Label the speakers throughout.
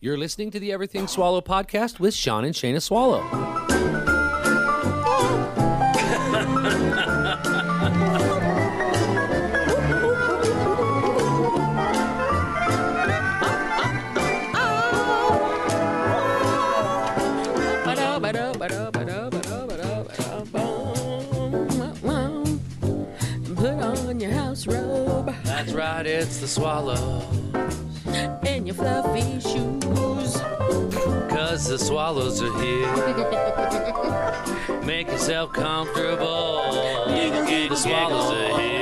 Speaker 1: You're listening to the Everything Swallow podcast with Sean and Shayna Swallow. Put on your house robe
Speaker 2: That's right, it's the swallow.
Speaker 1: and your fluffy shoes.
Speaker 2: Cause the swallows are here. Make yourself comfortable. The swallows are here.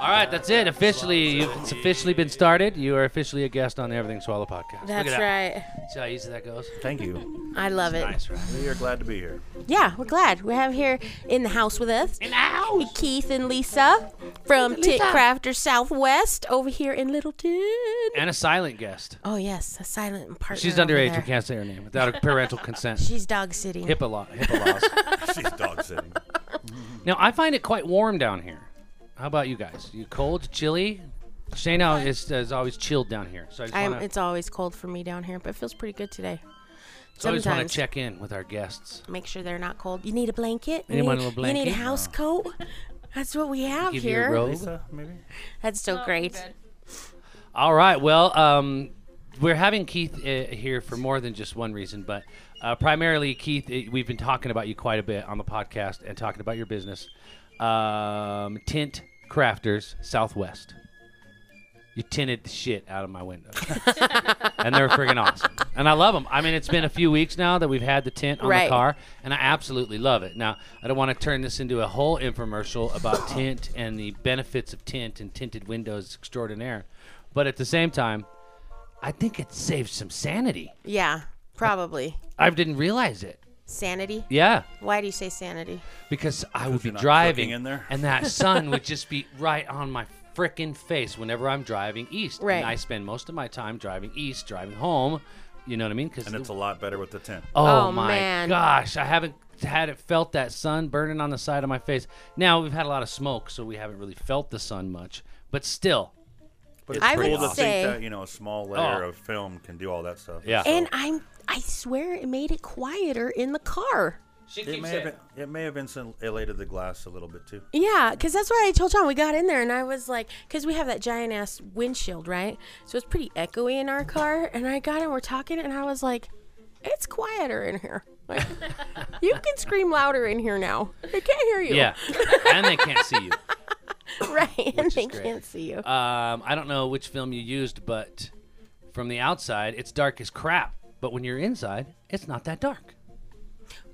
Speaker 3: All right, that's it. Officially, you've, it's officially been started. You are officially a guest on the Everything Swallow podcast.
Speaker 4: That's
Speaker 3: Look at
Speaker 4: right.
Speaker 3: That. See how easy that goes?
Speaker 5: Thank you.
Speaker 4: I love it.
Speaker 3: Nice, right?
Speaker 5: We are glad to be here.
Speaker 4: Yeah, we're glad we have here in the house with us. In the house, Keith and Lisa from Tit Crafter Southwest over here in Littleton.
Speaker 3: And a silent guest.
Speaker 4: Oh yes, a silent partner.
Speaker 3: She's
Speaker 4: over
Speaker 3: underage.
Speaker 4: there.
Speaker 3: We can't say her name without a parental consent.
Speaker 4: She's dog sitting.
Speaker 3: HIPAA, law, HIPAA laws.
Speaker 5: She's dog sitting.
Speaker 3: now, I find it quite warm down here. How about you guys? You cold, chilly? Shayna is, is always chilled down here, so I just
Speaker 4: I'm,
Speaker 3: wanna-
Speaker 4: it's always cold for me down here, but it feels pretty good today.
Speaker 3: so I just want
Speaker 4: sometimes.
Speaker 3: to check in with our guests.
Speaker 4: Make sure they're not cold. You need a blanket. You
Speaker 3: Anyone
Speaker 4: need,
Speaker 3: a little
Speaker 4: You need a
Speaker 3: blanket?
Speaker 4: house coat. That's what we have
Speaker 3: Give you a
Speaker 4: here.
Speaker 3: robe.
Speaker 5: Lisa, maybe?
Speaker 4: That's so great.
Speaker 3: All right. Well, um, we're having Keith uh, here for more than just one reason, but uh, primarily, Keith, uh we've been talking about you quite a bit on the podcast and talking about your business, um, Tint Crafters Southwest. You tinted the shit out of my window, and they're friggin' awesome, and I love them. I mean, it's been a few weeks now that we've had the tint on
Speaker 4: Right.
Speaker 3: the car, and I absolutely love it. Now, I don't want to turn this into a whole infomercial about tint and the benefits of tint and tinted windows extraordinaire, but at the same time, I think it saves some sanity.
Speaker 4: Yeah, probably.
Speaker 3: I didn't realize it.
Speaker 4: Sanity.
Speaker 3: Yeah,
Speaker 4: Why do you say sanity?
Speaker 3: because I would be
Speaker 5: you're not
Speaker 3: driving
Speaker 5: cooking in there?
Speaker 3: and that sun would just be right on my frickin' face whenever I'm driving east.
Speaker 4: Right.
Speaker 3: And I spend most of my time driving east, driving home. You know what I mean? Because
Speaker 5: And it's a lot better with the tent.
Speaker 3: Oh,
Speaker 4: Oh,
Speaker 3: my
Speaker 4: man.
Speaker 3: gosh, I haven't had it felt that sun burning on the side of my face. Now we've had a lot of smoke, so we haven't really felt the sun much, but still.
Speaker 5: But it's
Speaker 4: I
Speaker 5: cool
Speaker 4: would
Speaker 5: to
Speaker 4: say-
Speaker 5: think that, you know, a small layer
Speaker 3: Oh.
Speaker 5: of film can do all that stuff.
Speaker 3: Yeah.
Speaker 4: And I'm I swear it made it quieter in the car.
Speaker 3: She
Speaker 5: It may, have been, it may have insulated the glass a little bit too.
Speaker 4: Yeah, because that's what I told John. We got in there and I was like, because we have that giant ass windshield, right? So it's pretty echoey in our car. And I got in, we're talking, and I was like, it's quieter in here. Like, you can scream louder in here now. They can't hear you.
Speaker 3: Yeah. and they can't see you.
Speaker 4: Right. And they
Speaker 3: great.
Speaker 4: can't see you.
Speaker 3: Um, I don't know which film you used, but from the outside, it's dark as crap. But when you're inside, it's not that dark.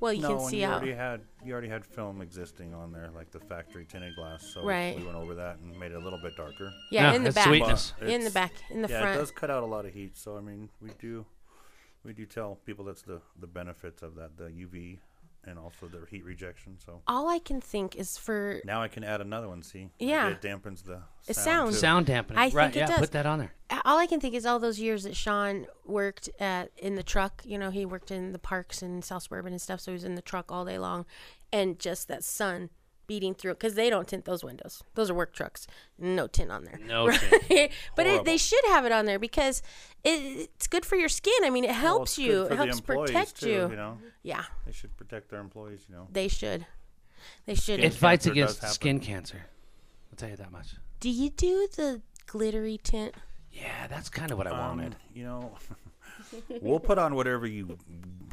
Speaker 4: well, you
Speaker 5: no,
Speaker 4: can
Speaker 5: and
Speaker 4: see
Speaker 5: you
Speaker 4: out.
Speaker 5: already had you already had film existing on there, like the factory tinted glass. So
Speaker 4: Right.
Speaker 5: we went over that and made it a little bit darker.
Speaker 4: Yeah,
Speaker 3: Yeah,
Speaker 4: in the
Speaker 3: that's
Speaker 4: back.
Speaker 3: sweet.
Speaker 5: But
Speaker 3: Yes.
Speaker 4: In the
Speaker 5: it's-
Speaker 4: back, in the
Speaker 5: yeah,
Speaker 4: front.
Speaker 5: it does cut out a lot of heat. So I mean, we do we do tell people that's the the benefits of that, the UV and also the heat rejection. So
Speaker 4: All I can think is for.
Speaker 5: now I can add another one. See,
Speaker 4: Yeah.
Speaker 5: it dampens the
Speaker 4: It
Speaker 5: sound.
Speaker 4: sounds-
Speaker 5: too.
Speaker 3: Sound dampening.
Speaker 4: I think
Speaker 3: right,
Speaker 4: it
Speaker 3: yeah,
Speaker 4: does.
Speaker 3: put that on there.
Speaker 4: all I can think is all those years that Sean worked at in the truck. You know, he worked in the parks and South Suburban and stuff, so he was in the truck all day long, and just that sun beating through because they don't tint those windows. Those are work trucks, no tint on there.
Speaker 3: No
Speaker 4: but it, they should have it on there because it, it's good for your skin. I mean, it
Speaker 5: Well,
Speaker 4: helps
Speaker 5: it's good
Speaker 4: you.
Speaker 5: for
Speaker 4: It
Speaker 5: the
Speaker 4: helps
Speaker 5: employees,
Speaker 4: protect
Speaker 5: too,
Speaker 4: you.
Speaker 5: You know,
Speaker 4: Yeah,
Speaker 5: they should protect their employees. You know,
Speaker 4: they should. They should.
Speaker 3: It fights
Speaker 5: cancer does
Speaker 3: against
Speaker 5: happen.
Speaker 3: skin cancer. I'll tell you that much.
Speaker 4: Do you do the glittery tint?
Speaker 3: Yeah, that's kind of what I
Speaker 5: Um,
Speaker 3: wanted.
Speaker 5: You know, we'll put on whatever you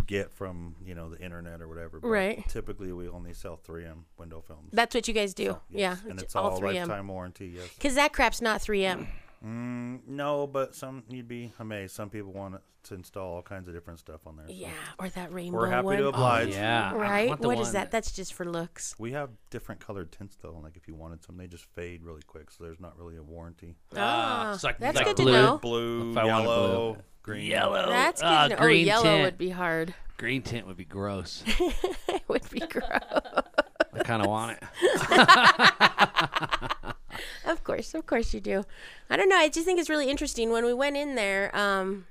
Speaker 5: get from you know the internet or whatever. but
Speaker 4: Right.
Speaker 5: Typically, we only sell 3M window films.
Speaker 4: That's what you guys do.
Speaker 5: Yes,
Speaker 4: Yeah,
Speaker 5: and it's
Speaker 4: all
Speaker 5: all,
Speaker 4: 3M.
Speaker 5: lifetime warranty. Yes.
Speaker 4: Because that crap's not 3M.
Speaker 5: No, but some you'd be amazed. Some people want to install all kinds of different stuff on there. so
Speaker 4: Yeah, or that rainbow
Speaker 5: We're happy
Speaker 4: one. Oh,
Speaker 5: to oblige.
Speaker 3: Oh, yeah.
Speaker 4: Right? What
Speaker 3: What
Speaker 4: is
Speaker 3: is
Speaker 4: that? That's just for looks.
Speaker 5: We have different colored tints though. Like if you wanted some, they just fade really quick, so there's not really a warranty.
Speaker 4: Ah,
Speaker 3: uh, it's like-
Speaker 4: that's
Speaker 3: like
Speaker 4: good
Speaker 3: blue.
Speaker 4: to know.
Speaker 5: Blue,
Speaker 3: If I wanted blue,
Speaker 5: yellow,
Speaker 3: okay.
Speaker 5: green.
Speaker 3: Yellow.
Speaker 4: That's good
Speaker 3: Ah,
Speaker 4: to know. Oh,
Speaker 3: green
Speaker 4: yellow
Speaker 3: tint.
Speaker 4: would be hard.
Speaker 3: Green tint would be gross.
Speaker 4: It would be gross.
Speaker 3: I kind of want it.
Speaker 4: of course, of course you do. I don't know. I just think it's really interesting. When we went in there, um,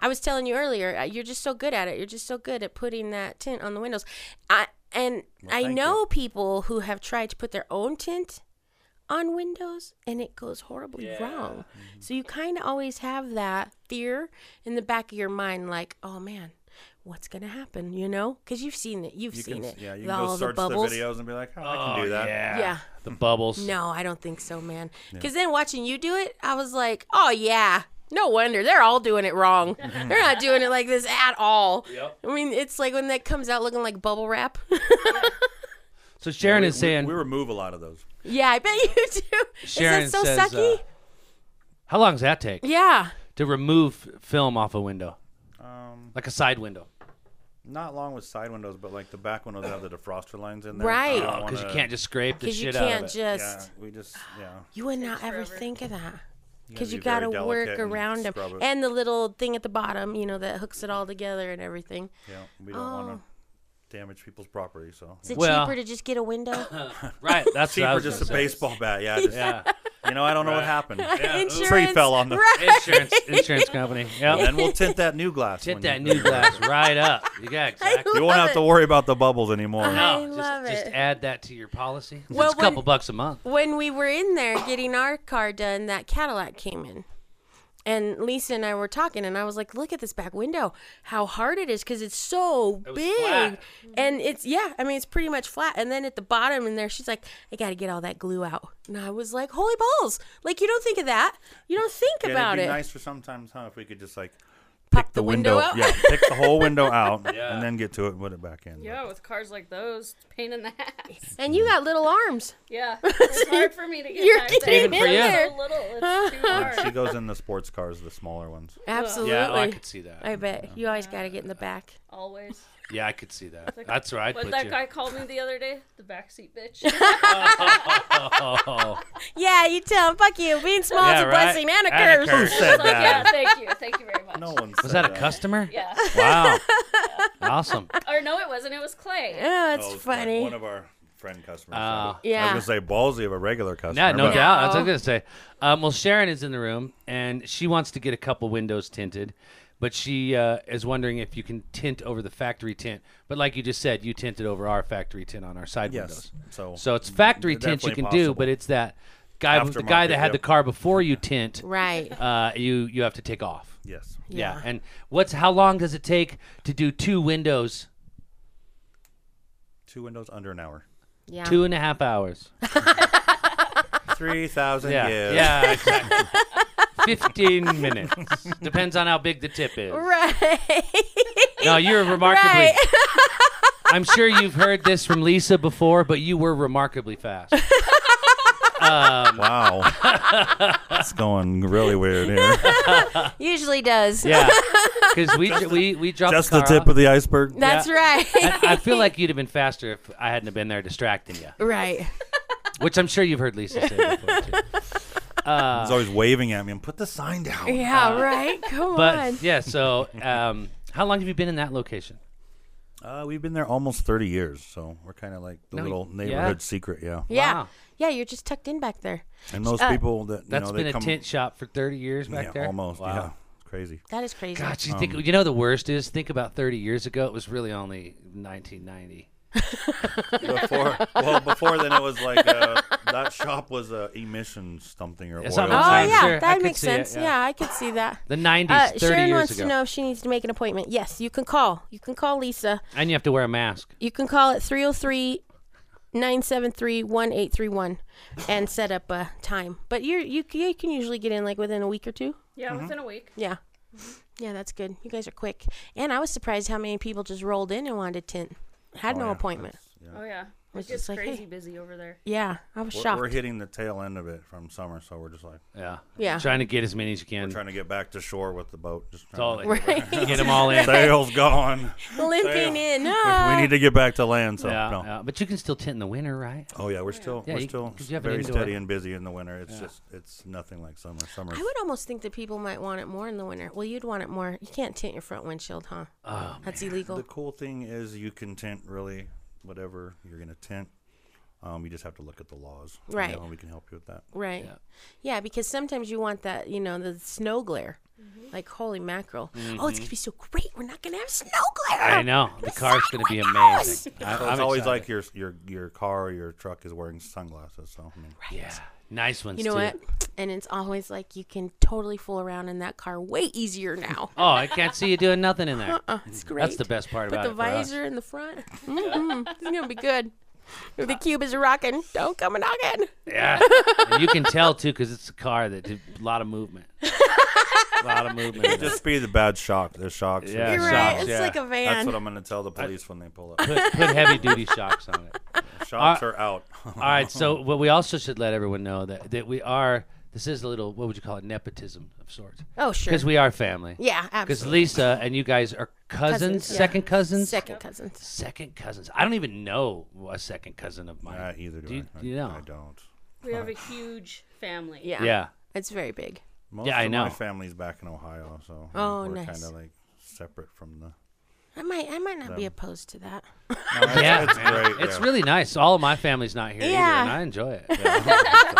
Speaker 4: I was telling you earlier, uh, you're just so good at it. You're just so good at putting that tint on the windows. I and I
Speaker 5: thank
Speaker 4: know people who have tried to put their own tint on windows and it goes horribly wrong.
Speaker 5: Mm-hmm.
Speaker 4: So you kind of always have that fear in the back of your mind, like, oh man, what's gonna happen? You know, because you've seen it, you've
Speaker 5: You
Speaker 4: seen
Speaker 5: can,
Speaker 4: it,
Speaker 5: yeah, you
Speaker 4: with
Speaker 5: can go
Speaker 4: all
Speaker 5: search
Speaker 4: the
Speaker 5: the,
Speaker 4: bubbles.
Speaker 5: videos and be like, oh, I can do that.
Speaker 3: Yeah.
Speaker 4: Yeah.
Speaker 3: The bubbles.
Speaker 4: No, I don't think so, man. Because then watching you do it, I was like, oh yeah, no wonder they're all doing it wrong. they're not doing it like this at all. I mean, it's like when that comes out looking like bubble wrap.
Speaker 3: So Sharon
Speaker 5: We-
Speaker 3: is
Speaker 5: we-
Speaker 3: saying,
Speaker 5: we, remove a lot of those.
Speaker 4: yeah, I bet you do.
Speaker 3: Sharon
Speaker 4: Is that so
Speaker 3: says,
Speaker 4: sucky?
Speaker 3: uh, how long does that take
Speaker 4: yeah.
Speaker 3: to remove film off a window,
Speaker 5: Um,
Speaker 3: like a side window?
Speaker 5: not long with side windows, but like the back windows have the defroster lines in there.
Speaker 4: Right.
Speaker 5: You don't
Speaker 3: Because Oh, you
Speaker 5: wanna-
Speaker 3: can't just scrape the
Speaker 4: Because you
Speaker 3: shit out of
Speaker 4: can't
Speaker 3: it.
Speaker 4: just.
Speaker 5: Yeah, we just yeah.
Speaker 4: You would not ever think of that. Because
Speaker 5: be
Speaker 4: you got to
Speaker 5: very delicate
Speaker 4: work
Speaker 5: and
Speaker 4: around them.
Speaker 5: scrub it.
Speaker 4: And the little thing at the bottom, you know, that hooks it all together and everything.
Speaker 5: Yeah, we don't want to damage people's property, so
Speaker 4: Oh. Is it
Speaker 3: Well-
Speaker 4: cheaper to just get a window?
Speaker 3: right. That's what I
Speaker 5: cheaper
Speaker 3: was
Speaker 5: just
Speaker 3: gonna
Speaker 5: a
Speaker 3: say.
Speaker 5: baseball bat. Yeah, just,
Speaker 3: Yeah.
Speaker 5: you know I don't know what happened.
Speaker 4: Insurance.
Speaker 5: Tree fell on the.
Speaker 3: insurance insurance company. Yeah.
Speaker 5: Then we'll tint that new glass.
Speaker 3: Tint
Speaker 5: when
Speaker 3: that
Speaker 5: you-
Speaker 3: new glass right up. You got exactly.
Speaker 5: You won't
Speaker 4: Love
Speaker 5: have to
Speaker 4: it.
Speaker 5: worry about the bubbles anymore.
Speaker 4: I
Speaker 3: just,
Speaker 4: love
Speaker 3: just
Speaker 4: it.
Speaker 3: add that to your policy.
Speaker 4: Well,
Speaker 3: it's a couple
Speaker 4: when-
Speaker 3: bucks a month.
Speaker 4: when we were in there getting our car done, that Cadillac came in. And Lisa and I were talking, and I was like, "Look at this back window, how hard it is, because it's so
Speaker 3: was
Speaker 4: big,
Speaker 3: flat.
Speaker 4: and it's yeah, I mean it's pretty much flat." And then at the bottom in there, she's like, "I got to get all that glue out," and I was like, "Holy balls! Like you don't think of that, you don't think
Speaker 5: Yeah,
Speaker 4: about
Speaker 5: it'd be
Speaker 4: it."
Speaker 5: nicer sometimes, huh? If we could just like
Speaker 4: Pop
Speaker 5: pick the, window,
Speaker 4: out.
Speaker 5: yeah, pick the whole window out, and then get to it and put it back in.
Speaker 6: Yeah, with cars like those, it's a pain in the ass.
Speaker 4: and you got little arms.
Speaker 6: Yeah, it's hard for me to get
Speaker 4: You're
Speaker 6: back
Speaker 4: getting
Speaker 6: there.
Speaker 3: Even for
Speaker 4: in
Speaker 3: you.
Speaker 6: It's
Speaker 4: there.
Speaker 6: so little, it's too
Speaker 5: But she
Speaker 6: hard.
Speaker 5: goes in the sports cars, the smaller ones.
Speaker 4: Absolutely,
Speaker 3: Yeah, oh, I could see that.
Speaker 4: I bet you always got to get in the back.
Speaker 6: Always.
Speaker 3: yeah, I could see that. That's where I'd
Speaker 6: What
Speaker 3: put
Speaker 6: that
Speaker 3: you.
Speaker 6: guy called me the other day? The backseat bitch.
Speaker 4: Yeah, you tell him, "Fuck you, being small
Speaker 3: Yeah,
Speaker 4: is a
Speaker 3: right.
Speaker 4: blessing and a
Speaker 3: And a
Speaker 4: curse."
Speaker 3: curse.
Speaker 5: Said
Speaker 6: like, yeah,
Speaker 5: that.
Speaker 6: thank you. Thank you very much.
Speaker 5: No one
Speaker 3: Was
Speaker 5: said
Speaker 3: that a customer?
Speaker 6: Yeah.
Speaker 3: Wow. Awesome.
Speaker 6: Or no, it wasn't. It was Clay.
Speaker 4: Oh,
Speaker 5: Oh,
Speaker 4: it's
Speaker 5: it's like
Speaker 4: funny.
Speaker 5: One of our friend customers.
Speaker 3: Uh,
Speaker 5: I
Speaker 4: yeah.
Speaker 5: was gonna say ballsy of a regular customer.
Speaker 3: Yeah, no
Speaker 5: but-
Speaker 3: doubt. That's what I was gonna say. Um, well, Sharon is in the room, and she wants to get a couple windows tinted, but she uh, is wondering if you can tint over the factory tint. But like you just said, you tinted over our factory tint on our side windows.
Speaker 5: Yes. So
Speaker 3: So it's factory
Speaker 5: They're
Speaker 3: tint you can
Speaker 5: definitely
Speaker 3: do,
Speaker 5: possible.
Speaker 3: but it's that guy, the
Speaker 5: Aftermarket,
Speaker 3: guy that had the
Speaker 5: yep.
Speaker 3: car before you tint.
Speaker 4: Right.
Speaker 3: Uh, you you have to take off.
Speaker 5: yes,
Speaker 3: Yeah. And what's how long does it take to do two windows?
Speaker 5: two windows under an hour.
Speaker 4: Yeah.
Speaker 3: Two and a half hours.
Speaker 5: Three thousand
Speaker 3: Yeah.
Speaker 5: years.
Speaker 3: Yeah. Exactly. Fifteen minutes depends on how big the tip is.
Speaker 4: Right.
Speaker 3: No, you're remarkably.
Speaker 4: Right.
Speaker 3: I'm sure you've heard this from Lisa before, but you were remarkably fast.
Speaker 5: Wow. it's going really weird here.
Speaker 4: Usually does.
Speaker 3: Yeah, because we we we dropped
Speaker 5: Just
Speaker 3: the,
Speaker 5: the
Speaker 3: car
Speaker 5: tip
Speaker 3: off.
Speaker 5: of the iceberg.
Speaker 4: That's
Speaker 3: Yeah.
Speaker 4: right.
Speaker 3: I, I feel like you'd have been faster if I hadn't have been there distracting you,
Speaker 4: right.
Speaker 3: which I'm sure you've heard Lisa say before too.
Speaker 5: He's always waving at me and put the sign down.
Speaker 4: Yeah, right. Come on.
Speaker 3: Uh, But yeah, so um, how long have you been in that location?
Speaker 5: Uh, we've been there almost 30 years, so we're kind of like the
Speaker 3: No,
Speaker 5: little
Speaker 3: yeah.
Speaker 5: neighborhood secret, yeah.
Speaker 4: Yeah.
Speaker 3: Wow.
Speaker 4: Yeah, you're just tucked in back there.
Speaker 5: And most
Speaker 4: Uh,
Speaker 5: people that you
Speaker 3: That's
Speaker 5: know they
Speaker 3: been a
Speaker 5: come
Speaker 3: tent shop for 30 years back
Speaker 5: yeah,
Speaker 3: there.
Speaker 5: almost,
Speaker 3: Wow.
Speaker 5: yeah. It's crazy.
Speaker 4: That is crazy.
Speaker 3: God, you
Speaker 5: Um,
Speaker 3: think you know the worst is think about 30 years ago. It was really only 1990.
Speaker 5: Before, well, before then it was like uh, that shop was uh, emissions something or
Speaker 3: That's
Speaker 5: oil.
Speaker 3: what
Speaker 4: Oh,
Speaker 3: I'm saying.
Speaker 4: yeah.
Speaker 3: Sure, I
Speaker 4: that
Speaker 3: could
Speaker 4: makes
Speaker 3: see it,
Speaker 4: sense.
Speaker 3: yeah.
Speaker 4: yeah. I could see that.
Speaker 3: The 90s,
Speaker 4: Uh,
Speaker 3: 30
Speaker 4: Sharon
Speaker 3: years
Speaker 4: wants
Speaker 3: ago,
Speaker 4: to know if she needs to make an appointment. Yes, you can call. You can call Lisa.
Speaker 3: and you have to wear a mask.
Speaker 4: You can call at 303 973 1831 and set up a time. But you're, you, c- you can usually get in like within a week or two.
Speaker 6: Yeah,
Speaker 3: Mm-hmm.
Speaker 6: within a week.
Speaker 4: Yeah. Yeah, that's good. You guys are quick. And I was surprised how many people just rolled in and wanted to tint. Had no
Speaker 5: yeah,
Speaker 4: appointment.
Speaker 6: Oh yeah,
Speaker 4: It's just
Speaker 6: it's just
Speaker 4: like,
Speaker 6: crazy
Speaker 4: hey.
Speaker 6: busy over there.
Speaker 4: Yeah, I was
Speaker 5: We're,
Speaker 4: shocked.
Speaker 5: we're hitting the tail end of it from summer, so we're just like
Speaker 3: Yeah.
Speaker 4: Yeah.
Speaker 3: Trying to get as many as you can.
Speaker 5: trying to get back to shore with the boat. Just
Speaker 3: That's all
Speaker 5: trying
Speaker 3: it-
Speaker 5: to,
Speaker 3: Get them all in.
Speaker 5: sails gone.
Speaker 4: Limping in.
Speaker 5: we
Speaker 4: Ah.
Speaker 5: need to get back to land. So
Speaker 3: Yeah,
Speaker 5: no.
Speaker 3: yeah. But you can still tint in the winter, right?
Speaker 5: Oh yeah, we're still
Speaker 3: Yeah,
Speaker 5: we're
Speaker 3: you-
Speaker 5: still
Speaker 3: 'cause you have an
Speaker 5: very
Speaker 3: indoor.
Speaker 5: steady and busy in the winter. It's just it's nothing like summer. Summer.
Speaker 4: I would almost think that people might want it more in the winter. Well, you'd want it more. You can't tint your front windshield, huh? Oh, That's illegal.
Speaker 5: The cool thing is you can tint really whatever you're gonna tint. Um, you just have to look at the laws. you
Speaker 4: Right.
Speaker 5: know, and we can help you with that.
Speaker 4: Right. Yeah. because sometimes you want that, you know, the snow glare. Like holy mackerel! Oh, it's gonna be so great. We're not gonna have snow glare.
Speaker 3: I know the car's gonna be amazing. I,
Speaker 5: So
Speaker 3: I'm
Speaker 5: it's always
Speaker 3: excited.
Speaker 5: like your your your car or your truck is wearing sunglasses. So I mean,
Speaker 3: yeah, nice ones.
Speaker 4: You know
Speaker 3: too.
Speaker 4: what? And it's always like you can totally fool around in that car way easier now.
Speaker 3: Oh, I can't see you doing nothing in there.
Speaker 4: Oh, it's great.
Speaker 3: Mm. That's the best part
Speaker 4: Put
Speaker 3: about
Speaker 4: the
Speaker 3: it. for us.
Speaker 4: visor in the front. Mm-hmm. it's gonna be good. If the cube is rocking, don't come knocking.
Speaker 3: Yeah, And you can tell too because it's a car that did a lot of movement. a lot of movement. in
Speaker 5: just be the bad shock. The shocks. are-
Speaker 3: Yeah,
Speaker 4: You're right.
Speaker 3: shocks,
Speaker 4: It's like a
Speaker 5: That's
Speaker 4: van.
Speaker 5: what I'm gonna tell the police when they pull up.
Speaker 3: there. Put, put heavy duty shocks on it.
Speaker 5: Shocks are out.
Speaker 3: All right. So, what we also should let everyone know that that we are. This is a little what would you call it nepotism of sorts.
Speaker 4: oh sure.
Speaker 3: Because we are family.
Speaker 4: yeah,
Speaker 3: Because
Speaker 4: absolutely.
Speaker 3: Lisa and you guys are cousins,
Speaker 4: Cousins, yeah.
Speaker 3: second cousins,
Speaker 4: Second cousins.
Speaker 3: second cousins. I don't even know a second cousin of mine.
Speaker 5: Uh, either do,
Speaker 3: Do you-
Speaker 5: I. I,
Speaker 3: you know?
Speaker 5: I don't.
Speaker 6: We have a huge family.
Speaker 4: Yeah.
Speaker 3: Yeah.
Speaker 4: It's very big.
Speaker 5: Most
Speaker 3: Yeah,
Speaker 5: of
Speaker 3: I know.
Speaker 5: My family's back in Ohio, so
Speaker 4: Oh,
Speaker 5: we're
Speaker 4: nice.
Speaker 5: kind of like separate from the.
Speaker 4: I might I might not be opposed to that.
Speaker 5: No, it's-
Speaker 3: Yeah,
Speaker 5: it's great.
Speaker 3: It's
Speaker 5: yeah.
Speaker 3: really nice. All of my family's not here either,
Speaker 4: Yeah.
Speaker 3: and I enjoy it.
Speaker 5: Yeah,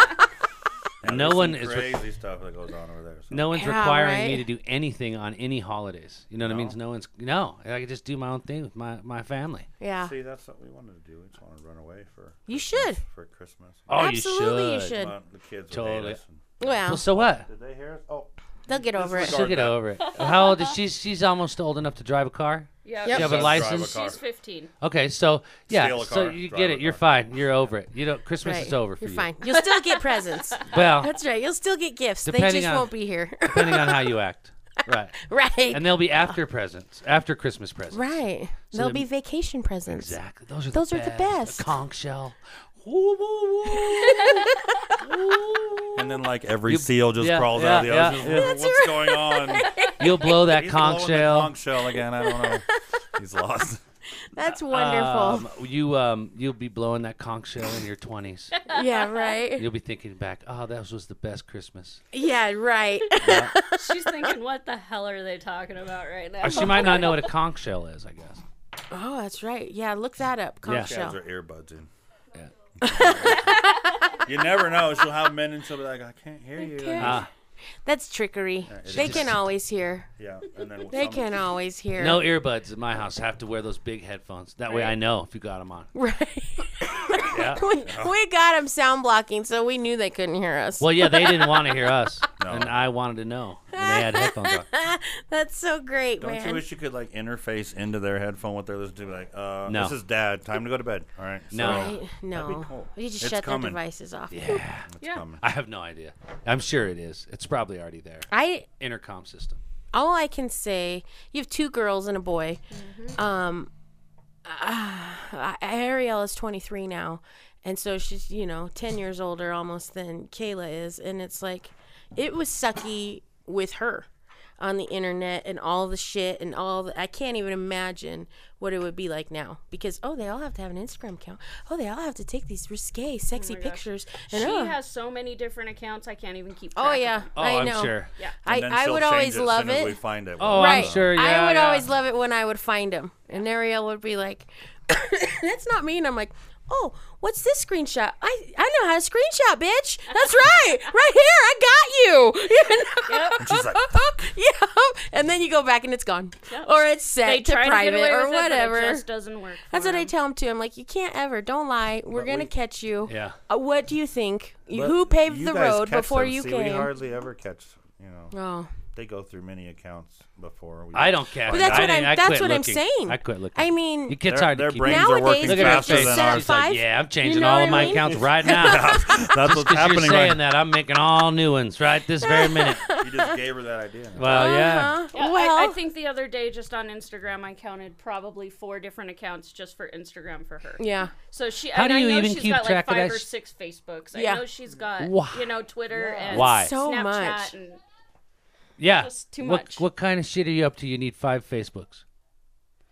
Speaker 3: no
Speaker 5: there's
Speaker 3: one
Speaker 5: some
Speaker 3: is re-
Speaker 5: crazy stuff that goes on over there. So.
Speaker 3: No one's
Speaker 4: Yeah,
Speaker 3: requiring me
Speaker 4: right?
Speaker 3: to do anything on any holidays. You know what I mean? No one's no. I can just do my own thing with my my family.
Speaker 4: Yeah.
Speaker 5: See, that's what we wanted to do. We just want to run away for
Speaker 4: You should.
Speaker 5: for Christmas.
Speaker 3: Oh,
Speaker 4: Absolutely
Speaker 3: you
Speaker 4: you
Speaker 3: should.
Speaker 4: should.
Speaker 5: Well, the kids would hate
Speaker 3: Totally.
Speaker 5: us and-
Speaker 3: Well,
Speaker 4: Well,
Speaker 3: so what?
Speaker 5: Did they hear us? Oh,
Speaker 4: they'll get over it.
Speaker 3: She'll get over it. How old is she? She's almost old enough to drive a car.
Speaker 6: Yeah.
Speaker 4: Yep.
Speaker 3: You have a
Speaker 6: she's-
Speaker 3: license?
Speaker 5: car.
Speaker 6: She's 15.
Speaker 3: Okay, so yeah,
Speaker 5: Steal a
Speaker 3: so
Speaker 5: car,
Speaker 3: you
Speaker 5: drive
Speaker 3: get
Speaker 5: a
Speaker 3: it. You're
Speaker 5: car.
Speaker 3: fine. You're over it. You know, Christmas
Speaker 4: Right.
Speaker 3: is over for
Speaker 4: You're
Speaker 3: you.
Speaker 4: fine. You'll still get presents.
Speaker 3: Well,
Speaker 4: That's right. You'll still get gifts. they
Speaker 3: Depending
Speaker 4: just
Speaker 3: on-
Speaker 4: won't be here.
Speaker 3: depending on how you act, right?
Speaker 4: right.
Speaker 3: And they'll be after presents, after Christmas presents.
Speaker 4: right. They'll be vacation presents.
Speaker 3: Exactly. Those are
Speaker 4: Those
Speaker 3: the
Speaker 4: are the
Speaker 3: best.
Speaker 4: best.
Speaker 3: A conch shell. Woo, woo, woo.
Speaker 5: and then like every seal just
Speaker 3: yeah,
Speaker 5: crawls out of the
Speaker 3: yeah,
Speaker 5: ocean.
Speaker 3: yeah.
Speaker 5: What's going on?
Speaker 3: You'll blow that
Speaker 5: He's
Speaker 3: conch
Speaker 5: blowing
Speaker 3: shell.
Speaker 5: The conch shell again. I don't know. He's lost.
Speaker 4: That's wonderful.
Speaker 3: Um, you um, you'll be blowing that conch shell in your twenties.
Speaker 4: yeah, right.
Speaker 3: You'll be thinking back, oh, that was the best Christmas.
Speaker 4: Yeah, right.
Speaker 6: She's thinking, what the hell are they talking about right now?
Speaker 3: Or Uh, she might not know what a conch shell is, I guess.
Speaker 4: oh, that's right. Yeah, look that up. Conch
Speaker 3: Yeah.
Speaker 5: Has
Speaker 4: shell.
Speaker 5: her earbuds in.
Speaker 3: Yeah.
Speaker 5: you never know. She'll have men and she'll be like, I can't hear you.
Speaker 4: can't.
Speaker 3: Ah,
Speaker 4: That's trickery.
Speaker 5: it
Speaker 4: They
Speaker 5: is.
Speaker 4: can always hear.
Speaker 5: Yeah. And then
Speaker 4: They
Speaker 5: some-
Speaker 4: can always hear.
Speaker 3: no earbuds in my house. I have to wear those big headphones. That way, I know if you got them on.
Speaker 4: Right.
Speaker 3: Yeah.
Speaker 4: we, we got them sound blocking, so we knew they couldn't hear us.
Speaker 3: Well, yeah, they didn't want to hear us, and I wanted to know. And they had headphones on.
Speaker 4: That's so great,
Speaker 5: Don't
Speaker 4: man.
Speaker 5: you wish you could like interface into their headphone what they're listening to? Be like, uh,
Speaker 3: No.
Speaker 5: this is dad. Time to go to bed. All right.
Speaker 3: No.
Speaker 5: so
Speaker 4: Right? No.
Speaker 5: cool.
Speaker 4: You just
Speaker 5: It's
Speaker 4: shut their
Speaker 5: coming.
Speaker 4: devices off.
Speaker 5: it's
Speaker 6: Yeah.
Speaker 5: coming.
Speaker 3: I have no idea. I'm sure it is. It's probably already there.
Speaker 4: I
Speaker 3: Intercom system.
Speaker 4: all I can say, you have two girls and a boy.
Speaker 6: Mm-hmm.
Speaker 4: Um, uh, Ariel is 23 now, and so she's you know 10 years older almost than Kayla is, and it's like it was sucky with her on the internet and all the shit and all the, I can't even imagine what it would be like now because oh they all have to have an Instagram account oh they all have to take these risque sexy
Speaker 6: gosh.
Speaker 4: pictures and
Speaker 6: She
Speaker 4: oh,
Speaker 6: has so many different accounts, I can't even keep track.
Speaker 4: oh
Speaker 6: of
Speaker 4: yeah
Speaker 6: them.
Speaker 3: Oh,
Speaker 4: I
Speaker 3: am
Speaker 4: know
Speaker 3: sure.
Speaker 6: Yeah.
Speaker 4: I,
Speaker 5: Then
Speaker 4: I
Speaker 5: she'll
Speaker 4: would
Speaker 5: change
Speaker 4: always
Speaker 5: it as
Speaker 4: love
Speaker 5: soon as
Speaker 4: it
Speaker 5: we find it.
Speaker 3: Oh, I'm
Speaker 4: Right.
Speaker 3: sure. yeah,
Speaker 4: I would
Speaker 3: yeah.
Speaker 4: always love it when I would find him. And Ariel would be like, that's not me. And I'm like, oh, what's this screenshot? I, I know how to screenshot, bitch. That's right. right here. I got you. you know?
Speaker 5: And she's like,
Speaker 4: yeah. And then you go back and it's gone.
Speaker 6: Yep.
Speaker 4: Or it's set
Speaker 6: They
Speaker 4: to
Speaker 6: try
Speaker 4: private
Speaker 6: to get away
Speaker 4: or
Speaker 6: with it, but
Speaker 4: whatever.
Speaker 6: it just doesn't work. for
Speaker 4: that's what I
Speaker 6: them.
Speaker 4: tell him too. I'm like, you can't ever. Don't lie. We're gonna
Speaker 5: we-
Speaker 4: catch you.
Speaker 3: Yeah.
Speaker 4: Uh, what do you think? You,
Speaker 5: "But
Speaker 4: who paved
Speaker 5: you
Speaker 4: the
Speaker 5: guys
Speaker 4: road
Speaker 5: catch
Speaker 4: before
Speaker 5: them.
Speaker 4: you
Speaker 5: See, We
Speaker 4: came?
Speaker 5: hardly ever catch. You know,
Speaker 4: oh,
Speaker 5: they go through many accounts before we.
Speaker 3: I don't care.
Speaker 4: But that's
Speaker 3: I
Speaker 4: what
Speaker 3: didn't-
Speaker 4: I'm-
Speaker 3: I
Speaker 4: that's
Speaker 3: quit
Speaker 4: what I'm
Speaker 3: looking.
Speaker 4: saying.
Speaker 3: I quit looking.
Speaker 4: I mean,
Speaker 3: you kids
Speaker 5: Their-
Speaker 3: hard to
Speaker 5: their
Speaker 3: keep.
Speaker 5: brains are
Speaker 4: Nowadays,
Speaker 5: working
Speaker 4: Look
Speaker 3: Look at her
Speaker 5: faster
Speaker 4: Just
Speaker 3: face.
Speaker 5: than
Speaker 4: set
Speaker 5: ours.
Speaker 3: She's like,
Speaker 4: five.
Speaker 3: yeah, I'm changing
Speaker 4: know
Speaker 3: all of
Speaker 4: what I
Speaker 3: my
Speaker 4: mean?
Speaker 3: accounts right now.
Speaker 5: That's
Speaker 3: Just
Speaker 5: what's
Speaker 3: because you're
Speaker 5: happening right
Speaker 3: saying that, I'm making all new ones right this very minute.
Speaker 5: You just gave her that idea.
Speaker 3: Well, yeah.
Speaker 4: huh?
Speaker 6: Yeah, I-
Speaker 4: uh-huh. well,
Speaker 6: I, think the other day, just on Instagram, I counted probably four different accounts just for Instagram for her.
Speaker 4: yeah.
Speaker 6: So she,
Speaker 3: How
Speaker 6: and
Speaker 3: do
Speaker 6: I
Speaker 3: you
Speaker 6: know
Speaker 3: even
Speaker 6: she's
Speaker 3: keep
Speaker 6: got
Speaker 3: track of
Speaker 6: like five
Speaker 3: that
Speaker 6: or
Speaker 3: sh-
Speaker 6: six Facebooks.
Speaker 4: Yeah.
Speaker 6: I know she's got,
Speaker 3: Why?
Speaker 6: you know, Twitter and
Speaker 3: Why?
Speaker 4: So
Speaker 6: Snapchat
Speaker 4: much.
Speaker 6: and
Speaker 3: Yeah.
Speaker 6: Just too
Speaker 3: what,
Speaker 6: much.
Speaker 3: What kind of shit are you up to? You need five Facebooks.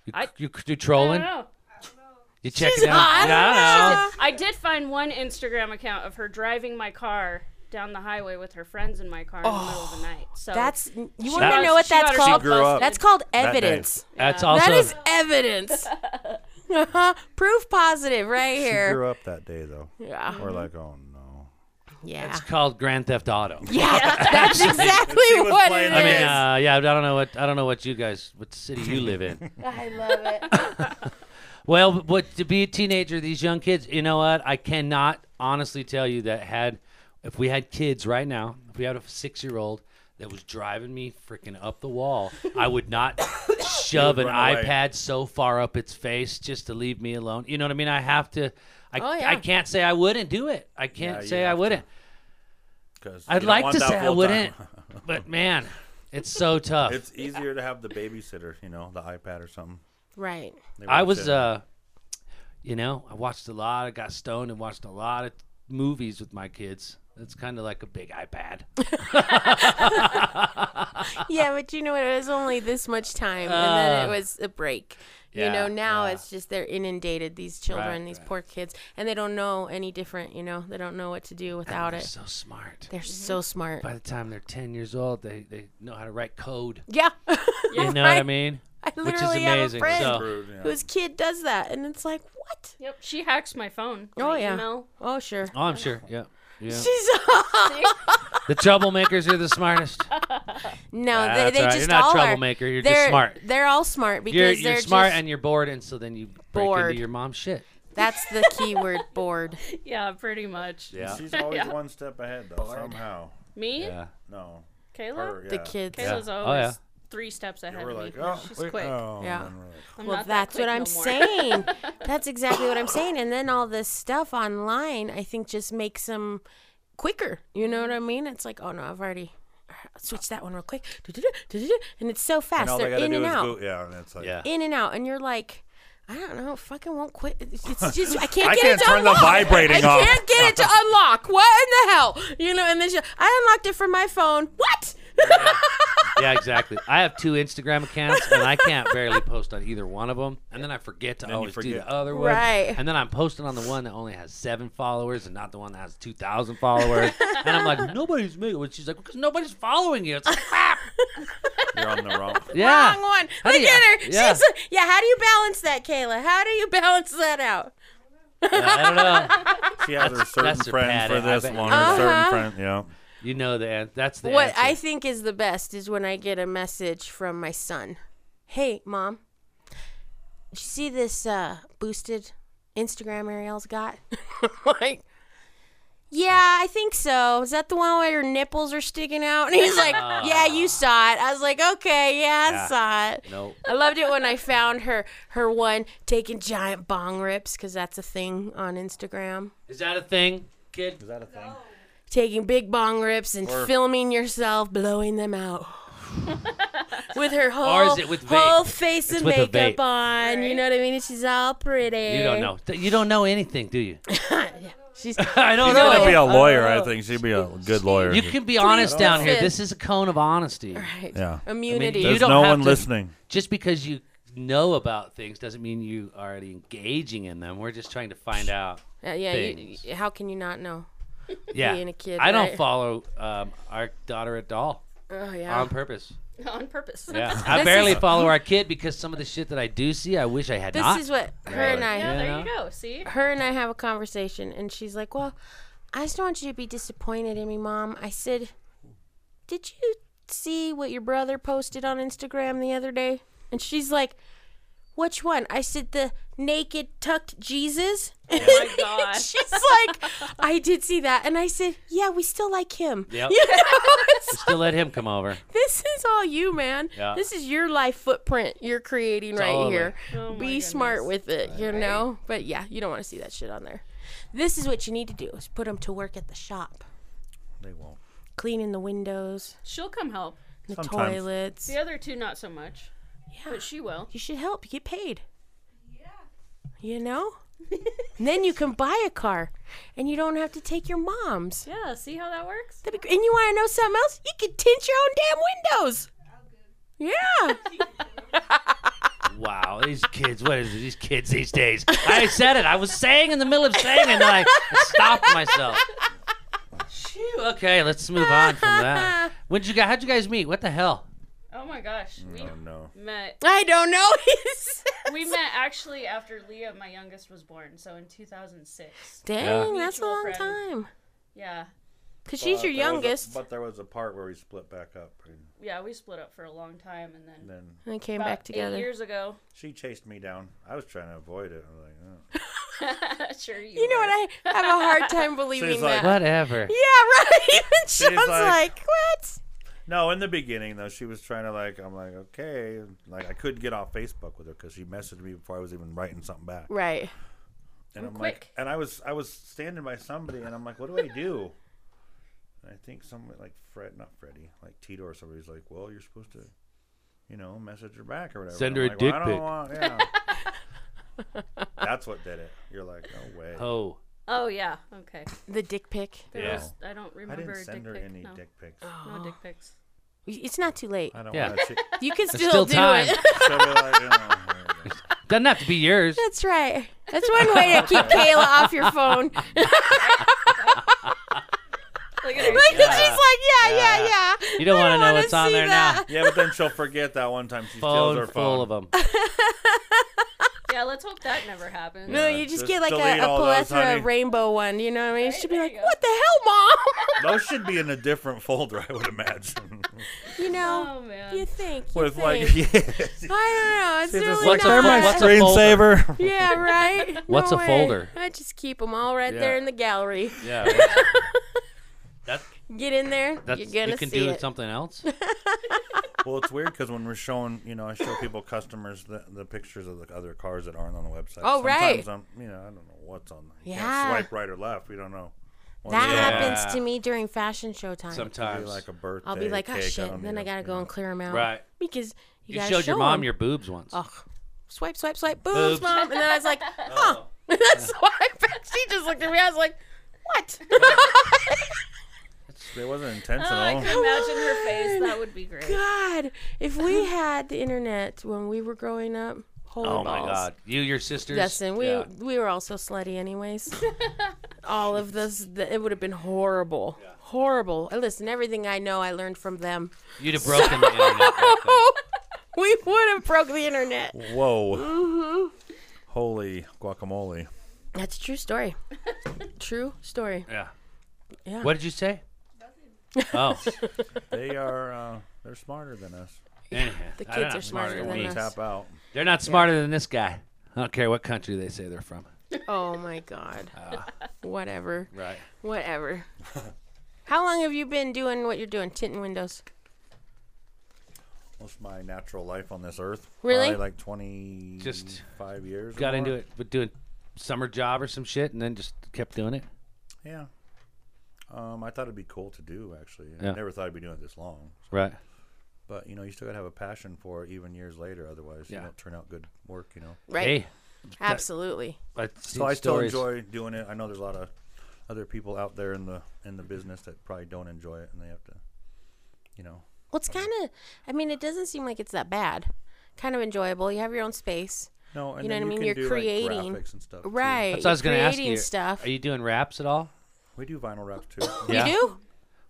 Speaker 3: You,
Speaker 6: I-
Speaker 3: you, you
Speaker 6: I
Speaker 3: trolling?
Speaker 6: don't know.
Speaker 3: You checking
Speaker 4: She's-
Speaker 3: out?
Speaker 4: I don't
Speaker 3: Yeah, I
Speaker 6: I did find one Instagram account of her driving my car down the highway with her friends in my car in the middle of the night. So
Speaker 4: Oh, That's you want
Speaker 3: got-
Speaker 4: to know what
Speaker 6: she got
Speaker 4: that's
Speaker 6: herself
Speaker 4: called?
Speaker 5: She grew up
Speaker 4: That's called
Speaker 5: that day.
Speaker 4: evidence.
Speaker 3: That's
Speaker 4: That
Speaker 3: also
Speaker 4: is evidence. Proof positive right
Speaker 5: She
Speaker 4: here.
Speaker 5: grew up that day though.
Speaker 4: Yeah.
Speaker 5: We're like, oh no.
Speaker 4: Yeah.
Speaker 3: It's called Grand Theft Auto.
Speaker 4: Yeah, that's exactly
Speaker 5: She was
Speaker 4: what it
Speaker 5: playing
Speaker 4: is.
Speaker 3: I mean, uh, yeah, I don't know what I don't know what you guys, what city you live in.
Speaker 4: I love it.
Speaker 3: Well, what to be a teenager, these young kids, you know what? I cannot honestly tell you that had if we had kids right now, if we had a six year old that was driving me freaking up the wall, I would not shove an
Speaker 5: run away.
Speaker 3: iPad so far up its face just to leave me alone. You know what I mean? I have to I,
Speaker 4: Oh,
Speaker 3: I
Speaker 4: yeah.
Speaker 3: can't say I wouldn't do it. I can't
Speaker 5: you
Speaker 3: say I
Speaker 5: have to.
Speaker 3: wouldn't.
Speaker 5: Because
Speaker 3: I'd like to say I wouldn't, but man, it's so tough.
Speaker 5: It's easier to have the babysitter, you know, the iPad or something.
Speaker 4: Right.
Speaker 5: They
Speaker 3: I
Speaker 5: watch
Speaker 3: was,
Speaker 5: it.
Speaker 3: uh, you know, I watched a lot. I got stoned and watched a lot of movies with my kids. It's kind of like a big iPad.
Speaker 4: Yeah, but you know what? It was only this much time, and then
Speaker 3: Uh,
Speaker 4: it was a break.
Speaker 3: yeah,
Speaker 4: you know, now it's just they're inundated. These children,
Speaker 3: Right,
Speaker 4: these
Speaker 3: right.
Speaker 4: poor kids, and they don't know any different. You know, they don't know what to do without
Speaker 3: They're
Speaker 4: it.
Speaker 3: so smart.
Speaker 4: They're so smart.
Speaker 3: By the time they're 10 years old, they, they know how to write code.
Speaker 4: Yeah.
Speaker 3: You know what I
Speaker 4: Right.
Speaker 3: mean?
Speaker 4: I
Speaker 3: Which is
Speaker 4: literally have a
Speaker 3: amazing.
Speaker 4: friend
Speaker 3: So,
Speaker 5: Rude, yeah.
Speaker 4: whose kid does that, and it's like, what?
Speaker 6: Yep, she hacks my phone.
Speaker 4: Oh
Speaker 6: my
Speaker 4: yeah.
Speaker 6: Email.
Speaker 4: Oh sure.
Speaker 3: oh, I'm sure. Yeah. Yeah.
Speaker 4: She's
Speaker 3: the troublemakers are the smartest.
Speaker 4: no,
Speaker 3: Ah,
Speaker 4: they,
Speaker 3: that's
Speaker 4: they
Speaker 3: all right.
Speaker 4: just
Speaker 3: You're not
Speaker 4: all
Speaker 3: a
Speaker 4: are.
Speaker 3: troublemaker, you're just
Speaker 4: they're,
Speaker 3: smart.
Speaker 4: They're all smart because
Speaker 3: You're,
Speaker 4: they're
Speaker 3: you're smart
Speaker 4: just,
Speaker 3: and you're bored, and so then you break
Speaker 4: Bored.
Speaker 3: into your mom's shit.
Speaker 4: that's the key word bored.
Speaker 6: Yeah, pretty much.
Speaker 3: Yeah.
Speaker 5: She's always
Speaker 6: Yeah.
Speaker 5: one step ahead though. Somehow,
Speaker 6: Me?
Speaker 3: Yeah.
Speaker 5: no.
Speaker 6: Kayla?
Speaker 5: Her, yeah.
Speaker 4: The kids.
Speaker 6: Kayla's
Speaker 3: Yeah. Oh,
Speaker 6: always
Speaker 3: yeah.
Speaker 6: three steps ahead
Speaker 5: We're
Speaker 6: of
Speaker 5: like,
Speaker 6: me.
Speaker 5: oh,
Speaker 6: She's
Speaker 5: wait,
Speaker 6: quick.
Speaker 5: oh, and
Speaker 4: Yeah.
Speaker 5: then we're like,
Speaker 6: I'm
Speaker 4: Well,
Speaker 6: not that
Speaker 4: that's
Speaker 6: quick
Speaker 4: what
Speaker 6: no
Speaker 4: I'm saying.
Speaker 6: more.
Speaker 4: That's exactly what I'm saying. And then all this stuff online, I think, just makes them quicker. You know what I mean? It's like, oh no, I've already switched that one real quick, Du-du-du, du-du-du. and it's so fast.
Speaker 5: And all they
Speaker 4: They're
Speaker 5: gotta
Speaker 4: in
Speaker 5: do
Speaker 4: and
Speaker 5: is
Speaker 4: out,
Speaker 5: boot. Yeah, and it's like,
Speaker 3: Yeah.
Speaker 4: in and out, and you're like, I don't know, fucking won't quit. It's it's just I can't
Speaker 5: I
Speaker 4: get
Speaker 5: can't
Speaker 4: it to
Speaker 5: turn the
Speaker 4: unlock.
Speaker 5: vibrating
Speaker 4: I
Speaker 5: off.
Speaker 4: can't get it to unlock. What in the hell? You know? And then she, I unlocked it from my phone. What?
Speaker 3: yeah, exactly. I have two Instagram accounts, and I can't barely post on either one of them. And then I forget to
Speaker 5: you
Speaker 3: always do
Speaker 5: forget.
Speaker 3: the other one.
Speaker 4: Right.
Speaker 3: And then I'm posting on the one that only has seven followers, and not the one that has two thousand followers. and I'm like, nobody's making. Well, she's like, because nobody's following you. It's like, crap.
Speaker 5: you're on the wrong.
Speaker 3: yeah.
Speaker 4: Wrong one.
Speaker 3: How do
Speaker 4: Look
Speaker 3: you-
Speaker 4: at her.
Speaker 3: yeah.
Speaker 4: She's yeah. How do you balance that, Kayla? How do you balance that out?
Speaker 3: I don't know.
Speaker 5: She has her certain
Speaker 3: that's her
Speaker 5: friend
Speaker 3: pad,
Speaker 5: for
Speaker 3: I
Speaker 5: this
Speaker 3: bet.
Speaker 5: one,
Speaker 4: Uh-huh.
Speaker 5: her certain friend. Yeah.
Speaker 3: You know the an- that's the
Speaker 4: What
Speaker 3: answer.
Speaker 4: I think is the best is when I get a message from my son. Hey, mom. Did you see this uh, boosted Instagram Ariel's got? like, yeah, I think so. Is that the one where your nipples are sticking out? And he's like, Yeah, you saw it. I was like, Okay, yeah, I saw it.
Speaker 3: Nope.
Speaker 4: I loved it when I found her her one taking giant bong rips because that's a thing on Instagram.
Speaker 3: Is that a thing, kid?
Speaker 5: Is that a thing?
Speaker 4: taking big bong rips and filming yourself blowing them out with her whole
Speaker 3: Or is it with vape?
Speaker 4: whole face of
Speaker 3: with a
Speaker 4: makeup
Speaker 3: vape.
Speaker 4: on. You know what I mean? And she's all pretty.
Speaker 3: You don't know. Th- You don't know anything, do you?
Speaker 4: She's
Speaker 3: I don't
Speaker 5: She's
Speaker 3: know.
Speaker 5: gonna be a lawyer. I think she'd be a good lawyer.
Speaker 3: you can be honest down here.
Speaker 4: fit.
Speaker 3: This is a cone of honesty.
Speaker 4: right.
Speaker 5: Yeah.
Speaker 4: immunity.
Speaker 3: you
Speaker 5: There's
Speaker 3: don't
Speaker 5: no
Speaker 3: have
Speaker 5: one
Speaker 3: to-
Speaker 5: listening.
Speaker 3: just because you know about things doesn't mean you are already engaging in them. We're just trying to find out.
Speaker 4: Uh, yeah. You,
Speaker 3: things.
Speaker 4: you- how can you not know?
Speaker 3: Yeah,
Speaker 4: Being a kid,
Speaker 3: I don't
Speaker 4: right?
Speaker 3: follow um, our daughter at all
Speaker 4: Oh yeah.
Speaker 3: on purpose.
Speaker 6: On purpose.
Speaker 3: Yeah, I
Speaker 4: This
Speaker 3: barely
Speaker 4: is-
Speaker 3: follow our kid because some of the shit that I do see, I wish I had
Speaker 4: this
Speaker 3: not.
Speaker 4: is what her and I
Speaker 6: Yeah, there
Speaker 3: Yeah.
Speaker 6: you go. See?
Speaker 4: her and I have a conversation, and she's like, "Well, I just don't want you to be disappointed in me, mom." I said, "Did you see what your brother posted on Instagram the other day?" And she's like, "Which one?" I said, "The naked tucked Jesus."
Speaker 6: Oh my gosh.
Speaker 4: she's like, "I did see that," and I said, "Yeah, we still like him."
Speaker 3: Yep.
Speaker 4: You know, it's
Speaker 3: Still let him come over.
Speaker 4: this is all you, man.
Speaker 3: Yeah.
Speaker 4: This is your life footprint you're creating right
Speaker 3: Totally.
Speaker 4: here.
Speaker 6: Oh my
Speaker 4: Be smart with it, you know? But yeah, you don't want to see that shit on there. This is what you need to do is put them to work at the shop.
Speaker 5: They won't.
Speaker 4: Cleaning the windows,
Speaker 6: She'll come help.
Speaker 4: the
Speaker 5: Sometimes.
Speaker 4: toilets.
Speaker 6: The other two, not so much.
Speaker 4: Yeah.
Speaker 6: But she will.
Speaker 4: You should help. You get paid. Yeah. You know? and then you can buy a car and you don't have to take your mom's.
Speaker 6: Yeah, see how that works?
Speaker 4: That'd be great. And you want to know something else? You could tint your own damn windows.
Speaker 6: Oh,
Speaker 4: Yeah.
Speaker 3: Wow, these kids. What is it? These kids these days. I said it. I was saying in the middle of saying it, and I stopped myself. Phew, okay, let's move on from that. When'd you guys? How'd you guys meet? What the hell?
Speaker 6: Oh my gosh, we
Speaker 3: Mm.
Speaker 5: Oh no.
Speaker 6: met.
Speaker 4: I don't know. He's
Speaker 6: We met actually after Leah, my youngest, was born. So in 2006.
Speaker 4: dang. That's a
Speaker 6: Mutual
Speaker 4: long
Speaker 6: friend.
Speaker 4: time.
Speaker 6: Yeah,
Speaker 4: Cause she's
Speaker 5: But
Speaker 4: your
Speaker 5: there was a-
Speaker 4: youngest.
Speaker 5: but there was a part where we split back up, and
Speaker 6: yeah, we split up for a long time, and then
Speaker 5: then
Speaker 4: and they came
Speaker 6: about
Speaker 4: back together.
Speaker 6: eight years ago.
Speaker 5: she chased me down. I was trying to avoid it. I was like, oh.
Speaker 6: sure, you.
Speaker 4: You know what? I have a hard time believing
Speaker 5: She's like,
Speaker 4: that.
Speaker 3: Whatever.
Speaker 4: Yeah, right. Even Sean's like,
Speaker 5: like-
Speaker 4: what?
Speaker 5: No, in the beginning though, she was trying to like. I'm like, okay, and, like I couldn't get off Facebook with her because she messaged me before I was even writing something back.
Speaker 4: Right.
Speaker 5: And I'm,
Speaker 6: quick.
Speaker 5: like, and I was I was standing by somebody, and I'm like, what do I do? and I think somebody like Fred, not Freddie, like Tito or somebody's like, well, you're supposed to, you know, message her back or whatever.
Speaker 3: Send her a
Speaker 5: I'm like, well, I
Speaker 3: dick
Speaker 5: don't
Speaker 3: pic.
Speaker 5: want- yeah. That's what did it. You're like, no way.
Speaker 3: Oh.
Speaker 6: Oh yeah. Okay.
Speaker 4: The dick pic.
Speaker 6: There
Speaker 3: Yeah.
Speaker 6: was- I don't
Speaker 5: I
Speaker 6: remember
Speaker 5: didn't
Speaker 6: a dick
Speaker 5: send her
Speaker 6: pic.
Speaker 5: any
Speaker 6: no. Oh.
Speaker 5: dick pics.
Speaker 6: No dick pics.
Speaker 4: It's not too late.
Speaker 5: I don't
Speaker 3: Yeah.
Speaker 5: want to.
Speaker 4: You can still,
Speaker 3: still
Speaker 4: do
Speaker 3: time.
Speaker 4: it.
Speaker 5: So we're like, oh, okay.
Speaker 3: Doesn't have to be yours.
Speaker 4: That's right. That's one way to keep Kayla off your phone.
Speaker 6: Look at her.
Speaker 4: Like she's like, yeah, yeah,
Speaker 3: Yeah.
Speaker 4: yeah.
Speaker 3: You don't
Speaker 4: I
Speaker 3: wanna know
Speaker 4: wanna
Speaker 3: what's on
Speaker 4: see
Speaker 3: there
Speaker 4: that.
Speaker 3: now.
Speaker 5: Yeah, but then she'll forget that one time she
Speaker 3: Phone,
Speaker 5: steals her phone.
Speaker 3: full of them.
Speaker 6: yeah, let's hope that never happens.
Speaker 4: No,
Speaker 5: Yeah,
Speaker 4: you just
Speaker 5: just
Speaker 4: get like
Speaker 5: delete
Speaker 4: a, a
Speaker 5: all those,
Speaker 4: plethora
Speaker 5: honey.
Speaker 4: of rainbow one. You know what I mean? She'd be
Speaker 6: there
Speaker 4: like,
Speaker 6: you go.
Speaker 4: what the hell, mom?
Speaker 5: Those should be in a different folder, I would imagine.
Speaker 4: you know,
Speaker 6: Oh man.
Speaker 4: you think. You
Speaker 5: With like,
Speaker 4: think.
Speaker 5: yes.
Speaker 4: I don't know. It's really
Speaker 3: what's a
Speaker 4: not.
Speaker 3: fol- what's a
Speaker 5: Screensaver.
Speaker 4: yeah, right?
Speaker 3: What's
Speaker 4: No
Speaker 3: a
Speaker 4: way.
Speaker 3: folder?
Speaker 4: I just keep them all right there
Speaker 5: Yeah.
Speaker 4: in the gallery.
Speaker 3: Yeah. That's,
Speaker 4: Get in there.
Speaker 3: that's,
Speaker 4: you're going
Speaker 3: you
Speaker 4: to
Speaker 3: can
Speaker 4: see
Speaker 3: do
Speaker 4: it.
Speaker 3: something else.
Speaker 5: Well, it's weird because when we're showing, you know, I show people customers the, the pictures of the other cars that aren't on the website.
Speaker 4: Oh, right.
Speaker 5: Sometimes I'm, you know, I don't know what's on there. You
Speaker 4: Yeah.
Speaker 5: can't swipe right or left. We don't know. One
Speaker 4: That
Speaker 5: day
Speaker 4: happens to me during fashion show time.
Speaker 5: it'll
Speaker 3: Sometimes.
Speaker 5: be like a birthday.
Speaker 4: I'll be like, oh
Speaker 5: cake.
Speaker 4: shit,
Speaker 5: don't
Speaker 4: then
Speaker 5: need
Speaker 4: I
Speaker 5: it,
Speaker 4: gotta
Speaker 5: you
Speaker 4: go
Speaker 5: know.
Speaker 4: and clear them out.
Speaker 3: Right.
Speaker 4: Because you,
Speaker 3: You
Speaker 4: gotta
Speaker 3: showed
Speaker 4: show Oh,
Speaker 3: your mom
Speaker 4: 'em.
Speaker 3: your boobs once.
Speaker 4: Ugh. swipe, swipe, swipe,
Speaker 3: Boobs.
Speaker 4: boobs,
Speaker 3: Oh.
Speaker 4: mom. And then I was like, huh. That's why I bet she just looked at me. I was like, what? Oh
Speaker 5: It wasn't
Speaker 6: Oh, I
Speaker 5: intentional.
Speaker 6: could imagine her face. That would be great.
Speaker 4: God, if we had the internet when we were growing up, holy
Speaker 3: Oh my
Speaker 4: balls.
Speaker 3: God. You, your sisters.
Speaker 4: Justin, we
Speaker 3: Yeah.
Speaker 4: we were all so slutty, anyways. all of this, th- it would have been horrible, horrible. And Listen, everything I know, I learned from them.
Speaker 3: You'd have broken the internet. back then.
Speaker 4: we would have broke the internet.
Speaker 5: Whoa.
Speaker 4: Mm-hmm.
Speaker 5: Holy guacamole.
Speaker 4: That's a true story. True story.
Speaker 3: Yeah.
Speaker 4: Yeah.
Speaker 3: What did you say? Oh,
Speaker 5: They are, uh, they're smarter than us.
Speaker 3: anyhow,
Speaker 4: The
Speaker 3: they're
Speaker 4: kids
Speaker 3: not
Speaker 4: are smarter
Speaker 5: They
Speaker 4: than
Speaker 5: want
Speaker 4: us.
Speaker 5: to tap out.
Speaker 3: They're not smarter than this guy. I don't care what country they say they're from.
Speaker 4: Oh my God.
Speaker 3: Ah.
Speaker 4: Whatever.
Speaker 3: Right.
Speaker 4: Whatever. How long have you been doing what you're doing, tinting windows?
Speaker 5: What's my natural life on this earth?
Speaker 4: Really?
Speaker 5: Probably like 25
Speaker 3: Just
Speaker 5: years. or
Speaker 3: Got into
Speaker 5: more.
Speaker 3: it with doing summer job or some shit, and then just kept doing it.
Speaker 5: Yeah. Um, I thought it'd be cool to do actually.
Speaker 3: Yeah.
Speaker 5: I never thought I'd be doing it this long.
Speaker 3: Right.
Speaker 5: But you know, you still gotta have a passion for it even years later. Otherwise,
Speaker 3: Yeah.
Speaker 5: you don't turn out good work. You know.
Speaker 4: Right.
Speaker 3: Hey.
Speaker 4: Absolutely.
Speaker 3: I've
Speaker 5: So
Speaker 3: seen
Speaker 5: I still
Speaker 3: stories.
Speaker 5: enjoy doing it. I know there's a lot of other people out there in the in the business that probably don't enjoy it, and they have to, you know.
Speaker 4: Well, it's kind of. I mean, it doesn't seem like it's that bad. Kind of enjoyable. You have your own space.
Speaker 5: No, and
Speaker 4: You know
Speaker 5: then
Speaker 4: what I mean?
Speaker 5: can
Speaker 4: You're
Speaker 5: do, like,
Speaker 4: creating.
Speaker 5: graphics and stuff. too.
Speaker 4: Right.
Speaker 3: That's what I was
Speaker 4: you're
Speaker 3: going to ask
Speaker 4: creating
Speaker 3: you.
Speaker 4: stuff.
Speaker 3: Are you doing raps at all?
Speaker 5: We do vinyl wraps too.
Speaker 3: Yeah.
Speaker 4: You do?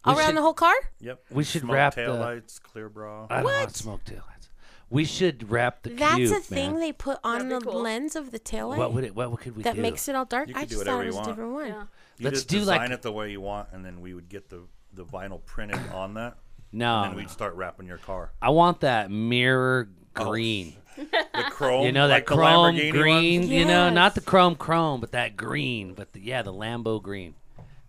Speaker 4: All around
Speaker 3: should-
Speaker 4: the whole car?
Speaker 5: yep.
Speaker 3: We should
Speaker 5: Smoke
Speaker 3: wrap
Speaker 5: tail
Speaker 3: the- Uh,
Speaker 5: lights, clear bra.
Speaker 3: I don't want smoke taillights. We should wrap the
Speaker 4: That's
Speaker 3: cube,
Speaker 4: a thing
Speaker 3: man.
Speaker 4: they put on
Speaker 6: That'd
Speaker 4: the
Speaker 6: be cool.
Speaker 4: lens of the taillight
Speaker 3: What would it? What could we
Speaker 4: that
Speaker 3: do?
Speaker 4: makes it all dark.
Speaker 5: You
Speaker 4: I
Speaker 5: could do
Speaker 4: just thought
Speaker 5: whatever
Speaker 4: it
Speaker 5: you
Speaker 4: was a
Speaker 5: want.
Speaker 4: different one.
Speaker 6: Yeah.
Speaker 5: you
Speaker 3: let's
Speaker 5: just
Speaker 3: do, like-
Speaker 5: design it the way you want, and then we would get the the vinyl printed on that,
Speaker 3: no,
Speaker 5: and we'd start wrapping your car.
Speaker 3: I want that mirror green.
Speaker 5: The chrome,
Speaker 3: You know that
Speaker 5: like the
Speaker 3: chrome
Speaker 5: Lamborghini
Speaker 3: green.
Speaker 5: ones?
Speaker 3: You know, not
Speaker 4: Yes.
Speaker 3: the chrome chrome, but that green. But the, yeah, the Lambo green.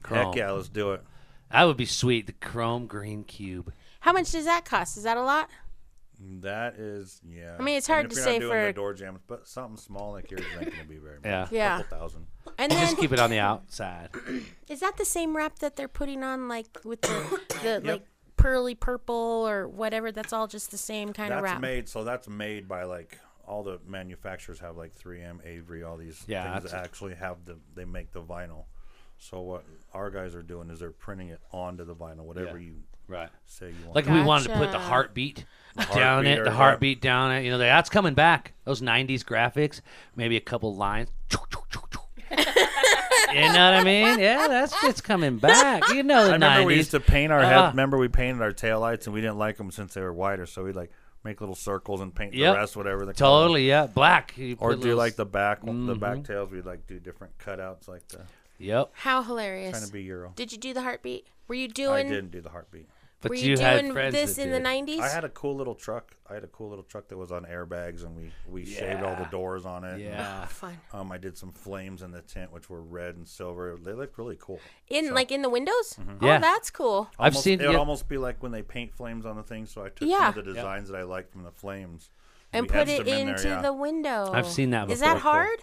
Speaker 3: Chrome.
Speaker 5: Heck yeah, let's do it.
Speaker 3: That would be sweet. The chrome green cube.
Speaker 4: How much does that cost? Is that a lot?
Speaker 5: That is, yeah.
Speaker 4: I mean, it's hard
Speaker 5: if
Speaker 4: to
Speaker 5: you're
Speaker 4: say
Speaker 5: not doing
Speaker 4: for-
Speaker 5: the door jams, but something small like yours isn't going to be very much.
Speaker 3: Yeah.
Speaker 4: Yeah.
Speaker 5: couple thousand.
Speaker 4: And then
Speaker 3: Just keep it on the outside.
Speaker 4: is that the same wrap that they're putting on like with the, the
Speaker 5: Yep.
Speaker 4: like pearly purple or whatever? That's all just the same kind of
Speaker 5: That's
Speaker 4: wrap.
Speaker 5: made. So that's made by like all the manufacturers have like 3M, Avery, all these
Speaker 3: Yeah,
Speaker 5: things that
Speaker 3: that's-
Speaker 5: actually have the they make the vinyl. So what our guys are doing is they're printing it onto the vinyl, whatever
Speaker 3: Yeah.
Speaker 5: you
Speaker 3: Right.
Speaker 5: say you want.
Speaker 3: Like if we wanted to put the
Speaker 4: Gotcha.
Speaker 3: heartbeat down
Speaker 5: heartbeat
Speaker 3: it,
Speaker 5: or
Speaker 3: the
Speaker 5: what?
Speaker 3: heartbeat down it. You know, that's coming back. Those '90s graphics, maybe a couple lines. You know what I mean? Yeah, that shit's coming back. You know
Speaker 5: I
Speaker 3: the
Speaker 5: remember we used
Speaker 3: nineties.
Speaker 5: to paint our head.
Speaker 3: Ah.
Speaker 5: Remember we painted our taillights and we didn't like them since they were whiter, so we'd like make little circles and paint
Speaker 3: Yep.
Speaker 5: the rest whatever. The color.
Speaker 3: Totally, yeah. Black. You
Speaker 5: Or
Speaker 3: put
Speaker 5: do
Speaker 3: little- Mm-hmm.
Speaker 5: like the back the back tails? We'd like do different cutouts like the
Speaker 3: Yep.
Speaker 4: How
Speaker 5: trying
Speaker 4: hilarious.
Speaker 5: to be Euro.
Speaker 4: Did you do the heartbeat? Were you
Speaker 5: I
Speaker 4: doing
Speaker 5: didn't do the heartbeat.
Speaker 3: But
Speaker 4: were
Speaker 3: you,
Speaker 4: you,
Speaker 3: had
Speaker 4: doing
Speaker 3: friends
Speaker 4: this
Speaker 3: that
Speaker 4: in the
Speaker 3: did.
Speaker 4: 90s?
Speaker 5: I had a cool little truck. I had a cool little truck that was on airbags, and we we shaved all the doors on it.
Speaker 3: Yeah.
Speaker 4: fun.
Speaker 5: Um, I did some flames in the tent, which were red and silver. They looked really cool.
Speaker 4: In like in the windows?
Speaker 5: Mm-hmm.
Speaker 4: Oh,
Speaker 3: Yeah.
Speaker 4: that's cool.
Speaker 3: I've
Speaker 5: Almost-
Speaker 3: seen
Speaker 5: it would
Speaker 3: yeah,
Speaker 5: almost be like when they paint flames on the thing. So I took some
Speaker 4: Yeah.
Speaker 5: of the designs that I liked from the flames
Speaker 4: And
Speaker 5: we
Speaker 4: put
Speaker 5: etched
Speaker 4: it
Speaker 5: them in there,
Speaker 4: into
Speaker 5: yeah.
Speaker 4: the window.
Speaker 3: I've seen that
Speaker 4: Is
Speaker 3: before.
Speaker 4: that hard?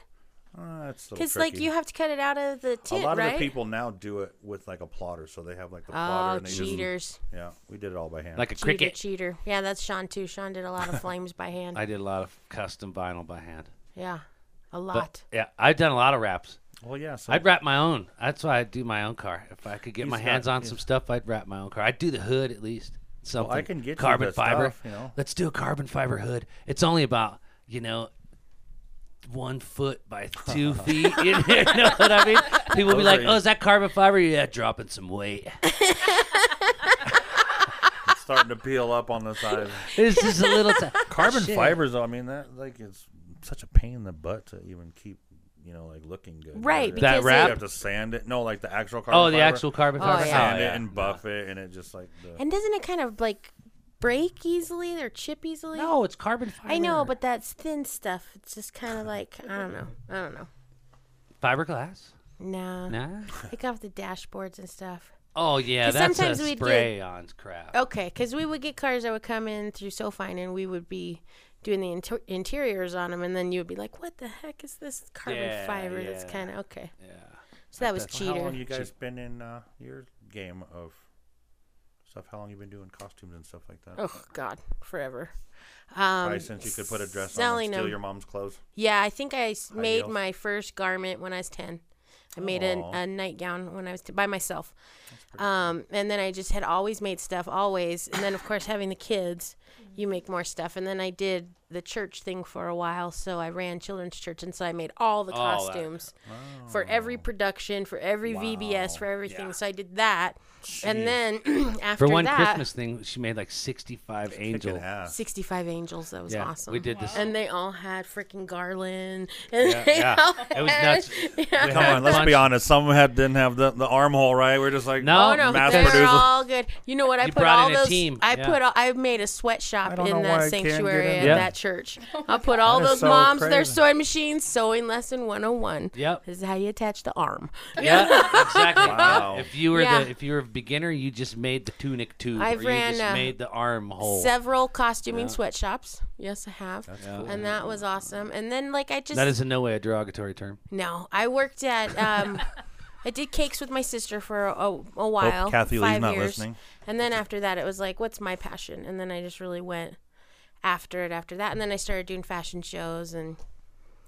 Speaker 5: Uh, that's a little
Speaker 4: Because like
Speaker 5: tricky.
Speaker 4: you have to cut it out of the
Speaker 5: a
Speaker 4: tint,
Speaker 5: lot
Speaker 4: right?
Speaker 5: of the people now do it with like a plotter, so they have like the plotter
Speaker 4: oh,
Speaker 5: and they
Speaker 4: cheaters.
Speaker 5: just yeah. We did it all by hand.
Speaker 3: like a
Speaker 4: Cheater,
Speaker 3: cricket.
Speaker 4: cheater. Yeah, that's Sean too. Sean did a lot of flames by hand.
Speaker 3: I did a lot of custom vinyl by hand.
Speaker 4: yeah, a lot.
Speaker 3: But yeah, I've done a lot of wraps.
Speaker 5: well, yeah. So
Speaker 3: I'd wrap my own. That's why I do my own car. If I could get my
Speaker 5: He's
Speaker 3: hands
Speaker 5: got-
Speaker 3: on some stuff, I'd wrap my own car. I'd do the hood at least. Something.
Speaker 5: I can get you
Speaker 3: carbon
Speaker 5: the
Speaker 3: fiber.
Speaker 5: stuff, you know.
Speaker 3: Let's do a carbon fiber hood. It's only about you know one foot by two feet. You know what I mean? People be
Speaker 5: Those
Speaker 3: like,
Speaker 5: are-
Speaker 3: "Oh, is that carbon fiber? Yeah, dropping some weight."
Speaker 5: it's starting to peel up on the side.
Speaker 3: It's just a little. T-
Speaker 5: Carbon
Speaker 3: Shit.
Speaker 5: fibers, though. I mean, that like it's such a pain in the butt to even keep, you know, like looking good.
Speaker 4: Right,
Speaker 5: You
Speaker 4: because
Speaker 3: That
Speaker 4: it-
Speaker 5: have to-
Speaker 3: wrap?
Speaker 5: you have to sand it. No, like the actual carbon.
Speaker 3: Oh, the
Speaker 5: fiber.
Speaker 3: actual carbon
Speaker 4: Oh,
Speaker 3: fiber.
Speaker 4: yeah.
Speaker 5: Sand
Speaker 3: Oh,
Speaker 5: it and buff it, and it just like the,
Speaker 4: and doesn't it kind of like break easily or chip easily?
Speaker 3: No, it's carbon fiber.
Speaker 4: I know, but that's thin stuff. It's just kind of like I don't know. I don't know.
Speaker 3: fiberglass.
Speaker 4: No,
Speaker 3: Nah.
Speaker 4: take off the dashboards and stuff.
Speaker 3: Oh yeah,
Speaker 4: 'Cause
Speaker 3: that's
Speaker 4: sometimes Oh,
Speaker 3: a
Speaker 4: we do-
Speaker 3: spray on crap.
Speaker 4: Okay, because we would get cars that would come in through SoFine, and we would be doing the inter- interiors on them, and then you would be like, "What the heck is this carbon
Speaker 3: Yeah,
Speaker 4: fiber?" That's
Speaker 3: yeah.
Speaker 4: kind of okay.
Speaker 3: Yeah.
Speaker 4: So that was
Speaker 5: How long
Speaker 4: cheater.
Speaker 5: you guys been in uh, your game of stuff? How long you been doing costumes and stuff like that?
Speaker 4: Oh God, forever. Um,
Speaker 5: Probably since you could put a dress on
Speaker 4: selling
Speaker 5: and steal
Speaker 4: them.
Speaker 5: your mom's clothes.
Speaker 4: Yeah, I think I s- made
Speaker 5: heels.
Speaker 4: my first garment when I was 10. I made a,
Speaker 5: Aw.
Speaker 4: a nightgown when I was t- by myself. Um, and then I just had always made stuff, always. And then, of course, having the kids, you make more stuff. And then I did the church thing for a while. So I ran children's church. And so I made all the
Speaker 3: All that. Oh.
Speaker 4: costumes for every production, for every VBS, for everything. So I did that. And then after
Speaker 3: For one
Speaker 4: that,
Speaker 3: Christmas thing, she made like 65
Speaker 5: Kicking
Speaker 3: angel.
Speaker 5: ass.
Speaker 4: 65 angels. That was
Speaker 3: Yeah,
Speaker 4: awesome.
Speaker 3: we did this.
Speaker 4: And they all had freaking garland. And
Speaker 3: Yeah,
Speaker 4: they
Speaker 3: yeah.
Speaker 4: all
Speaker 3: It was
Speaker 4: had-
Speaker 3: nuts. We
Speaker 5: Come
Speaker 3: had
Speaker 5: on, let's
Speaker 3: lunch.
Speaker 5: be honest. Some had didn't have the, the armhole, right? We're just like
Speaker 3: No.
Speaker 4: Oh no,
Speaker 5: mass
Speaker 4: they're
Speaker 5: produced.
Speaker 4: all good. You know what? I
Speaker 3: You
Speaker 4: put
Speaker 3: brought
Speaker 4: all
Speaker 3: in a
Speaker 4: those.
Speaker 3: team,
Speaker 4: I
Speaker 3: yeah.
Speaker 4: put. All, I made a
Speaker 5: I
Speaker 4: sweatshop
Speaker 5: don't
Speaker 4: in
Speaker 5: know why
Speaker 4: that
Speaker 5: I can't get
Speaker 4: sanctuary
Speaker 5: in
Speaker 4: at
Speaker 3: there.
Speaker 4: that church. I'll put all
Speaker 5: That is
Speaker 4: those
Speaker 5: so
Speaker 4: moms their
Speaker 5: crazy.
Speaker 4: sewing machines, sewing lesson 101.
Speaker 3: Yep.
Speaker 4: This is how you attach the arm.
Speaker 3: Yeah, exactly.
Speaker 5: Wow.
Speaker 3: If you were
Speaker 4: Yeah.
Speaker 3: the if you were a beginner, you just made the tunic tube.
Speaker 4: I
Speaker 3: or
Speaker 4: ran,
Speaker 3: you just
Speaker 4: uh,
Speaker 3: made the armhole.
Speaker 4: Several costuming sweatshops. Yes, I have.
Speaker 5: Yeah.
Speaker 4: And that was awesome. And then like I just
Speaker 3: That is in no way a derogatory term.
Speaker 4: no, I worked at. Um, I did cakes with my sister for a, a, a while.
Speaker 5: Oh, Kathy Lee's
Speaker 4: five
Speaker 5: not
Speaker 4: years.
Speaker 5: listening.
Speaker 4: And then after that, it was like, what's my passion? And then I just really went after it after that. And then I started doing fashion shows. And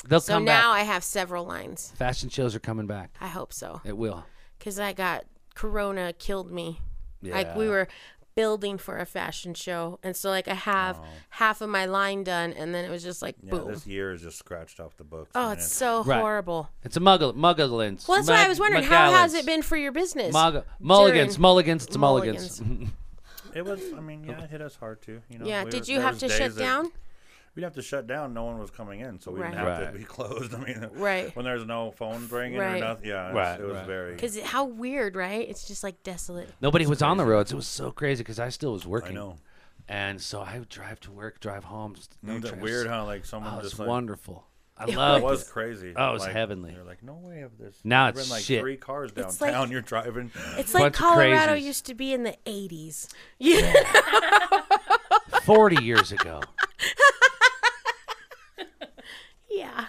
Speaker 3: They'll
Speaker 4: so
Speaker 3: come
Speaker 4: now
Speaker 3: back.
Speaker 4: I have several lines.
Speaker 3: Fashion shows are coming back.
Speaker 4: I hope so.
Speaker 3: It will.
Speaker 4: Because I got Corona killed me. Like we
Speaker 3: Yeah.
Speaker 4: were building for a fashion show. And so like I have half of my line done. And then it was just like,
Speaker 5: Oh. Yeah,
Speaker 4: boom.
Speaker 5: this year is just scratched off the books.
Speaker 4: Oh,
Speaker 5: man.
Speaker 4: it's so
Speaker 3: Right.
Speaker 4: horrible.
Speaker 3: It's a muggle mugglins.
Speaker 4: Well, that's why I was wondering, how has it
Speaker 3: McGallans.
Speaker 4: been for your business?
Speaker 3: Muggle- mulligans,
Speaker 4: during-
Speaker 3: mulligans, it's mulligans. Mm-hmm.
Speaker 5: It was. I mean, yeah, it hit us hard too. You know.
Speaker 4: Yeah,
Speaker 5: we
Speaker 4: did
Speaker 5: were-
Speaker 4: you
Speaker 5: there
Speaker 4: have
Speaker 5: was
Speaker 4: to
Speaker 5: days
Speaker 4: shut
Speaker 5: that
Speaker 4: down?
Speaker 5: We'd have to shut down. No one was coming in, so we didn't
Speaker 4: Right.
Speaker 5: have
Speaker 3: Right.
Speaker 5: to be closed. I mean,
Speaker 4: Right.
Speaker 5: When there's no phones ringing
Speaker 4: Right.
Speaker 5: or nothing, yeah, it's-
Speaker 3: Right,
Speaker 5: it was
Speaker 3: right.
Speaker 5: very.
Speaker 4: Because how weird, right? It's just like desolate.
Speaker 3: Nobody was on the roads. It was so crazy because I still was
Speaker 5: I
Speaker 3: working.
Speaker 5: know.
Speaker 3: And so I would drive to work, drive home. just No
Speaker 5: Isn't that
Speaker 3: traffic.
Speaker 5: weird how like someone
Speaker 3: Oh, it's
Speaker 5: just like,
Speaker 3: wonderful. I
Speaker 5: It
Speaker 3: love
Speaker 5: was
Speaker 3: it.
Speaker 5: crazy.
Speaker 3: Oh, it was
Speaker 5: Like,
Speaker 3: heavenly.
Speaker 5: They're like, no way of this.
Speaker 3: Now
Speaker 5: There've
Speaker 3: it's
Speaker 5: been like
Speaker 3: shit.
Speaker 5: three cars downtown.
Speaker 4: It's like-
Speaker 5: you're driving.
Speaker 4: It's like
Speaker 3: Bunch of
Speaker 4: Colorado
Speaker 3: crazies.
Speaker 4: used to be in the 80s. Yeah.
Speaker 3: 40 years ago.
Speaker 4: yeah.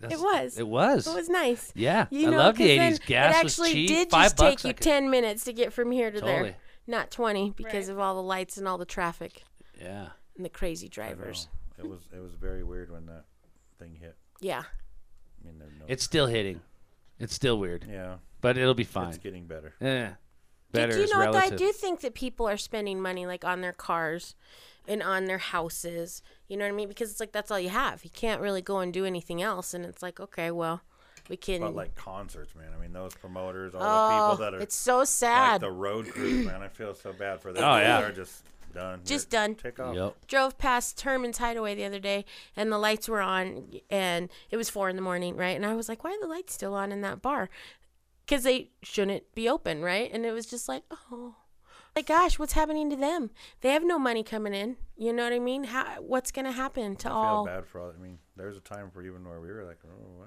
Speaker 3: That's-
Speaker 4: was.
Speaker 3: It was.
Speaker 4: It was nice.
Speaker 3: Yeah.
Speaker 4: You
Speaker 3: I
Speaker 4: know,
Speaker 3: love the
Speaker 4: 'cause then
Speaker 3: 80s. Gas
Speaker 4: It actually
Speaker 3: was cheap.
Speaker 4: did
Speaker 3: Five
Speaker 4: just
Speaker 3: bucks,
Speaker 4: take you
Speaker 3: I could-
Speaker 4: 10 minutes to get from here to there.
Speaker 3: Totally.
Speaker 4: Not 20 because
Speaker 6: Right.
Speaker 4: of all the lights and all the traffic
Speaker 3: Yeah.
Speaker 4: and the crazy
Speaker 5: You know,
Speaker 4: drivers.
Speaker 5: Oh, it was it was very weird when that thing hit.
Speaker 4: Yeah.
Speaker 5: I mean, there's no.
Speaker 3: It's still hitting. It's still weird,
Speaker 5: yeah,
Speaker 3: but it'll be fine.
Speaker 5: it's getting better.
Speaker 3: Eh, better
Speaker 4: Did you
Speaker 3: is
Speaker 4: know though,
Speaker 3: relative.
Speaker 4: I do think that people are spending money like on their cars and on their houses. You know what I mean? Because it's like that's all you have. You can't really go and do anything else and it's like, okay, well, We can.
Speaker 5: But like concerts, man. I mean, those promoters, all
Speaker 4: oh,
Speaker 5: the people that are
Speaker 4: it's so
Speaker 5: like
Speaker 4: sad.
Speaker 5: the road crew, man. I feel so bad for them.
Speaker 3: Oh, yeah.
Speaker 5: they're just done.
Speaker 4: Just
Speaker 5: They're-
Speaker 4: done.
Speaker 5: Take off.
Speaker 3: Yep.
Speaker 4: drove past Terman's Hideaway the other day, and the lights were on, and it was four in the morning, right? And I was like, why are the lights still on in that bar? Because they shouldn't be open, right? And it was just like, oh, my gosh, what's happening to them? They have no money coming in. You know what I mean? How, what's gonna happen to
Speaker 5: I feel
Speaker 4: all?
Speaker 5: bad for all. I mean, there's a time for even where we were like, oh well,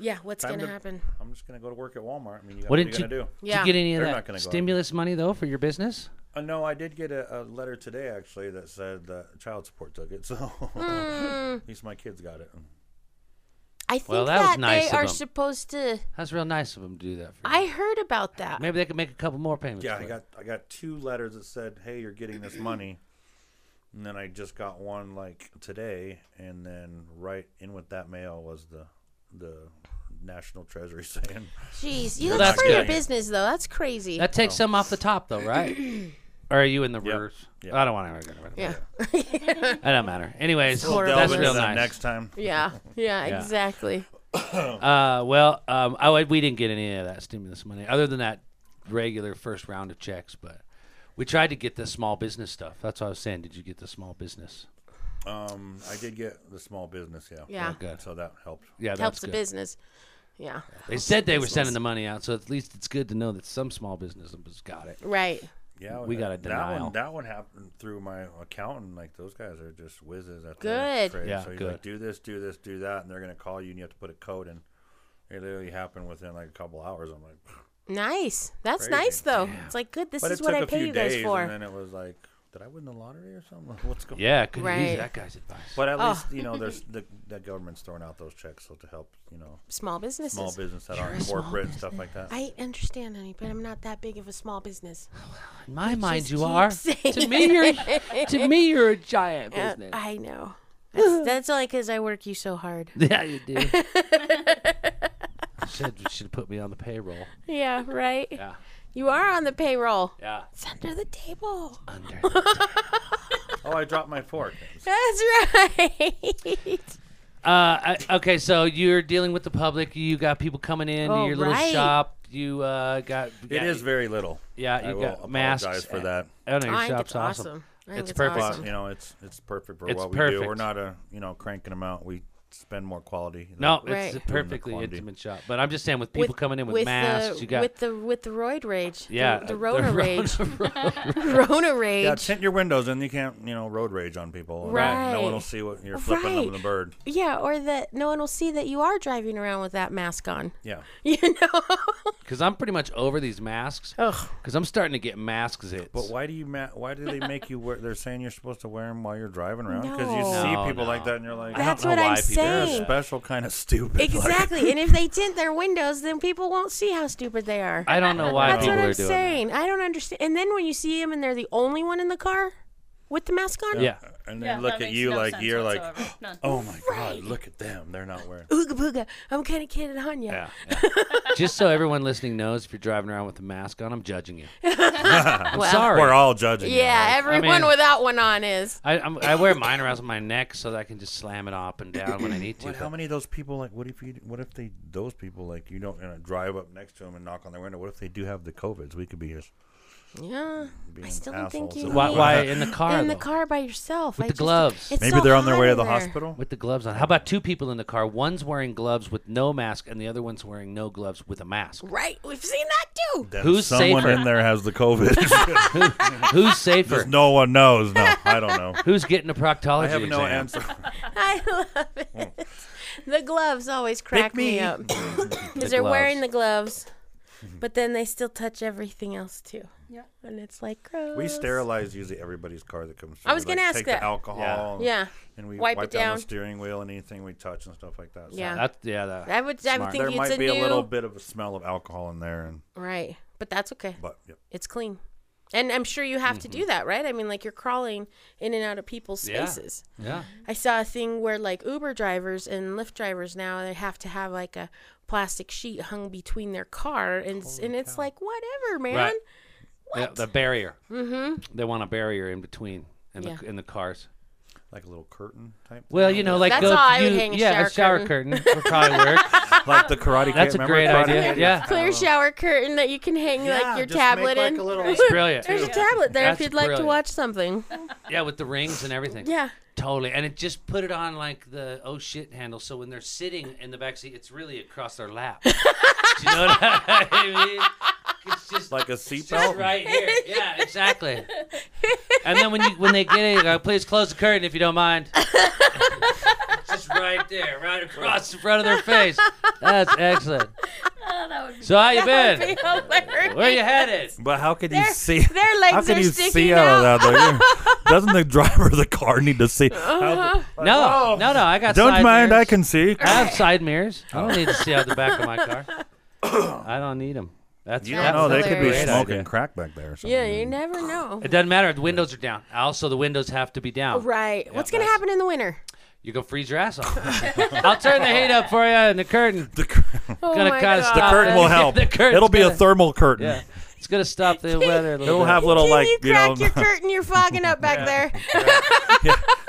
Speaker 4: Yeah, what's
Speaker 5: time
Speaker 4: gonna
Speaker 5: to-
Speaker 4: happen?
Speaker 5: I'm just gonna go to work at Walmart. I mean, you got,
Speaker 3: What did
Speaker 5: what, are you
Speaker 3: you-
Speaker 5: gonna do?
Speaker 4: Yeah.
Speaker 3: Did you get any of
Speaker 5: They're not
Speaker 3: that
Speaker 5: gonna go out.
Speaker 3: stimulus money though for your business?
Speaker 5: Uh, no, I did get a, a letter today actually that said that child support took it, so
Speaker 4: Hmm.
Speaker 5: at least my kids got it.
Speaker 4: I think
Speaker 3: Well, that
Speaker 4: that,
Speaker 3: was nice of
Speaker 4: they are
Speaker 3: them.
Speaker 4: supposed to.
Speaker 3: That's real nice of them to do that. For you.
Speaker 4: I heard about that.
Speaker 3: Maybe they could make a couple more payments.
Speaker 5: Yeah,
Speaker 3: for
Speaker 5: I
Speaker 3: it.
Speaker 5: got I got two letters that said, "Hey, you're getting this money," and then I just got one like today, and then right in with that mail was the the National Treasury saying,
Speaker 4: Jeez, you
Speaker 3: Well,
Speaker 4: that's
Speaker 3: that's
Speaker 4: for your
Speaker 3: good.
Speaker 4: business though. That's crazy.
Speaker 3: That takes some off the top though, right? or are you in the reverse?
Speaker 5: Oh. Yep.
Speaker 3: I don't want to.
Speaker 4: yeah.
Speaker 3: That doesn't matter. Anyways,
Speaker 5: "We'll delve
Speaker 3: that's
Speaker 5: into
Speaker 3: Oh, real
Speaker 5: that
Speaker 3: nice.
Speaker 5: next time."
Speaker 4: yeah, yeah,
Speaker 3: Yeah.
Speaker 4: exactly.
Speaker 3: Uh, well, um, I, would- we didn't get any of that stimulus money, other than that regular first round of checks. But we tried to get the small business stuff. That's what I was saying. Did you get the small business?
Speaker 5: Um, I did get the small business, yeah.
Speaker 4: Yeah. Oh,
Speaker 3: good.
Speaker 5: So that helped.
Speaker 3: Yeah, that's
Speaker 4: helps the
Speaker 3: good.
Speaker 4: business. Yeah.
Speaker 3: They said they were sending the money out, so at least it's good to know that some small business has got it.
Speaker 4: Right.
Speaker 5: Yeah,
Speaker 3: We got a
Speaker 5: that
Speaker 3: denial.
Speaker 5: One, that one happened through my accountant. Like those guys are just whizzes at
Speaker 4: Good.
Speaker 5: Trade.
Speaker 3: Yeah,
Speaker 5: so he's
Speaker 3: good.
Speaker 5: like, do this, do this, do that, and they're gonna call you, and you have to put a code in. It literally happened within like a couple hours. I'm like,
Speaker 4: Nice. That's
Speaker 5: Crazy.
Speaker 4: nice though. It's like good. This
Speaker 5: but
Speaker 4: is
Speaker 5: it
Speaker 4: what
Speaker 5: took
Speaker 4: I
Speaker 5: a
Speaker 4: pay
Speaker 5: few
Speaker 4: you guys
Speaker 5: days,
Speaker 4: for.
Speaker 5: and then it was like, did I win the lottery or something? What's going?
Speaker 3: Yeah, could have
Speaker 4: Right.
Speaker 3: used that guy's advice.
Speaker 5: But
Speaker 4: Oh.
Speaker 5: at least you know there's the, the government's throwing out those checks so to help you know
Speaker 4: small businesses.
Speaker 5: small business that
Speaker 3: You're
Speaker 5: aren't
Speaker 3: a small
Speaker 5: corporate and stuff like that.
Speaker 4: I understand, honey, but I'm not that big of a small business.
Speaker 3: In my mind,
Speaker 4: just
Speaker 3: you
Speaker 4: keep
Speaker 3: are.
Speaker 4: saying
Speaker 3: To me, you're. To me, you're a giant business.
Speaker 4: I know. That's, that's only because I work you so hard.
Speaker 3: yeah, you do. Said you should put me on the payroll.
Speaker 4: Yeah, right.
Speaker 3: Yeah,
Speaker 4: You are on the payroll.
Speaker 3: yeah.
Speaker 4: It's under the table.
Speaker 3: Under.
Speaker 5: Oh, I dropped my fork.
Speaker 4: That's right.
Speaker 3: Uh, I- okay, so you're dealing with the public. You got people coming in to
Speaker 4: Oh,
Speaker 3: your little
Speaker 4: right.
Speaker 3: shop. You uh, got.
Speaker 5: It is very little.
Speaker 3: Yeah,
Speaker 5: I
Speaker 3: you
Speaker 5: will
Speaker 3: got masks.
Speaker 5: apologize for that.
Speaker 3: I don't know,
Speaker 4: I
Speaker 3: your
Speaker 4: think
Speaker 3: shop's
Speaker 4: it's awesome. I think
Speaker 3: It's perfect.
Speaker 5: But
Speaker 4: awesome.
Speaker 5: you know, it's it's perfect for
Speaker 3: It's
Speaker 5: what we do. We're
Speaker 3: perfect.
Speaker 5: not a you know cranking them out. We spend more quality. than-
Speaker 3: No,
Speaker 4: Right.
Speaker 3: it's a
Speaker 4: Doing
Speaker 5: the
Speaker 3: perfectly
Speaker 5: quantity.
Speaker 3: intimate shop. But I'm just saying, with people coming in with, masks,
Speaker 4: the,
Speaker 3: you got.
Speaker 4: with the with the roid rage. the-
Speaker 3: yeah,
Speaker 4: the,
Speaker 3: uh,
Speaker 4: Rona rage.
Speaker 3: Rona-
Speaker 4: Rona rage.
Speaker 5: Yeah, tint your windows, and you can't you know road rage on people. And
Speaker 4: Right.
Speaker 5: No one will see what you're flipping
Speaker 4: Right.
Speaker 5: them the bird.
Speaker 4: Yeah, or that no one will see that you are driving around with that mask on.
Speaker 5: Yeah.
Speaker 4: You know.
Speaker 3: Because I'm pretty much over these masks.
Speaker 4: Ugh.
Speaker 3: Because I'm starting to get masks zits.
Speaker 5: But why do you ma- why do they make you wear? They're saying you're supposed to wear them while you're driving around because you
Speaker 4: No.
Speaker 5: see
Speaker 3: No,
Speaker 5: people
Speaker 3: no.
Speaker 5: like that, and you're like,
Speaker 4: That's
Speaker 3: know
Speaker 4: what
Speaker 3: why
Speaker 4: I'm
Speaker 3: people do
Speaker 5: they're a
Speaker 4: saying.
Speaker 5: special kind of stupid. Like,
Speaker 4: Exactly. and if they tint their windows, then people won't see how stupid they are.
Speaker 3: I don't know why
Speaker 4: That's
Speaker 3: people
Speaker 4: what
Speaker 3: are
Speaker 4: I'm
Speaker 3: doing that.
Speaker 4: saying. I don't understand. And then when you see them and they're the only one in the car with the mask on,
Speaker 3: Yeah.
Speaker 5: and they
Speaker 6: Yeah,
Speaker 5: look
Speaker 6: that
Speaker 5: at
Speaker 6: makes
Speaker 5: you
Speaker 6: no
Speaker 5: like
Speaker 6: sense
Speaker 5: you're like,
Speaker 6: whatsoever. None.
Speaker 5: oh my god, look at them. They're not wearing.
Speaker 4: ooga booga, I'm kind of kidding on you.
Speaker 3: Yeah. yeah. Just so everyone listening knows, if you're driving around with a mask on, I'm judging you. I'm
Speaker 4: Well-
Speaker 3: sorry.
Speaker 5: We're all judging. you, right?
Speaker 4: everyone
Speaker 3: mean-
Speaker 4: without one on is.
Speaker 3: I, I'm, I wear mine around my neck so that I can just slam it up and down when I need to.
Speaker 5: What, how
Speaker 3: but-
Speaker 5: many of those people like? What if you? What if they? Those people like you don't you know, drive up next to them and knock on their window. What if they do have the covids? We could be just
Speaker 4: Yeah.
Speaker 5: being
Speaker 4: I still don't think
Speaker 5: assholes
Speaker 4: you
Speaker 5: about
Speaker 3: why,
Speaker 5: it.
Speaker 3: why in the car?
Speaker 4: in the
Speaker 3: though?
Speaker 4: car by yourself.
Speaker 3: With
Speaker 4: I
Speaker 3: the
Speaker 4: just-
Speaker 3: gloves.
Speaker 4: it's
Speaker 5: Maybe
Speaker 4: so
Speaker 5: they're on their
Speaker 4: hot
Speaker 5: way to
Speaker 4: in
Speaker 5: the
Speaker 4: there.
Speaker 5: hospital.
Speaker 3: With the gloves on. How about two people in the car? One's wearing gloves with no mask, and the other one's wearing no gloves with a mask.
Speaker 4: Right. We've seen that too.
Speaker 5: Then
Speaker 3: Who's
Speaker 5: someone
Speaker 3: safer?
Speaker 5: in there has the COVID?
Speaker 3: Who's safer?
Speaker 5: Just no one knows. No, I don't know.
Speaker 3: Who's getting a proctology
Speaker 5: I have
Speaker 3: exam?
Speaker 5: no answer.
Speaker 4: I love it. The gloves always crack me.
Speaker 5: Hmm. me. Mm-hmm.
Speaker 4: up because they're
Speaker 3: gloves.
Speaker 4: wearing the gloves, but then they still touch everything else too.
Speaker 6: Yeah.
Speaker 4: And it's like gross.
Speaker 5: We sterilize usually everybody's car that comes through.
Speaker 4: I was
Speaker 5: We, like,
Speaker 4: gonna ask
Speaker 5: take
Speaker 4: that.
Speaker 5: The alcohol.
Speaker 3: Yeah.
Speaker 5: And,
Speaker 4: Yeah,
Speaker 5: And we
Speaker 4: Wipe
Speaker 5: wipe,
Speaker 4: it
Speaker 5: down
Speaker 4: down.
Speaker 5: the steering wheel and anything we touch and stuff like that. So
Speaker 4: yeah.
Speaker 3: That's, yeah, that,
Speaker 4: I would. I
Speaker 3: Smart.
Speaker 4: would think
Speaker 5: There
Speaker 4: it's
Speaker 5: might
Speaker 4: a
Speaker 5: be
Speaker 4: new
Speaker 5: a little bit of a smell of alcohol in there, and
Speaker 4: right, but that's okay.
Speaker 5: but yep.
Speaker 4: It's clean, and I'm sure you have to do
Speaker 5: Mm-hmm.
Speaker 4: that, right? I mean, like you're crawling in and out of people's
Speaker 3: Yeah.
Speaker 4: spaces.
Speaker 3: yeah.
Speaker 4: I saw a thing where like Uber drivers and Lyft drivers now they have to have like a plastic sheet hung between their car, and and it's like whatever, man.
Speaker 3: Right. Yeah, the barrier. Mm-hmm. They want a barrier in between in,
Speaker 4: Yeah.
Speaker 3: the, in the cars.
Speaker 5: like a little curtain type. thing?
Speaker 3: Well, you know, like
Speaker 4: That's
Speaker 3: go,
Speaker 4: how I would
Speaker 3: you-
Speaker 4: hang a
Speaker 3: yeah, a
Speaker 4: shower
Speaker 3: shower curtain, would probably work.
Speaker 5: like the karate. Kid,
Speaker 3: That's a
Speaker 5: remember
Speaker 3: great
Speaker 5: Karate
Speaker 3: idea.
Speaker 5: Kid?
Speaker 3: Yeah,
Speaker 4: Clear shower curtain that you can hang
Speaker 5: Um, Yeah,
Speaker 4: like your
Speaker 5: just make,
Speaker 4: tablet
Speaker 5: like,
Speaker 4: in.
Speaker 5: a little-
Speaker 4: There's
Speaker 5: It's
Speaker 3: brilliant.
Speaker 4: a tablet there
Speaker 3: That's
Speaker 4: if you'd like to
Speaker 3: brilliant.
Speaker 4: watch something.
Speaker 3: Yeah, with the rings and everything.
Speaker 4: Yeah.
Speaker 3: Totally. And it just put it on like the oh shit handle. So when they're sitting in the back seat, it's really across their lap. Do you know what I mean? It's just
Speaker 5: Like a
Speaker 3: it's just
Speaker 5: seatbelt.
Speaker 3: right here. Yeah, exactly. And then when you when they get in, uh, please close the curtain if you don't mind. It's just right there, right across the front of their face. That's excellent. So how you
Speaker 4: That
Speaker 3: been?
Speaker 4: would be hilarious.
Speaker 3: Where you headed?
Speaker 5: But how could you
Speaker 4: Their-
Speaker 5: see?
Speaker 4: their legs
Speaker 5: how could
Speaker 4: are
Speaker 5: you
Speaker 4: sticking
Speaker 5: see
Speaker 4: out.
Speaker 5: out of there? Doesn't the driver of the car need to see?
Speaker 4: Uh-huh.
Speaker 5: How-
Speaker 3: No, no, no. I got.
Speaker 5: Don't
Speaker 3: side
Speaker 5: mind, I
Speaker 3: mirrors.
Speaker 5: can see.
Speaker 3: I have side mirrors. I don't need to see out the back of my car. I don't need them. That's
Speaker 5: You
Speaker 3: that's
Speaker 5: don't know. Oh, They
Speaker 3: a
Speaker 5: could be
Speaker 3: great
Speaker 5: smoking
Speaker 3: idea.
Speaker 5: crack back there. Or something.
Speaker 4: Yeah, you never know.
Speaker 3: It doesn't matter. The windows are down. Also, the windows have to be
Speaker 5: Oh,
Speaker 3: down.
Speaker 4: Oh, Right. What's gonna
Speaker 3: that's-
Speaker 4: happen in the winter?
Speaker 3: You go freeze your ass off. I'll turn the heat up for you and the curtain.
Speaker 5: The, cur-
Speaker 4: Oh
Speaker 3: Gonna
Speaker 4: my
Speaker 3: kinda
Speaker 4: God.
Speaker 3: stop
Speaker 5: the curtain will help.
Speaker 3: The curtain's
Speaker 5: It'll be a
Speaker 3: gonna-
Speaker 5: thermal curtain.
Speaker 3: Yeah. It's gonna stop the weather a little
Speaker 5: It'll
Speaker 3: bit.
Speaker 5: have little
Speaker 4: Can
Speaker 5: like
Speaker 4: you
Speaker 5: you,
Speaker 4: crack
Speaker 5: know.
Speaker 4: your curtain? You're fogging up back there.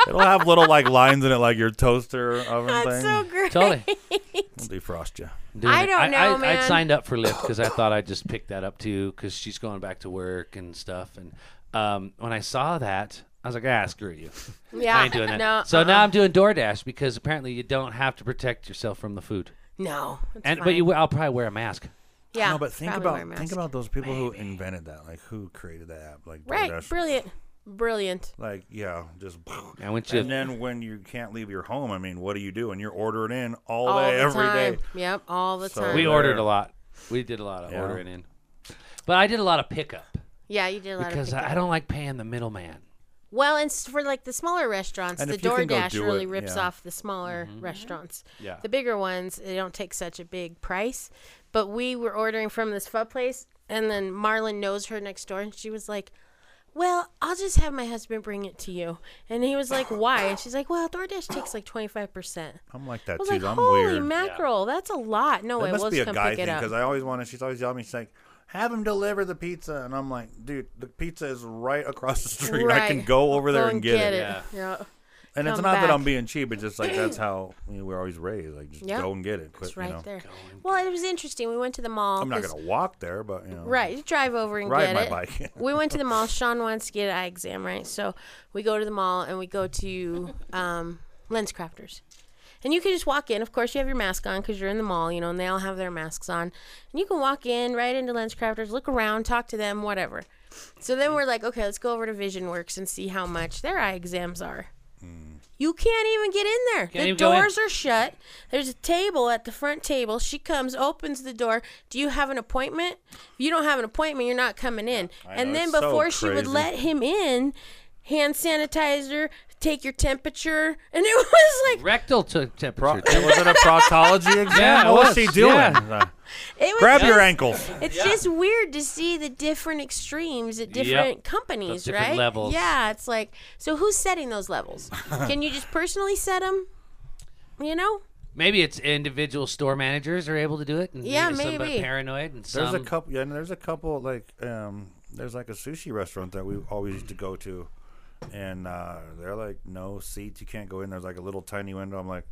Speaker 5: it'll have little like lines in it, like your toaster oven
Speaker 4: That's
Speaker 5: thing.
Speaker 4: so great.
Speaker 3: totally.
Speaker 5: It'll defrost you.
Speaker 3: Doing
Speaker 4: I
Speaker 3: it.
Speaker 4: don't know,
Speaker 3: I, I
Speaker 4: man.
Speaker 3: signed up for Lyft because I thought I'd just pick that up too because she's going back to work and stuff. And um, when I saw that, I was like, ah, screw you.
Speaker 4: Yeah.
Speaker 3: I ain't doing that.
Speaker 4: No.
Speaker 3: so
Speaker 4: uh-uh.
Speaker 3: now I'm doing DoorDash because apparently you don't have to protect yourself from the food.
Speaker 4: No. it's
Speaker 3: and but
Speaker 4: fine.
Speaker 3: you, I'll probably wear a mask.
Speaker 4: Yeah.
Speaker 5: no, but think
Speaker 4: probably wear a
Speaker 5: about think
Speaker 4: mask.
Speaker 5: about those people who invented that, like who created that app, like
Speaker 4: Right.
Speaker 5: DoorDash.
Speaker 4: Brilliant. Brilliant.
Speaker 5: like yeah, just.
Speaker 3: I went to
Speaker 5: And then when you can't leave your home, I mean, what do you do? And you're ordering in all,
Speaker 4: All
Speaker 5: day,
Speaker 4: the
Speaker 5: every day.
Speaker 4: time. Yep. All the
Speaker 5: So-
Speaker 4: time.
Speaker 3: we
Speaker 5: there.
Speaker 3: ordered a lot. We did a lot of
Speaker 5: Yeah.
Speaker 3: ordering in, but I did a lot of pickup
Speaker 4: yeah, you did a lot
Speaker 3: because
Speaker 4: of pickup.
Speaker 3: I, I don't like paying the middleman.
Speaker 4: Well, and s- for like the smaller restaurants,
Speaker 5: And
Speaker 4: the
Speaker 5: if you can go
Speaker 4: DoorDash
Speaker 5: do
Speaker 4: really
Speaker 5: it,
Speaker 4: rips
Speaker 5: yeah.
Speaker 4: off the smaller restaurants.
Speaker 3: Yeah.
Speaker 4: The bigger ones, they don't take such a big price. But we were ordering from this pho place, and then Marlon knows her next door, and she was like, well, I'll just have my husband bring it to you. And he was like, why? And she's like, well, DoorDash takes like 25%. I
Speaker 5: I'm like that
Speaker 4: was
Speaker 5: too.
Speaker 4: like,
Speaker 5: I'm
Speaker 4: holy
Speaker 5: weird.
Speaker 4: mackerel, that's a lot. No way,
Speaker 5: It
Speaker 4: we'll
Speaker 5: must be
Speaker 4: just
Speaker 5: a
Speaker 4: come
Speaker 5: guy
Speaker 4: pick
Speaker 5: thing
Speaker 4: it up.
Speaker 5: because I always want to. She's always yelling me, she's like, "Have him deliver the pizza," and I'm like, "Dude, the pizza is right across the street. I can
Speaker 4: Right.
Speaker 5: go over there
Speaker 4: Go
Speaker 5: and get, it."
Speaker 4: Yeah.
Speaker 5: And it's
Speaker 4: Come
Speaker 5: not that
Speaker 4: back.
Speaker 5: I'm being cheap. It's just like that's how you know, we're always raised. Like just
Speaker 4: Yep.
Speaker 5: go and get it. Quit,
Speaker 4: It's right
Speaker 5: you know.
Speaker 4: there. Well, it was interesting. We went to the mall.
Speaker 5: I'm not
Speaker 4: 'cause-
Speaker 5: gonna walk there, but you know,
Speaker 4: Right, you drive over and
Speaker 5: Ride
Speaker 4: get
Speaker 5: my
Speaker 4: it.
Speaker 5: bike.
Speaker 4: we went to the mall. Sean wants to get an eye exam, right? So we go to the mall and we go to um, Lens Crafters. And you can just walk in. Of course, you have your mask on because you're in the mall, you know, and they all have their masks on. And you can walk in right into Lens Crafters, look around, talk to them, whatever. So then we're like, okay, let's go over to Vision Works and see how much their eye exams are.
Speaker 5: Hmm.
Speaker 4: You can't even get in there. the
Speaker 3: even go in.
Speaker 4: doors are shut. There's a table at the front table. She comes, opens the door. Do you have an appointment? If you don't have an appointment, you're not coming in. and
Speaker 5: know,
Speaker 4: then
Speaker 5: it's so
Speaker 4: before she would
Speaker 5: crazy.
Speaker 4: let him in, hand sanitizer, take your temperature, and it was like
Speaker 3: Rectal t-
Speaker 5: Pro-
Speaker 3: temperature.
Speaker 5: was it a proctology exam?
Speaker 3: Yeah, it
Speaker 5: what
Speaker 3: was.
Speaker 5: was she doing?
Speaker 3: Yeah.
Speaker 5: Uh,
Speaker 4: it was
Speaker 5: grab
Speaker 4: just,
Speaker 5: your ankles.
Speaker 4: It's just weird to see the different extremes at different companies,
Speaker 3: Those different
Speaker 4: right?
Speaker 3: levels.
Speaker 4: Yeah, it's like so. Who's setting those levels? Can you just personally set them? You know,
Speaker 3: Maybe it's individual store managers are able to do it. And
Speaker 4: Yeah,
Speaker 3: some are
Speaker 4: maybe.
Speaker 3: paranoid and some.
Speaker 5: There's a couple. Yeah, and there's a couple like um, there's like a sushi restaurant that we always used to go to, and uh, they're like no seats, you can't go in. There's like a little tiny window. I'm like.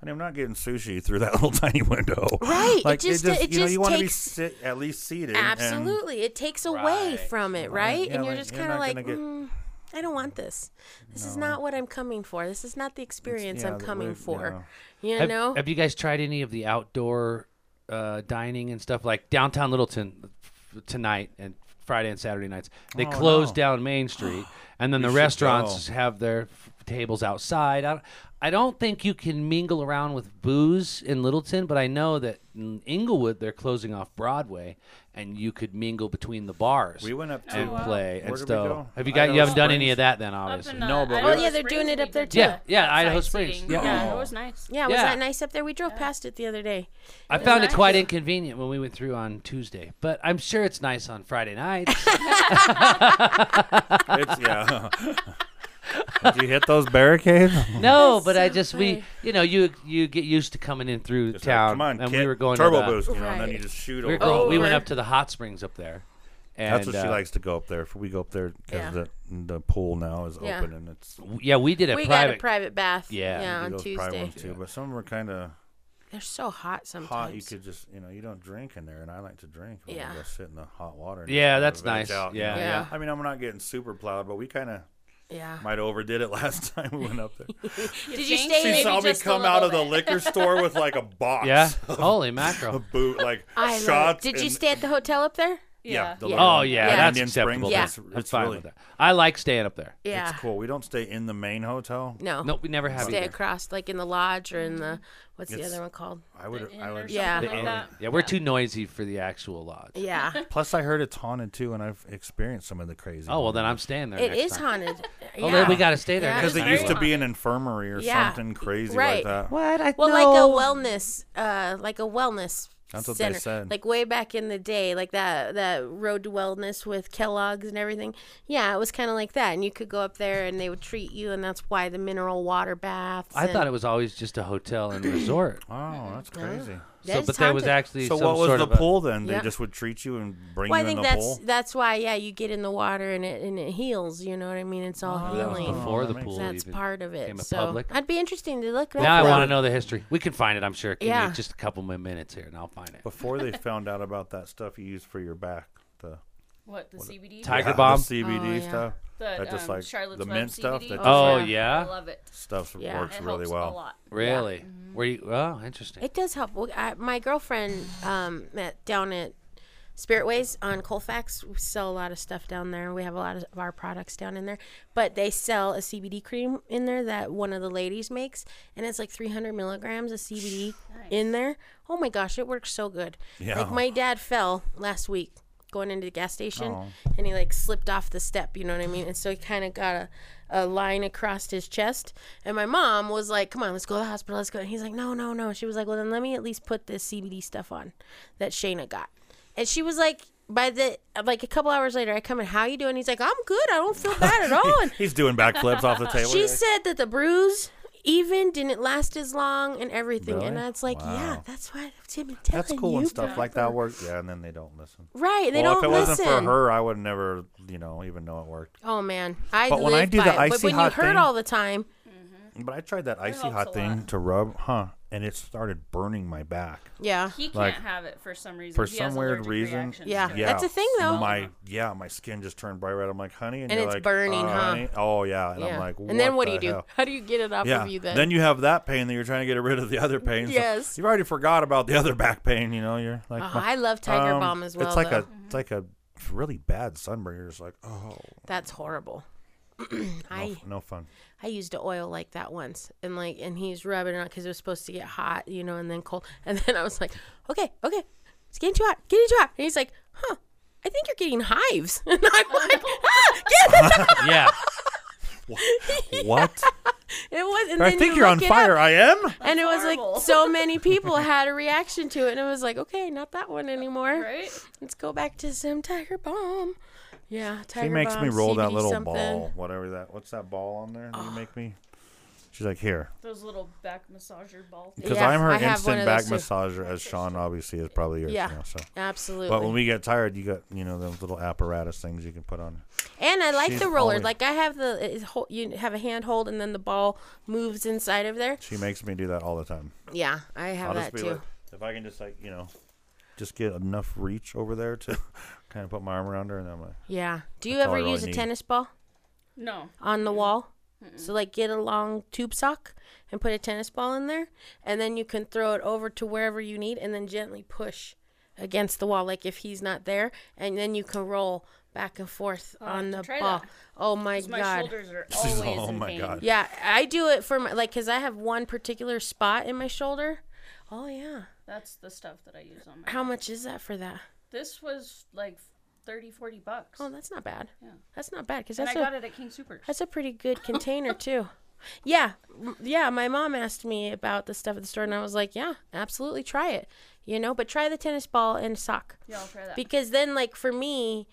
Speaker 5: honey, I'm not getting sushi through that little tiny window.
Speaker 4: Right, it
Speaker 5: Like
Speaker 4: just- it
Speaker 5: you know
Speaker 4: just
Speaker 5: you want to be
Speaker 4: takes-
Speaker 5: sit, at least seated. and-
Speaker 4: absolutely. It takes away
Speaker 3: Right.
Speaker 4: from it, right?
Speaker 5: yeah,
Speaker 4: and you're
Speaker 5: like,
Speaker 4: just
Speaker 5: you're
Speaker 4: kind of
Speaker 5: not
Speaker 4: like,
Speaker 5: gonna get-
Speaker 4: "Mm, I don't want this. This is not what I'm coming for. This is not the experience
Speaker 5: yeah,
Speaker 4: I'm
Speaker 5: that
Speaker 4: coming
Speaker 5: we-
Speaker 4: for. You
Speaker 3: have,
Speaker 4: know,
Speaker 3: have you guys tried any of the outdoor uh, dining and stuff like downtown Littleton f- tonight and Friday and Saturday nights? They
Speaker 5: Oh,
Speaker 3: close
Speaker 5: no.
Speaker 3: down Main Street, and then the
Speaker 5: should
Speaker 3: restaurants
Speaker 5: go.
Speaker 3: have their f- tables outside. I don't, I don't think you can mingle around with booze in Littleton, but I know that in Inglewood they're closing off Broadway, and you could mingle between the bars.
Speaker 5: We went up to uh,
Speaker 3: and play and
Speaker 5: Where did we
Speaker 3: stuff.
Speaker 5: go?
Speaker 3: Have you got? You
Speaker 5: Idaho
Speaker 3: haven't done any
Speaker 5: Springs.
Speaker 3: of that then,
Speaker 6: Up
Speaker 3: obviously.
Speaker 6: in, uh,
Speaker 5: No, but we-
Speaker 6: Idaho
Speaker 5: Oh,
Speaker 4: yeah, they're doing
Speaker 6: Springs
Speaker 4: it up
Speaker 6: we
Speaker 4: there,
Speaker 6: did
Speaker 4: too.
Speaker 3: Yeah, yeah, Idaho
Speaker 6: sightseeing.
Speaker 3: Springs.
Speaker 6: Yeah,
Speaker 3: Yeah.
Speaker 6: it was nice.
Speaker 4: yeah, was
Speaker 3: yeah.
Speaker 4: that nice up there? We drove past it the other day.
Speaker 3: I found it
Speaker 6: nice.
Speaker 3: quite inconvenient when we went through on Tuesday, but I'm sure it's nice on Friday nights.
Speaker 5: It's yeah. Did you hit those barricades?
Speaker 3: no, but I just we you know you you get used to coming in through
Speaker 5: Just like,
Speaker 3: town.
Speaker 5: Come on,
Speaker 3: and
Speaker 5: kid.
Speaker 3: we were going to
Speaker 5: turbo
Speaker 3: the-
Speaker 5: boost, you know, and then
Speaker 4: Right.
Speaker 5: you just shoot
Speaker 3: We, were
Speaker 5: over.
Speaker 3: going, we went
Speaker 4: Over.
Speaker 3: up to the hot springs up there, And,
Speaker 5: That's what she
Speaker 3: uh,
Speaker 5: likes to go up there. We go up there
Speaker 4: Yeah.
Speaker 5: because the the pool now is
Speaker 4: Yeah.
Speaker 5: open and it's
Speaker 3: w- Yeah, we did a
Speaker 4: we
Speaker 3: private.
Speaker 4: got a private bath.
Speaker 3: Yeah.
Speaker 4: yeah
Speaker 5: we
Speaker 4: on
Speaker 5: do those private
Speaker 4: Tuesday.
Speaker 5: ones too. But some of them are kind of
Speaker 4: They're so hot sometimes.
Speaker 5: hot. You could just you know you don't drink in there, and I like to drink. but
Speaker 4: Yeah.
Speaker 5: I go sit in the hot water. and
Speaker 3: Yeah,
Speaker 5: just
Speaker 3: that's
Speaker 5: kinda veg
Speaker 3: nice.
Speaker 5: out, you
Speaker 3: Yeah,
Speaker 5: know?
Speaker 4: Yeah.
Speaker 5: I mean, I'm not getting super plowed, but we kind of
Speaker 4: yeah.
Speaker 5: might have overdid it last time we went up there.
Speaker 4: Did you
Speaker 6: think?
Speaker 4: stay?
Speaker 5: she
Speaker 4: Maybe
Speaker 5: saw me
Speaker 4: just a
Speaker 5: come
Speaker 4: little
Speaker 5: out of the
Speaker 4: bit.
Speaker 5: liquor store with like a box.
Speaker 3: yeah.
Speaker 5: of
Speaker 3: Holy mackerel.
Speaker 5: boot like
Speaker 4: I love it.
Speaker 5: shots.
Speaker 4: Did you
Speaker 5: and-
Speaker 4: stay at the hotel up there?
Speaker 5: Yeah. the
Speaker 6: Yeah.
Speaker 5: little
Speaker 3: Oh
Speaker 5: one.
Speaker 3: yeah,
Speaker 4: Yeah.
Speaker 3: that's
Speaker 5: Indian
Speaker 3: acceptable.
Speaker 5: Springs,
Speaker 4: Yeah.
Speaker 3: That's,
Speaker 5: that's-
Speaker 3: that's
Speaker 5: that's
Speaker 3: fine
Speaker 5: really-
Speaker 3: with that. I like staying up there.
Speaker 4: Yeah.
Speaker 5: It's cool. We don't stay in the main hotel.
Speaker 4: No.
Speaker 3: No, we never have
Speaker 4: Stay
Speaker 3: either.
Speaker 4: across, like in the lodge or in the
Speaker 3: Mm-hmm.
Speaker 4: what's the
Speaker 5: It's-
Speaker 4: other one called?
Speaker 5: I would. I would.
Speaker 4: Yeah.
Speaker 6: Something like that.
Speaker 3: Oh, Yeah, we're too noisy for the actual lodge.
Speaker 4: Yeah.
Speaker 5: Plus, I heard it's haunted too, and I've experienced some of the crazy.
Speaker 3: Oh well, then I'm staying there.
Speaker 4: it
Speaker 3: next
Speaker 4: is
Speaker 3: time.
Speaker 4: haunted. Yeah.
Speaker 3: Well, then we gotta stay Oh, there
Speaker 4: Yeah.
Speaker 5: because
Speaker 3: next
Speaker 5: it
Speaker 3: time.
Speaker 5: used to be an infirmary or
Speaker 4: Yeah.
Speaker 5: something crazy
Speaker 4: Right.
Speaker 5: like that.
Speaker 3: What? I
Speaker 4: Well,
Speaker 3: know.
Speaker 4: like a wellness, uh, like a wellness.
Speaker 5: That's what they
Speaker 4: center.
Speaker 5: said.
Speaker 4: Like way back in the day, like that that road to wellness with Kellogg's and everything. Yeah, it was kind of like that, and you could go up there and they would treat you, and that's why the mineral water baths.
Speaker 3: I
Speaker 4: and-
Speaker 3: thought it was always just a hotel and resort.
Speaker 5: Oh, that's crazy.
Speaker 4: That
Speaker 3: so,
Speaker 4: is
Speaker 3: but there was
Speaker 4: haunted.
Speaker 3: actually
Speaker 5: So
Speaker 3: some
Speaker 5: what was
Speaker 3: sort
Speaker 5: the
Speaker 3: of a-
Speaker 5: pool then? They
Speaker 4: Yeah.
Speaker 5: just would treat you and bring
Speaker 4: Well, I
Speaker 5: you in
Speaker 4: think
Speaker 5: the
Speaker 4: that's
Speaker 5: pool.
Speaker 4: that's why. Yeah, you get in the water and it and it heals. You know what I mean? It's all
Speaker 3: That was
Speaker 4: healing.
Speaker 3: before
Speaker 5: Oh, that
Speaker 3: the
Speaker 5: makes
Speaker 3: pool.
Speaker 4: That's
Speaker 3: even.
Speaker 4: part of
Speaker 3: became
Speaker 4: it.
Speaker 3: a
Speaker 4: So
Speaker 3: public-
Speaker 4: I'd be interesting to look.
Speaker 3: Now I
Speaker 4: up.
Speaker 3: want to know the history. We can find it, I'm sure. Can you-
Speaker 4: Yeah.
Speaker 3: Just a couple more minutes here, and I'll find it.
Speaker 5: Before they found out about that stuff you use for your back, the
Speaker 6: What the CBD?
Speaker 3: Tiger
Speaker 5: the
Speaker 3: bomb.
Speaker 5: CBD
Speaker 4: Oh, yeah.
Speaker 5: stuff,
Speaker 6: The,
Speaker 5: that just
Speaker 6: um,
Speaker 5: like
Speaker 6: Charlotte's
Speaker 5: the
Speaker 6: Web
Speaker 5: mint stuff.
Speaker 6: CBD?
Speaker 5: That
Speaker 3: oh
Speaker 4: Yeah.
Speaker 6: I
Speaker 3: yeah,
Speaker 6: love it.
Speaker 5: stuff
Speaker 4: Yeah.
Speaker 5: works
Speaker 6: It
Speaker 5: really
Speaker 6: helps
Speaker 5: well.
Speaker 6: a lot.
Speaker 3: really? Were you? Oh, interesting.
Speaker 4: It does help. Well, I, my girlfriend um, at, down at Spirit Ways on Colfax we sell a lot of stuff down there. We have a lot of our products down in there, but they sell a CBD cream in there that one of the ladies makes, and it's like 300 milligrams of CBD in there. Oh my gosh, it works so good.
Speaker 5: Yeah.
Speaker 4: Like my dad fell last week going into the gas station,
Speaker 5: Oh.
Speaker 4: and he like slipped off the step. You know what I mean? And so he kind of got a a line across his chest. And my mom was like, "Come on, let's go to the hospital. Let's go." And he's like, "No, no, no." She was like, "Well, then let me at least put this CBD stuff on that Shayna got." And she was like, "By the like a couple hours later, I come in. How you doing?" He's like, "I'm good. I don't feel bad at all." And
Speaker 5: He's doing backflips off the table.
Speaker 4: she said that the bruise even didn't last as long and everything. And
Speaker 5: Really?
Speaker 4: that's like, yeah,
Speaker 5: Wow.
Speaker 4: that's what I've been telling
Speaker 5: that's cool
Speaker 4: you
Speaker 5: and stuff like that
Speaker 4: forever.
Speaker 5: works. Yeah, and then they don't listen.
Speaker 4: Right? They
Speaker 5: well,
Speaker 4: don't
Speaker 5: if it
Speaker 4: listen.
Speaker 5: wasn't for her, I would never, you know, even know it worked.
Speaker 4: Oh man, I
Speaker 5: But
Speaker 4: live
Speaker 5: when I do
Speaker 4: by
Speaker 5: the
Speaker 4: it. but
Speaker 5: icy
Speaker 4: when you
Speaker 5: hot
Speaker 4: hurt
Speaker 5: thing-
Speaker 4: all the time,
Speaker 5: But I tried that icy
Speaker 6: helps a
Speaker 5: hot thing
Speaker 6: lot.
Speaker 5: to rub, huh? And it started burning my back
Speaker 4: yeah,
Speaker 6: He can't
Speaker 5: Like,
Speaker 6: have it for some reason.
Speaker 5: for
Speaker 6: He has
Speaker 5: some weird
Speaker 6: allergic
Speaker 5: reason.
Speaker 6: reactions
Speaker 4: yeah,
Speaker 6: to it.
Speaker 5: Yeah,
Speaker 4: that's a thing though.
Speaker 5: My yeah, my skin just turned bright red. I'm like, honey, and,
Speaker 4: And
Speaker 5: you're
Speaker 4: it's
Speaker 5: like,
Speaker 4: burning,
Speaker 5: uh,
Speaker 4: huh?
Speaker 5: honey? Oh yeah, and
Speaker 4: yeah.
Speaker 5: I'm like, what
Speaker 4: and then what do
Speaker 5: the
Speaker 4: you do?
Speaker 5: hell?
Speaker 4: How do you get it off
Speaker 5: Yeah.
Speaker 4: of you then?
Speaker 5: you have that pain that you're trying to get rid of the other pain. so
Speaker 4: Yes.
Speaker 5: you've already forgot about the other back pain. You know, you're like,
Speaker 4: oh,
Speaker 5: huh.
Speaker 4: I love Tiger
Speaker 5: Um,
Speaker 4: Bomb as well.
Speaker 5: It's like
Speaker 4: though.
Speaker 5: a it's like a really bad sunburn. You're just like, oh,
Speaker 4: that's horrible.
Speaker 5: no,
Speaker 4: I
Speaker 5: f- no fun.
Speaker 4: I used a oil like that once, and like, and he's rubbing it on because it was supposed to get hot, you know, and then cold, and then I was like, okay, okay, it's getting too hot, getting too hot, and he's like, huh, I think you're getting hives, and I'm
Speaker 6: Oh,
Speaker 4: like, ah, get it out.
Speaker 3: yeah.
Speaker 5: What?
Speaker 4: It was, and
Speaker 5: I
Speaker 4: then
Speaker 5: think
Speaker 4: you
Speaker 5: you are on
Speaker 4: look it up,
Speaker 5: fire. I am.
Speaker 4: and it was
Speaker 6: horrible.
Speaker 4: like so many people had a reaction to it, and it was like, okay, not that one anymore.
Speaker 6: Right?
Speaker 4: Let's go back to some Tiger Bomb. Yeah, Tiger
Speaker 5: She makes
Speaker 4: Bomb,
Speaker 5: me roll that
Speaker 4: CBD
Speaker 5: little
Speaker 4: something.
Speaker 5: ball, whatever that. What's that ball on there? That you make me. She's like, here,
Speaker 6: Those little back massager ball things.
Speaker 5: because
Speaker 4: Yeah,
Speaker 5: I'm her
Speaker 4: I have one
Speaker 5: instant
Speaker 4: of
Speaker 5: back
Speaker 4: those too.
Speaker 5: massager, as Sean obviously is probably yours
Speaker 4: Yeah.
Speaker 5: now. So,
Speaker 4: Absolutely.
Speaker 5: but when we get tired, you got you know those little apparatus things you can put on.
Speaker 4: and I like
Speaker 5: she's
Speaker 4: the roller.
Speaker 5: always-
Speaker 4: Like I have the it's hol- you have a handhold, and then the ball moves inside of there.
Speaker 5: She makes me do that all the time.
Speaker 4: Yeah, I have
Speaker 5: I'll just
Speaker 4: that
Speaker 5: be
Speaker 4: too.
Speaker 5: like, if I can just like you know, just get enough reach over there to kind of put my arm around her, and I'm like,
Speaker 4: yeah. Do you
Speaker 5: That's all
Speaker 4: ever
Speaker 5: I really
Speaker 4: use a
Speaker 5: need.
Speaker 4: tennis ball
Speaker 6: No.
Speaker 4: on the wall? So like get a long tube sock and put a tennis ball in there, and then you can throw it over to wherever you need, and then gently push against the wall, like if he's not there, and then you can roll back and forth on the
Speaker 6: try
Speaker 4: ball.
Speaker 6: that.
Speaker 4: Oh my
Speaker 6: 'Cause My
Speaker 4: god.
Speaker 6: shoulders are always
Speaker 5: oh
Speaker 6: in
Speaker 5: my
Speaker 6: pain.
Speaker 5: god,
Speaker 4: Yeah, I do it for my like because I have one particular spot in my shoulder. Oh yeah,
Speaker 6: That's the stuff that I use on my.
Speaker 4: how much is that for that?
Speaker 6: This was like 30, 40 bucks.
Speaker 4: Oh, that's not bad.
Speaker 6: Yeah.
Speaker 4: That's not bad because
Speaker 6: and
Speaker 4: that's
Speaker 6: I
Speaker 4: a
Speaker 6: got it at King Supers.
Speaker 4: that's a pretty good container too. Yeah, m- yeah. My mom asked me about the stuff at the store, and I was like, "Yeah, absolutely, try it." You know, but try the tennis ball and sock
Speaker 6: Yeah, I'll try that.
Speaker 4: because then, like for me,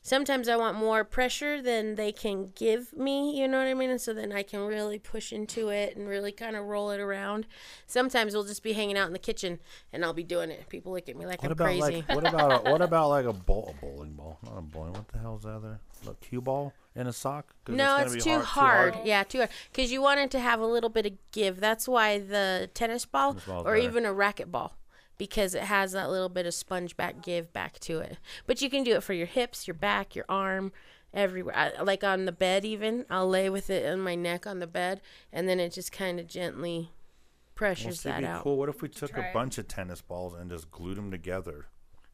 Speaker 4: sometimes I want more pressure than they can give me, you know what I mean? And so then I can really push into it and really kind of roll it around. Sometimes we'll just be hanging out in the kitchen and I'll be doing it. People look at me like
Speaker 5: What
Speaker 4: I'm
Speaker 5: about
Speaker 4: crazy.
Speaker 5: like what about a, what about like a bowl, a bowling ball? Not a bowling. What the hell's that there? A cue ball and a sock? 'Cause
Speaker 4: No,
Speaker 5: gonna
Speaker 4: it's,
Speaker 5: be
Speaker 4: too,
Speaker 5: hard-
Speaker 4: hard. Yeah, too hard. Because you want it to have a little bit of give. That's why the tennis ball
Speaker 5: ball's
Speaker 4: or
Speaker 5: better.
Speaker 4: even a racket ball, because it has that little bit of sponge back give back to it. But you can do it for your hips, your back, your arm, everywhere. I, like on the bed, even. I'll lay with it on my neck on the bed, and then it just kind of gently
Speaker 5: Well,
Speaker 4: pressures
Speaker 5: see, it'd
Speaker 4: that
Speaker 5: be
Speaker 4: out.
Speaker 5: cool. What if we took
Speaker 6: Try
Speaker 5: a
Speaker 6: it.
Speaker 5: bunch of tennis balls and just glued them together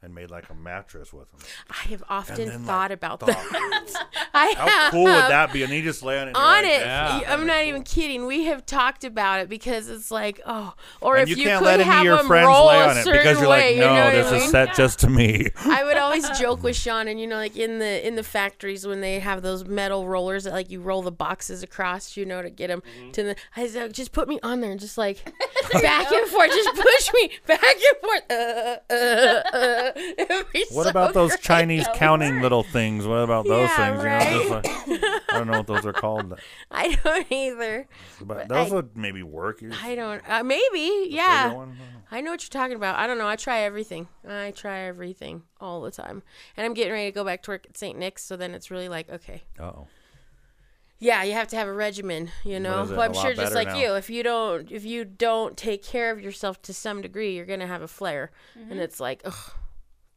Speaker 5: and made like a mattress with them?
Speaker 4: I have often
Speaker 5: then, like,
Speaker 4: thought about
Speaker 5: thought,
Speaker 4: that. I
Speaker 5: How
Speaker 4: have.
Speaker 5: cool would that be? And you just lay on it. and you're
Speaker 4: on
Speaker 5: like,
Speaker 4: it.
Speaker 3: Yeah.
Speaker 4: Y- I'm not even kidding. We have talked about it because it's like, oh, or
Speaker 5: And
Speaker 4: if
Speaker 5: you
Speaker 4: you,
Speaker 5: can't
Speaker 4: could
Speaker 5: let any
Speaker 4: have
Speaker 5: of your
Speaker 4: them
Speaker 5: friends
Speaker 4: roll
Speaker 5: lay
Speaker 4: a
Speaker 5: on it
Speaker 4: certain
Speaker 5: because you're
Speaker 4: way,
Speaker 5: like,
Speaker 4: you know
Speaker 5: no,
Speaker 4: what I
Speaker 5: this
Speaker 4: mean?
Speaker 5: is set just to me.
Speaker 4: I would always joke with Sean, and you know, like in the in the factories when they have those metal rollers that like you roll the boxes across, you know, to get them
Speaker 5: Mm-hmm.
Speaker 4: to the. I said, just put me on there and just like back and forth, just push me back and forth. Uh, uh, uh. It'd be
Speaker 5: What
Speaker 4: so
Speaker 5: about those
Speaker 4: great.
Speaker 5: Chinese counting little things? What about those
Speaker 4: Yeah,
Speaker 5: things? You know, just like, I don't know what those are called,
Speaker 4: I don't either.
Speaker 5: but those
Speaker 4: I-
Speaker 5: would maybe work. You just
Speaker 4: I don't. Uh, maybe,
Speaker 5: figure
Speaker 4: yeah.
Speaker 5: one-
Speaker 4: I know what you're talking about. I don't know. I try everything. I try everything all the time. And I'm getting ready to go back to work at St. Nick's, so then it's really like, okay.
Speaker 5: Uh-oh.
Speaker 4: Yeah, you have to have a regimen, you know.
Speaker 5: is it?
Speaker 4: Well, I'm
Speaker 5: A lot
Speaker 4: sure just
Speaker 5: better
Speaker 4: like
Speaker 5: now.
Speaker 4: you, if you don't if you don't take care of yourself to some degree, you're going to have a flare. And it's like, ugh,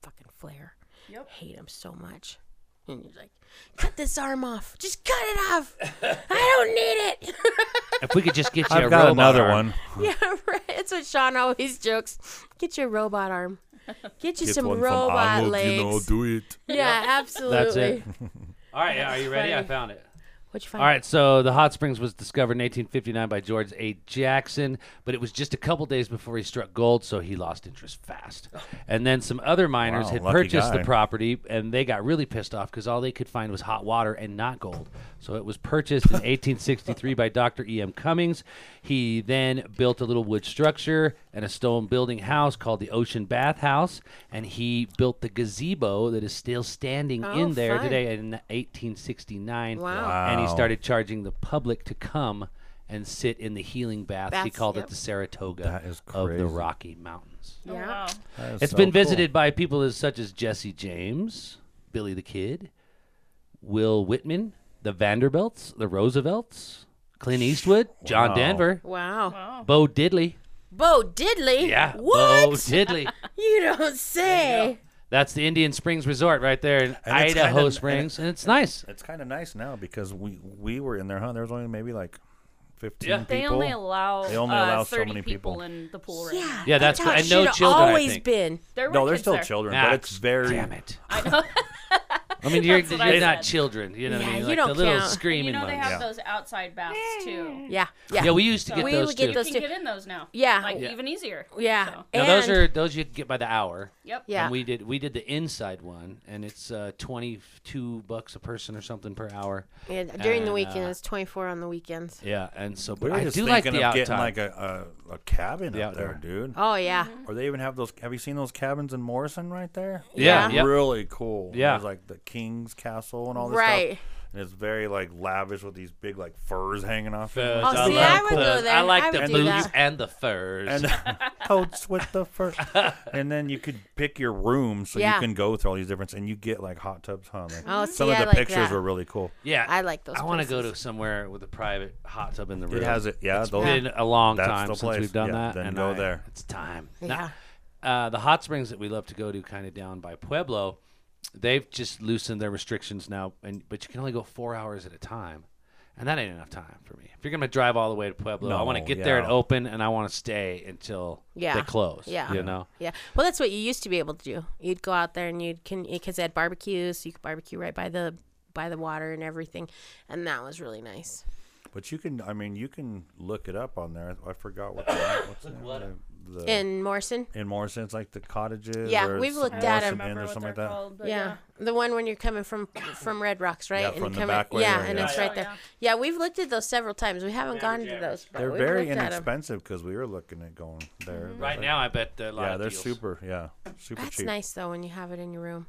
Speaker 4: fucking flare.
Speaker 6: Yep.
Speaker 4: Hate him so much. And you're like, cut this arm off. Just cut it off. I don't need it.
Speaker 3: If we could just get you a
Speaker 5: I've got
Speaker 3: robot
Speaker 5: another
Speaker 3: arm.
Speaker 5: one.
Speaker 4: Yeah, right. That's what Sean always jokes. Get your robot arm. Get you
Speaker 5: Get
Speaker 4: some
Speaker 5: one from
Speaker 4: robot
Speaker 5: Arnold,
Speaker 4: legs.
Speaker 5: You know, do it.
Speaker 4: yeah, absolutely.
Speaker 3: That's it. All right, yeah, are you ready? I
Speaker 6: funny.
Speaker 3: found it.
Speaker 4: What you find?
Speaker 3: All right, so the hot springs was discovered in 1859 by George A. Jackson, but it was just a couple days before he struck gold, so he lost interest fast.
Speaker 4: Oh.
Speaker 3: And then some other miners
Speaker 5: Wow,
Speaker 3: had
Speaker 5: lucky
Speaker 3: purchased the
Speaker 5: guy.
Speaker 3: property, and they got really pissed off because all they could find was hot water and not gold. So it was purchased in 1863 by Dr. E. M. Cummings. He then built a little wood structure and a stone building house called the Ocean Bath House, and he built the gazebo that is still standing
Speaker 4: Oh,
Speaker 3: in there
Speaker 4: fun.
Speaker 3: today in 1869
Speaker 4: Wow.
Speaker 3: and he
Speaker 5: Wow.
Speaker 3: started charging the public to come and sit in the healing baths. he
Speaker 4: Baths,
Speaker 3: called
Speaker 4: yep.
Speaker 3: it the Saratoga
Speaker 5: That is
Speaker 3: of
Speaker 5: crazy.
Speaker 3: the Rocky Mountains.
Speaker 6: Oh,
Speaker 4: Yeah.
Speaker 6: wow.
Speaker 5: That is
Speaker 3: It's
Speaker 5: so
Speaker 3: been
Speaker 5: cool.
Speaker 3: visited by people as such as Jesse James, Billy the Kid, Will Whitman, the Vanderbilts, the Roosevelts, Clint Eastwood, John
Speaker 5: Wow.
Speaker 3: Denver,
Speaker 4: Wow.
Speaker 6: Wow.
Speaker 3: Bo Diddley.
Speaker 4: Bo Diddley.
Speaker 3: Yeah, Bo
Speaker 4: What?
Speaker 3: Diddley.
Speaker 4: you don't say.
Speaker 3: That's the Indian Springs Resort right there in
Speaker 5: And it's
Speaker 3: Idaho
Speaker 5: kinda- and it-
Speaker 3: Springs, and it's nice.
Speaker 5: It's kind of nice now because we we were in there, huh? There was only maybe like fifteen
Speaker 3: Yeah.
Speaker 5: people.
Speaker 6: They only allow,
Speaker 5: They only
Speaker 6: uh,
Speaker 5: allow so
Speaker 6: 30
Speaker 5: many
Speaker 6: people.
Speaker 5: people.
Speaker 6: in the pool right now.
Speaker 4: Yeah.
Speaker 3: Yeah, that's
Speaker 4: how
Speaker 3: good.
Speaker 4: it
Speaker 3: And no
Speaker 4: should've
Speaker 3: children, I
Speaker 4: Always
Speaker 3: think.
Speaker 4: been.
Speaker 6: There
Speaker 5: no,
Speaker 6: were
Speaker 5: there's
Speaker 6: kids
Speaker 5: still
Speaker 6: there.
Speaker 5: children,
Speaker 3: Ah,
Speaker 5: but it's very.
Speaker 3: Damn it.
Speaker 6: I know.
Speaker 3: I mean, you're,
Speaker 6: That's what
Speaker 3: you're
Speaker 6: I
Speaker 3: not
Speaker 6: said.
Speaker 3: children. You know what
Speaker 4: Yeah,
Speaker 3: I mean?
Speaker 4: you
Speaker 3: like
Speaker 4: don't
Speaker 3: the little
Speaker 4: count.
Speaker 3: screaming
Speaker 6: you know they
Speaker 3: ones.
Speaker 6: have
Speaker 5: Yeah.
Speaker 6: those outside baths too.
Speaker 4: Yeah. Yeah.
Speaker 3: yeah. we used to get
Speaker 4: We
Speaker 3: those
Speaker 4: would get
Speaker 3: too.
Speaker 6: You
Speaker 4: those
Speaker 6: can
Speaker 4: two-
Speaker 6: get in those now.
Speaker 4: Yeah.
Speaker 6: Like
Speaker 3: Yeah.
Speaker 6: even easier.
Speaker 4: yeah.
Speaker 6: So,
Speaker 3: Now
Speaker 4: And
Speaker 3: those are those you get by the hour.
Speaker 6: yep.
Speaker 4: Yeah.
Speaker 3: And we did we did the inside one, and it's uh, twenty two bucks a person or something per hour.
Speaker 4: and during
Speaker 3: and,
Speaker 4: the weekend,
Speaker 3: uh,
Speaker 4: it's 24 on the weekends.
Speaker 3: Yeah, and so
Speaker 5: We
Speaker 3: but
Speaker 5: were
Speaker 3: I
Speaker 5: just
Speaker 3: do
Speaker 5: thinking
Speaker 3: like
Speaker 5: of
Speaker 3: the
Speaker 5: getting
Speaker 3: outtime.
Speaker 5: like a, a, a cabin
Speaker 3: The
Speaker 5: up there,
Speaker 3: outdoor.
Speaker 5: dude.
Speaker 4: Oh yeah.
Speaker 3: Mm-hmm.
Speaker 5: Or they even have those. Have you seen those cabins in Morrison right there?
Speaker 3: Yeah,
Speaker 4: Yeah.
Speaker 3: yep.
Speaker 5: really cool.
Speaker 3: Yeah.
Speaker 5: There's like the King's Castle and all this
Speaker 4: Right.
Speaker 5: stuff. And it's very like lavish with these big like furs hanging off. it.
Speaker 3: Furs,
Speaker 4: Oh, see,
Speaker 3: love
Speaker 4: I would go
Speaker 3: furs.
Speaker 4: there.
Speaker 3: I like
Speaker 4: I
Speaker 3: uh, the
Speaker 4: would do
Speaker 3: boots
Speaker 4: that.
Speaker 3: and the furs.
Speaker 5: and coats with the fur. And then you could pick your room so
Speaker 4: Yeah.
Speaker 5: you can go through all these different and you get like hot tubs, huh? Like,
Speaker 4: Oh, see,
Speaker 5: some of
Speaker 4: I
Speaker 5: the
Speaker 4: like
Speaker 5: pictures
Speaker 4: that.
Speaker 5: were really cool.
Speaker 3: yeah,
Speaker 4: I like those
Speaker 3: I want to go
Speaker 4: places.
Speaker 3: to somewhere with a private hot tub in the room.
Speaker 5: It has it. Yeah,
Speaker 3: It's
Speaker 5: those,
Speaker 3: been a long
Speaker 5: That's
Speaker 3: time
Speaker 5: the
Speaker 3: since
Speaker 5: place.
Speaker 3: we've done
Speaker 5: Yeah,
Speaker 3: that.
Speaker 5: then
Speaker 3: and
Speaker 5: go
Speaker 3: I-
Speaker 5: there.
Speaker 3: It's time.
Speaker 4: Yeah.
Speaker 3: Now, uh, the hot springs that we love to go to, kind of down by Pueblo, they've just loosened their restrictions now, and but you can only go four hours at a time, and that ain't enough time for me. If you're gonna drive all the way to Pueblo, I want to
Speaker 5: No,
Speaker 3: get there at
Speaker 5: yeah.
Speaker 3: open, and I want to stay until
Speaker 4: Yeah.
Speaker 3: they close.
Speaker 4: Yeah.
Speaker 3: you know.
Speaker 4: Yeah. Well, that's what you used to be able to do. You'd go out there and you'd can because they had barbecues, so you could barbecue right by the by the water and everything, and that was really nice.
Speaker 5: But you can, I mean, you can look it up on there. I forgot what the, what's the, name? the, the-
Speaker 4: In Morrison.
Speaker 5: in Morrison, it's like the cottages.
Speaker 4: Yeah,
Speaker 5: or
Speaker 4: we've
Speaker 5: s-
Speaker 4: looked
Speaker 6: I
Speaker 4: at 'em.
Speaker 6: don't
Speaker 5: Morrison Inn
Speaker 6: remember
Speaker 5: or
Speaker 6: what
Speaker 5: something
Speaker 6: they're
Speaker 5: like that.
Speaker 6: called, but
Speaker 4: Oh, Yeah. The one when you're coming from from Red Rocks, right?
Speaker 5: Yeah, from the
Speaker 4: coming,
Speaker 5: back way
Speaker 4: yeah,
Speaker 5: there,
Speaker 4: and
Speaker 5: yeah.
Speaker 4: it's
Speaker 6: Yeah,
Speaker 4: right there.
Speaker 6: Oh, yeah.
Speaker 4: Yeah. we've looked at those several times. We haven't gone to those, but
Speaker 5: They're
Speaker 4: we've
Speaker 5: very
Speaker 4: looked at 'em. Mm-hmm.
Speaker 5: inexpensive because we were looking at going there.
Speaker 3: Right now, I bet there are a lot
Speaker 5: Yeah,
Speaker 3: of
Speaker 5: they're
Speaker 3: deals.
Speaker 5: super. Yeah, super
Speaker 4: That's
Speaker 5: cheap.
Speaker 4: nice though when you have it in your room.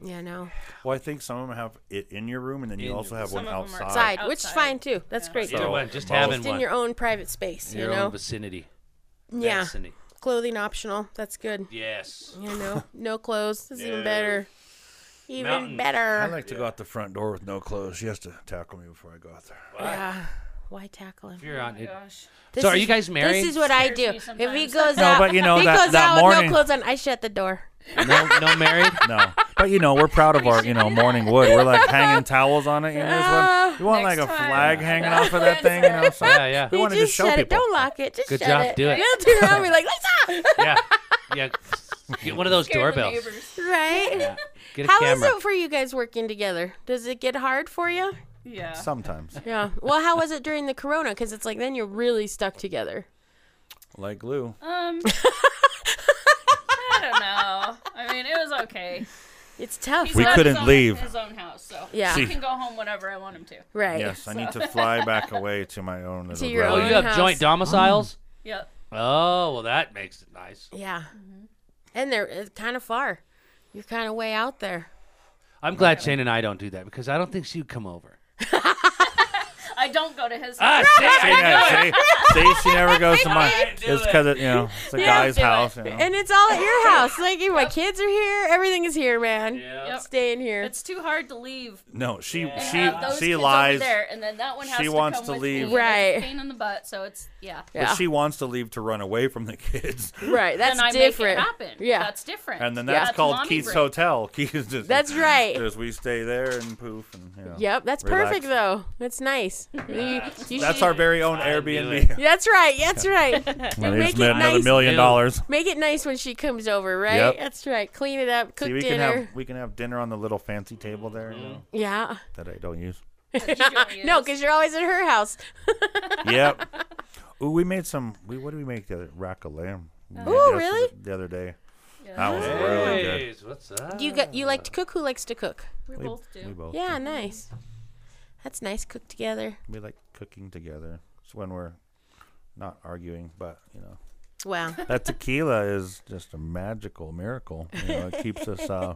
Speaker 4: Yeah, no.
Speaker 5: Well, I think some of them have it in your room, and then you
Speaker 3: In
Speaker 5: also
Speaker 3: your-
Speaker 5: have
Speaker 6: Some
Speaker 5: one
Speaker 6: of 'em are
Speaker 5: outside.
Speaker 4: Side, which is
Speaker 6: Outside.
Speaker 4: fine too. That's great.
Speaker 5: So-
Speaker 3: Either one, just
Speaker 5: Most-
Speaker 3: having
Speaker 4: Just in
Speaker 3: one.
Speaker 4: your own private space,
Speaker 3: Your
Speaker 4: you know.
Speaker 3: own vicinity.
Speaker 4: yeah.
Speaker 3: Vicinity.
Speaker 4: Clothing optional. That's good.
Speaker 3: Yes.
Speaker 4: You know, no clothes. This is even
Speaker 3: Yeah.
Speaker 4: better. Even
Speaker 3: Mountain.
Speaker 4: better.
Speaker 5: I like to go out the front door with no clothes. She has to tackle me before I go out there.
Speaker 4: yeah. Why tackle him?
Speaker 3: If you're on it.
Speaker 6: Gosh.
Speaker 4: This
Speaker 3: So are
Speaker 4: is-
Speaker 3: you guys married?
Speaker 4: This is what I
Speaker 6: Scares
Speaker 4: do.
Speaker 6: me
Speaker 4: If he
Speaker 6: sometimes.
Speaker 4: goes
Speaker 5: No,
Speaker 4: out,
Speaker 5: but you know,
Speaker 4: if he
Speaker 5: that-
Speaker 4: goes
Speaker 5: that
Speaker 4: out with
Speaker 5: morning-
Speaker 4: no clothes on, I shut the door.
Speaker 3: No, no married.
Speaker 5: No, but you know we're proud of our you know morning wood. We're like hanging towels on it. You know, it's one- you want like a
Speaker 6: Next time.
Speaker 5: flag hanging off of that thing. You know, so
Speaker 3: Yeah, yeah.
Speaker 5: we
Speaker 4: You
Speaker 5: wanted to
Speaker 4: just
Speaker 5: show
Speaker 4: shut
Speaker 5: people.
Speaker 4: it. Don't lock it. Just
Speaker 3: Good
Speaker 4: shut
Speaker 3: job.
Speaker 4: it.
Speaker 3: Do it.
Speaker 4: You'll turn around and be like, let's out.
Speaker 3: yeah, yeah. Get one of those
Speaker 6: Scare the
Speaker 3: doorbells.
Speaker 6: neighbors.
Speaker 4: right?
Speaker 3: Get a
Speaker 4: How is
Speaker 3: camera.
Speaker 4: it for you guys working together? Does it get hard for you?
Speaker 6: Yeah.
Speaker 5: Sometimes,
Speaker 4: Yeah. Well, how was it during the corona? Because it's like then you're really stuck together.
Speaker 5: like glue.
Speaker 6: Um. I don't know. I mean, it was okay.
Speaker 4: It's tough.
Speaker 6: He's
Speaker 5: We
Speaker 6: got his
Speaker 5: couldn't
Speaker 6: own-
Speaker 5: leave.
Speaker 6: His own house, so
Speaker 4: Yeah.
Speaker 6: he
Speaker 5: See.
Speaker 6: can go home whenever I want him to.
Speaker 4: right.
Speaker 5: Yes, I need to fly back away to my own little
Speaker 4: your
Speaker 3: Oh,
Speaker 5: dwelling.
Speaker 3: you have
Speaker 4: House.
Speaker 3: joint domiciles.
Speaker 6: Yep.
Speaker 3: Oh, well, that makes it nice.
Speaker 4: Yeah. And they're it's kind of far. You're kind of way out there.
Speaker 3: I'm glad Shane and I don't do that because I don't think she'd come over.
Speaker 6: I don't go to his.
Speaker 3: Ah,
Speaker 6: house.
Speaker 3: see, I
Speaker 5: See, yeah, see, see, she never goes to mine.
Speaker 3: Can't do
Speaker 5: It's because it, you know, it's a guy's
Speaker 6: do it.
Speaker 5: house. You know.
Speaker 4: And it's all at your house. Like my kids are here. Everything is here, man.
Speaker 6: Yep.
Speaker 4: Staying here.
Speaker 6: It's too hard to leave.
Speaker 5: No, she
Speaker 6: and have
Speaker 5: she
Speaker 6: those
Speaker 5: she
Speaker 6: kids over
Speaker 5: lies.
Speaker 6: there, and then that one has
Speaker 5: She
Speaker 6: to
Speaker 5: wants
Speaker 6: come
Speaker 5: to
Speaker 6: with
Speaker 5: leave.
Speaker 6: me, and it's a
Speaker 4: Right.
Speaker 6: Pain in the butt. So it's yeah.
Speaker 4: yeah.
Speaker 5: But she wants to leave to run away from the kids.
Speaker 4: right. That's
Speaker 6: Then I
Speaker 4: different.
Speaker 6: make it happen.
Speaker 4: Yeah.
Speaker 6: That's different.
Speaker 5: And then that's called
Speaker 6: mommy
Speaker 5: Keith's
Speaker 6: brain.
Speaker 5: Hotel. Keith's just,
Speaker 4: That's right.
Speaker 5: Just we stay there and poof. And, you know,
Speaker 4: Yep. That's
Speaker 5: relax.
Speaker 4: perfect though. That's nice. You- you
Speaker 5: That's
Speaker 4: should-
Speaker 5: our very own
Speaker 3: I knew
Speaker 5: Airbnb.
Speaker 4: That's right. That's right.
Speaker 5: Well,
Speaker 4: make
Speaker 5: they
Speaker 4: it
Speaker 5: just made another
Speaker 4: nice.
Speaker 5: million
Speaker 3: Ew.
Speaker 5: dollars.
Speaker 4: Make it nice when she comes over, right?
Speaker 5: Yep.
Speaker 4: That's right. Clean it up, cook
Speaker 5: See, we can
Speaker 4: dinner.
Speaker 5: have we can have dinner on the little fancy table there you know,
Speaker 4: Yeah.
Speaker 5: that I don't use.
Speaker 6: don't
Speaker 4: no,
Speaker 6: use.
Speaker 4: because you're always at her house.
Speaker 5: yep. Ooh, we made some. We what did we make the other rack of lamb? We made
Speaker 4: Ooh,
Speaker 5: yesterday-
Speaker 4: really?
Speaker 5: The other day.
Speaker 6: Yeah.
Speaker 5: That was really good.
Speaker 3: Jeez, what's up?
Speaker 4: Do you got you like to cook? Who likes to cook?
Speaker 6: We,
Speaker 5: We
Speaker 6: both do.
Speaker 5: We both.
Speaker 4: Yeah, nice. That's nice. Cook together.
Speaker 5: We like cooking together. It's when we're not arguing, but you know.
Speaker 4: Wow.
Speaker 5: that tequila is just a magical miracle. You know, it keeps us, uh,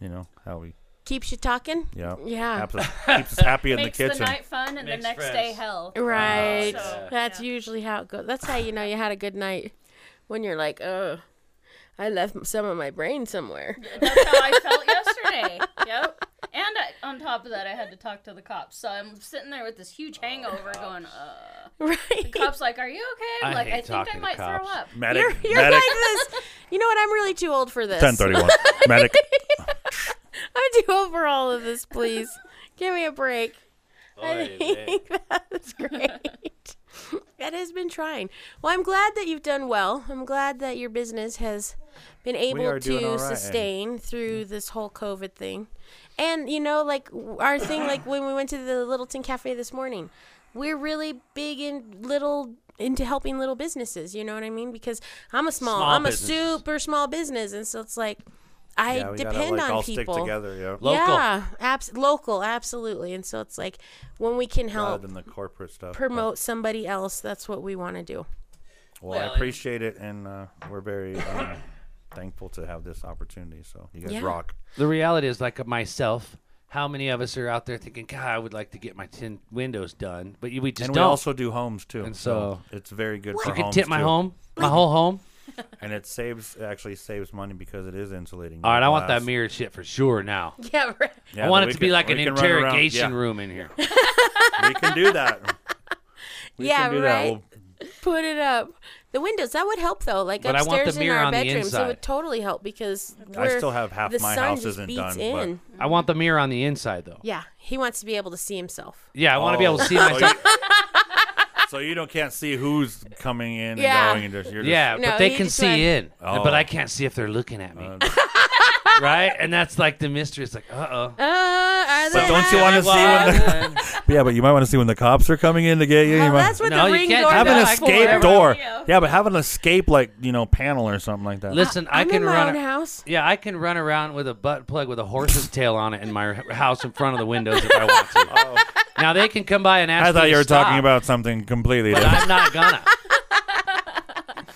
Speaker 5: you know, how we,
Speaker 4: Keeps you talking.
Speaker 5: yeah,
Speaker 4: Yeah.
Speaker 5: keeps us, keeps us happy in the
Speaker 6: Makes the,
Speaker 5: kitchen.
Speaker 6: night fun and
Speaker 3: Makes
Speaker 6: the next day
Speaker 3: friends.
Speaker 6: hell.
Speaker 4: Right.
Speaker 6: So,
Speaker 4: That's usually how it goes. That's how you know you had a good night when you're like, oh, I left some of my brain somewhere.
Speaker 6: That's how I felt yesterday. Yep. And I, on top of that, I had to talk to the cops. So I'm sitting there with this
Speaker 3: Oh,
Speaker 6: huge hangover going, uh.
Speaker 4: Right.
Speaker 6: Cop's like, are you okay? I'm
Speaker 3: I
Speaker 6: like,
Speaker 3: hate
Speaker 6: I think
Speaker 3: talking
Speaker 6: I
Speaker 3: to
Speaker 6: might throw
Speaker 3: cops.
Speaker 6: up.
Speaker 5: medic,
Speaker 4: You're, you're
Speaker 5: medic,
Speaker 4: like this. You know what? I'm really too old for this.
Speaker 5: 1031. medic.
Speaker 4: I'm too old for all of this, please. Give me a break. I think that's great. that has been trying. Well, I'm glad that you've done well. I'm glad that your business has been able
Speaker 5: are doing
Speaker 4: to
Speaker 5: all right, Amy.
Speaker 4: sustain through this whole COVID thing. And, you know, like w- our thing, like when we went to the Littleton Cafe this morning, we're really big in little into helping little businesses you know what i mean because i'm a small,
Speaker 3: Small
Speaker 4: i'm a
Speaker 3: businesses.
Speaker 4: super small business and so it's like i
Speaker 5: Yeah, we
Speaker 4: depend
Speaker 5: gotta like
Speaker 4: on
Speaker 5: all
Speaker 4: people
Speaker 5: stick together, yeah.
Speaker 3: Local.
Speaker 4: yeah, abs- local, absolutely. And so it's like when we can
Speaker 5: Rather
Speaker 4: help
Speaker 5: than the corporate stuff.
Speaker 4: promote somebody else, that's what we want to do.
Speaker 5: But, well,
Speaker 3: Well,
Speaker 5: I appreciate it, and uh, we're very uh, thankful to have this opportunity. So you guys
Speaker 4: Yeah.
Speaker 5: rock.
Speaker 3: The reality is, like myself, how many of us are out there thinking, God, I would like to get my tin windows done, but we just
Speaker 5: And we
Speaker 3: don't.
Speaker 5: also do homes too, and
Speaker 3: so-
Speaker 5: it's very good for
Speaker 3: you could
Speaker 5: homes
Speaker 3: tip my
Speaker 5: too.
Speaker 3: home, my whole home.
Speaker 5: and it saves it actually saves money because it is insulating.
Speaker 3: All right, I want that
Speaker 5: glass.
Speaker 3: mirrored shit for sure now.
Speaker 4: Yeah, right.
Speaker 5: Yeah,
Speaker 3: I want
Speaker 5: but
Speaker 3: it
Speaker 5: we
Speaker 3: to be
Speaker 5: can-
Speaker 3: like
Speaker 5: we
Speaker 3: an
Speaker 5: can run around.
Speaker 3: interrogation
Speaker 5: Yeah.
Speaker 3: room in here.
Speaker 5: we can do that. We
Speaker 4: Yeah,
Speaker 5: can do
Speaker 4: right.
Speaker 5: that. We'll-
Speaker 4: Put it up. The windows that would help though. Like
Speaker 3: But I want the
Speaker 4: upstairs in
Speaker 3: mirror
Speaker 4: our
Speaker 3: on the
Speaker 4: bedrooms, it
Speaker 3: inside.
Speaker 4: would totally help because
Speaker 5: I
Speaker 4: we're-
Speaker 5: still have half
Speaker 4: the
Speaker 5: my
Speaker 4: sun
Speaker 5: house
Speaker 4: just
Speaker 5: isn't
Speaker 4: beats
Speaker 5: done, but-
Speaker 4: In.
Speaker 3: I want the mirror on the inside, though.
Speaker 4: Yeah, he wants to be able to see himself.
Speaker 3: Yeah, I want to be able to see
Speaker 5: Oh,
Speaker 3: myself.
Speaker 5: so you- So you don't can't see who's coming in
Speaker 4: Yeah.
Speaker 5: and going. And just, you're just-
Speaker 3: Yeah,
Speaker 4: No,
Speaker 3: but they
Speaker 4: you
Speaker 3: can
Speaker 4: just
Speaker 3: see
Speaker 4: went-
Speaker 3: in,
Speaker 5: Oh. Um.
Speaker 3: but I can't see if they're looking at me. right? And that's like the mystery. It's like, uh oh.
Speaker 4: Uh, are
Speaker 5: But
Speaker 4: they
Speaker 5: don't you want to see when? The, yeah, but you might want to see when the cops are coming in to get you. you
Speaker 4: Well,
Speaker 5: might-
Speaker 4: Oh, that's what
Speaker 3: No,
Speaker 4: the
Speaker 3: you
Speaker 4: ring
Speaker 3: can't
Speaker 4: door
Speaker 5: have
Speaker 3: do
Speaker 5: an
Speaker 3: that.
Speaker 4: does
Speaker 5: escape
Speaker 4: for.
Speaker 5: door.
Speaker 6: Yeah.
Speaker 5: Yeah, but have an escape like you know panel or something like that.
Speaker 3: Listen, I
Speaker 4: I'm
Speaker 3: can
Speaker 4: in my
Speaker 3: run.
Speaker 4: own house.
Speaker 3: Yeah, I can run around with a butt plug with a horse's tail on it in my h- house in front of the windows if I want to. Now they can come by and ask.
Speaker 5: I
Speaker 3: me
Speaker 5: thought
Speaker 3: to
Speaker 5: you were talking
Speaker 3: stop,
Speaker 5: about something completely
Speaker 3: But
Speaker 5: different.
Speaker 3: I'm not gonna.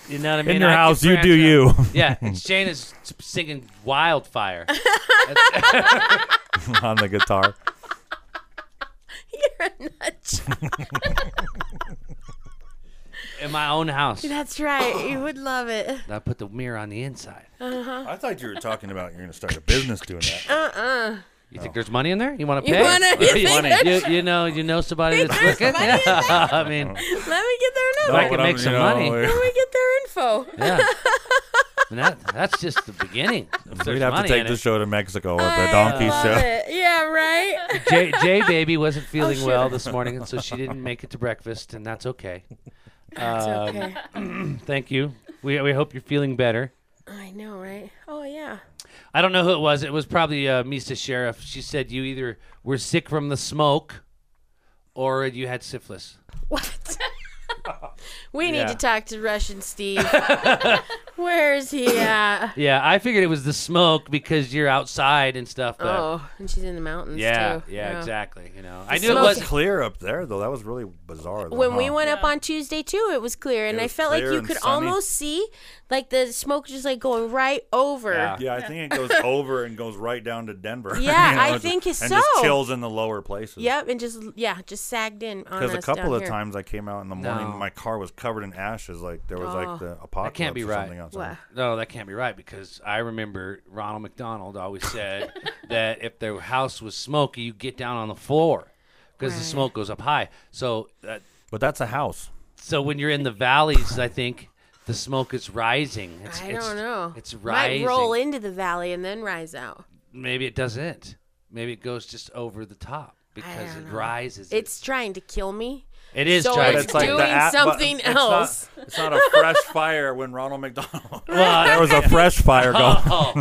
Speaker 3: You know what I mean?
Speaker 5: In your
Speaker 3: I could
Speaker 5: house, you
Speaker 3: branch
Speaker 5: do
Speaker 3: out.
Speaker 5: you.
Speaker 3: Yeah, and Shane is singing Wildfire.
Speaker 5: on the guitar.
Speaker 4: You're a nut. job.
Speaker 3: in my own house.
Speaker 4: That's right. You would love it.
Speaker 3: I put the mirror on the inside.
Speaker 5: I thought you were talking about you're going to start a business doing that.
Speaker 4: Uh-uh.
Speaker 3: You
Speaker 5: Oh.
Speaker 3: think there's money in there? You want to
Speaker 4: You
Speaker 3: pay?
Speaker 4: wanna- you think
Speaker 5: Funny.
Speaker 4: there's-
Speaker 3: you, you know, you know somebody that's
Speaker 4: there's
Speaker 3: looking.
Speaker 4: money in there?
Speaker 3: Yeah, I mean,
Speaker 4: Let me get their
Speaker 3: I
Speaker 4: number.
Speaker 3: can
Speaker 5: what
Speaker 3: make some money.
Speaker 5: we-
Speaker 4: Let me get their info.
Speaker 3: yeah. And that, that's just the beginning. If there's
Speaker 5: We'd have to
Speaker 3: money
Speaker 5: take
Speaker 3: in
Speaker 5: the
Speaker 3: it.
Speaker 5: show to Mexico or the
Speaker 4: I
Speaker 5: donkey
Speaker 4: love
Speaker 5: show.
Speaker 4: it. Yeah, right?
Speaker 3: J, J baby wasn't feeling
Speaker 4: Oh, sure.
Speaker 3: well this morning, and so she didn't make it to breakfast, and that's okay.
Speaker 4: It's okay.
Speaker 3: Thank you. We we hope you're feeling better.
Speaker 4: I know, right? Oh, yeah.
Speaker 3: I don't know who it was. It was probably uh, Misa Sheriff. She said you either were sick from the smoke, or you had syphilis.
Speaker 4: What? we
Speaker 3: Yeah.
Speaker 4: need to talk to Russian Steve. Where is he at?
Speaker 3: Yeah, I figured it was the smoke because you're outside and stuff. But
Speaker 4: Oh, and she's in the mountains
Speaker 3: yeah,
Speaker 4: too.
Speaker 3: yeah, exactly. You know, I knew
Speaker 4: smoke-
Speaker 3: it
Speaker 5: It was
Speaker 3: was.
Speaker 5: clear up there, though. That was really bizarre. Though,
Speaker 4: When
Speaker 5: huh?
Speaker 4: we went up on Tuesday too, it was clear, and
Speaker 5: Uh-huh. It
Speaker 4: I
Speaker 5: was
Speaker 4: felt like
Speaker 5: clear
Speaker 4: you
Speaker 5: and
Speaker 4: could
Speaker 5: sunny.
Speaker 4: almost see like the smoke just like going right over.
Speaker 3: Yeah.
Speaker 5: Yeah, I think it goes over and goes right down to Denver.
Speaker 4: Yeah, I
Speaker 5: just-
Speaker 4: think it's
Speaker 5: and just
Speaker 4: so.
Speaker 5: chills in the lower places.
Speaker 4: Yep, and just yeah, just sagged in on us
Speaker 5: Because a couple
Speaker 4: down
Speaker 5: of
Speaker 4: here.
Speaker 5: times I came out in the morning,
Speaker 3: No.
Speaker 5: my car was covered in ashes. Like there was
Speaker 4: Oh.
Speaker 5: like the apocalypse
Speaker 3: can't be
Speaker 5: or
Speaker 3: right.
Speaker 5: something outside.
Speaker 4: What?
Speaker 3: No, that can't be right because I remember Ronald McDonald always said that if their house was smoky, you get down on the floor because the
Speaker 4: Right.
Speaker 3: smoke goes up high. So, uh,
Speaker 5: But that's a house.
Speaker 3: so when you're in the valleys, I think the smoke is rising. It's,
Speaker 4: I
Speaker 3: it's-
Speaker 4: don't know.
Speaker 3: It's rising.
Speaker 4: Might roll into the valley and then rise out.
Speaker 3: Maybe it doesn't. Maybe it goes just over the top because
Speaker 4: don't
Speaker 3: it
Speaker 4: know.
Speaker 3: rises.
Speaker 4: It's trying to kill me.
Speaker 3: it is
Speaker 4: so
Speaker 3: trying
Speaker 5: But
Speaker 3: to
Speaker 4: it's
Speaker 3: kill you.
Speaker 4: doing
Speaker 5: at- but
Speaker 4: something
Speaker 5: it's not-
Speaker 4: else.
Speaker 5: It's not, a fresh fire when Ronald McDonald.
Speaker 3: Well,
Speaker 5: there was a fresh fire going
Speaker 3: Oh.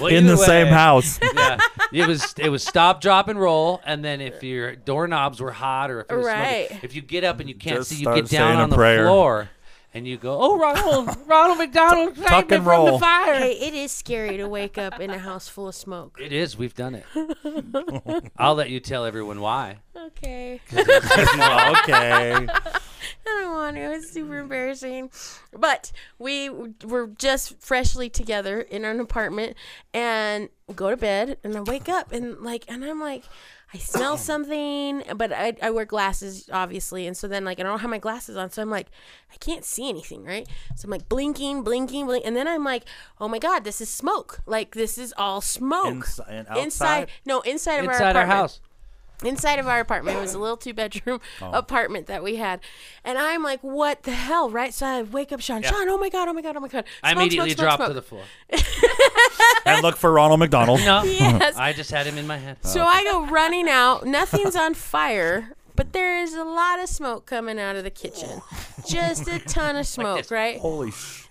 Speaker 3: Well,
Speaker 5: in the
Speaker 3: either
Speaker 5: same
Speaker 3: way,
Speaker 5: house.
Speaker 3: Yeah, it was it was stop, drop, and roll, and then if your doorknobs were hot or if it was smoky-
Speaker 4: Right.
Speaker 3: if you get up and you can't
Speaker 5: Just
Speaker 3: see, you
Speaker 5: start
Speaker 3: get down
Speaker 5: saying a
Speaker 3: on the
Speaker 5: prayer.
Speaker 3: floor and you go, "Oh, Ronald, Ronald McDonald, saved
Speaker 5: tuck
Speaker 3: me
Speaker 5: and
Speaker 3: from the
Speaker 5: roll."
Speaker 3: fire."
Speaker 4: Hey, it is scary to wake up in a house full of smoke.
Speaker 3: It is. We've done it. I'll let you tell everyone why.
Speaker 4: Okay.
Speaker 5: Well, okay.
Speaker 4: I don't want to. It was super embarrassing. But we w- were just freshly together in an apartment and go to bed and I wake up and like and I'm like I smell something, but I, I wear glasses obviously, and so then like I don't have my glasses on, so I'm like I can't see anything, right? So I'm like blinking, blinking, blink, and then I'm like, oh my god, this is smoke! Like this is all smoke
Speaker 5: Ins- and outside?
Speaker 4: inside. No, inside of
Speaker 3: Inside
Speaker 4: our
Speaker 3: our
Speaker 4: apartment
Speaker 3: house.
Speaker 4: inside of our apartment. It was a little two bedroom
Speaker 3: Oh.
Speaker 4: apartment that we had. And I'm like, what the hell, right? So I wake up Sean, Sean, oh my God, oh my God, oh my God.
Speaker 3: I
Speaker 4: Smoke,
Speaker 3: immediately
Speaker 4: smoke, smoke,
Speaker 3: dropped
Speaker 4: smoke.
Speaker 3: to the floor.
Speaker 5: and look for Ronald McDonald.
Speaker 3: No,
Speaker 4: Yes.
Speaker 3: I just had him in my head.
Speaker 5: Oh.
Speaker 4: So I go running out. Nothing's on fire, but there is a lot of smoke coming out of the kitchen. Just a ton of smoke,
Speaker 3: this.
Speaker 4: right?
Speaker 5: Holy sh!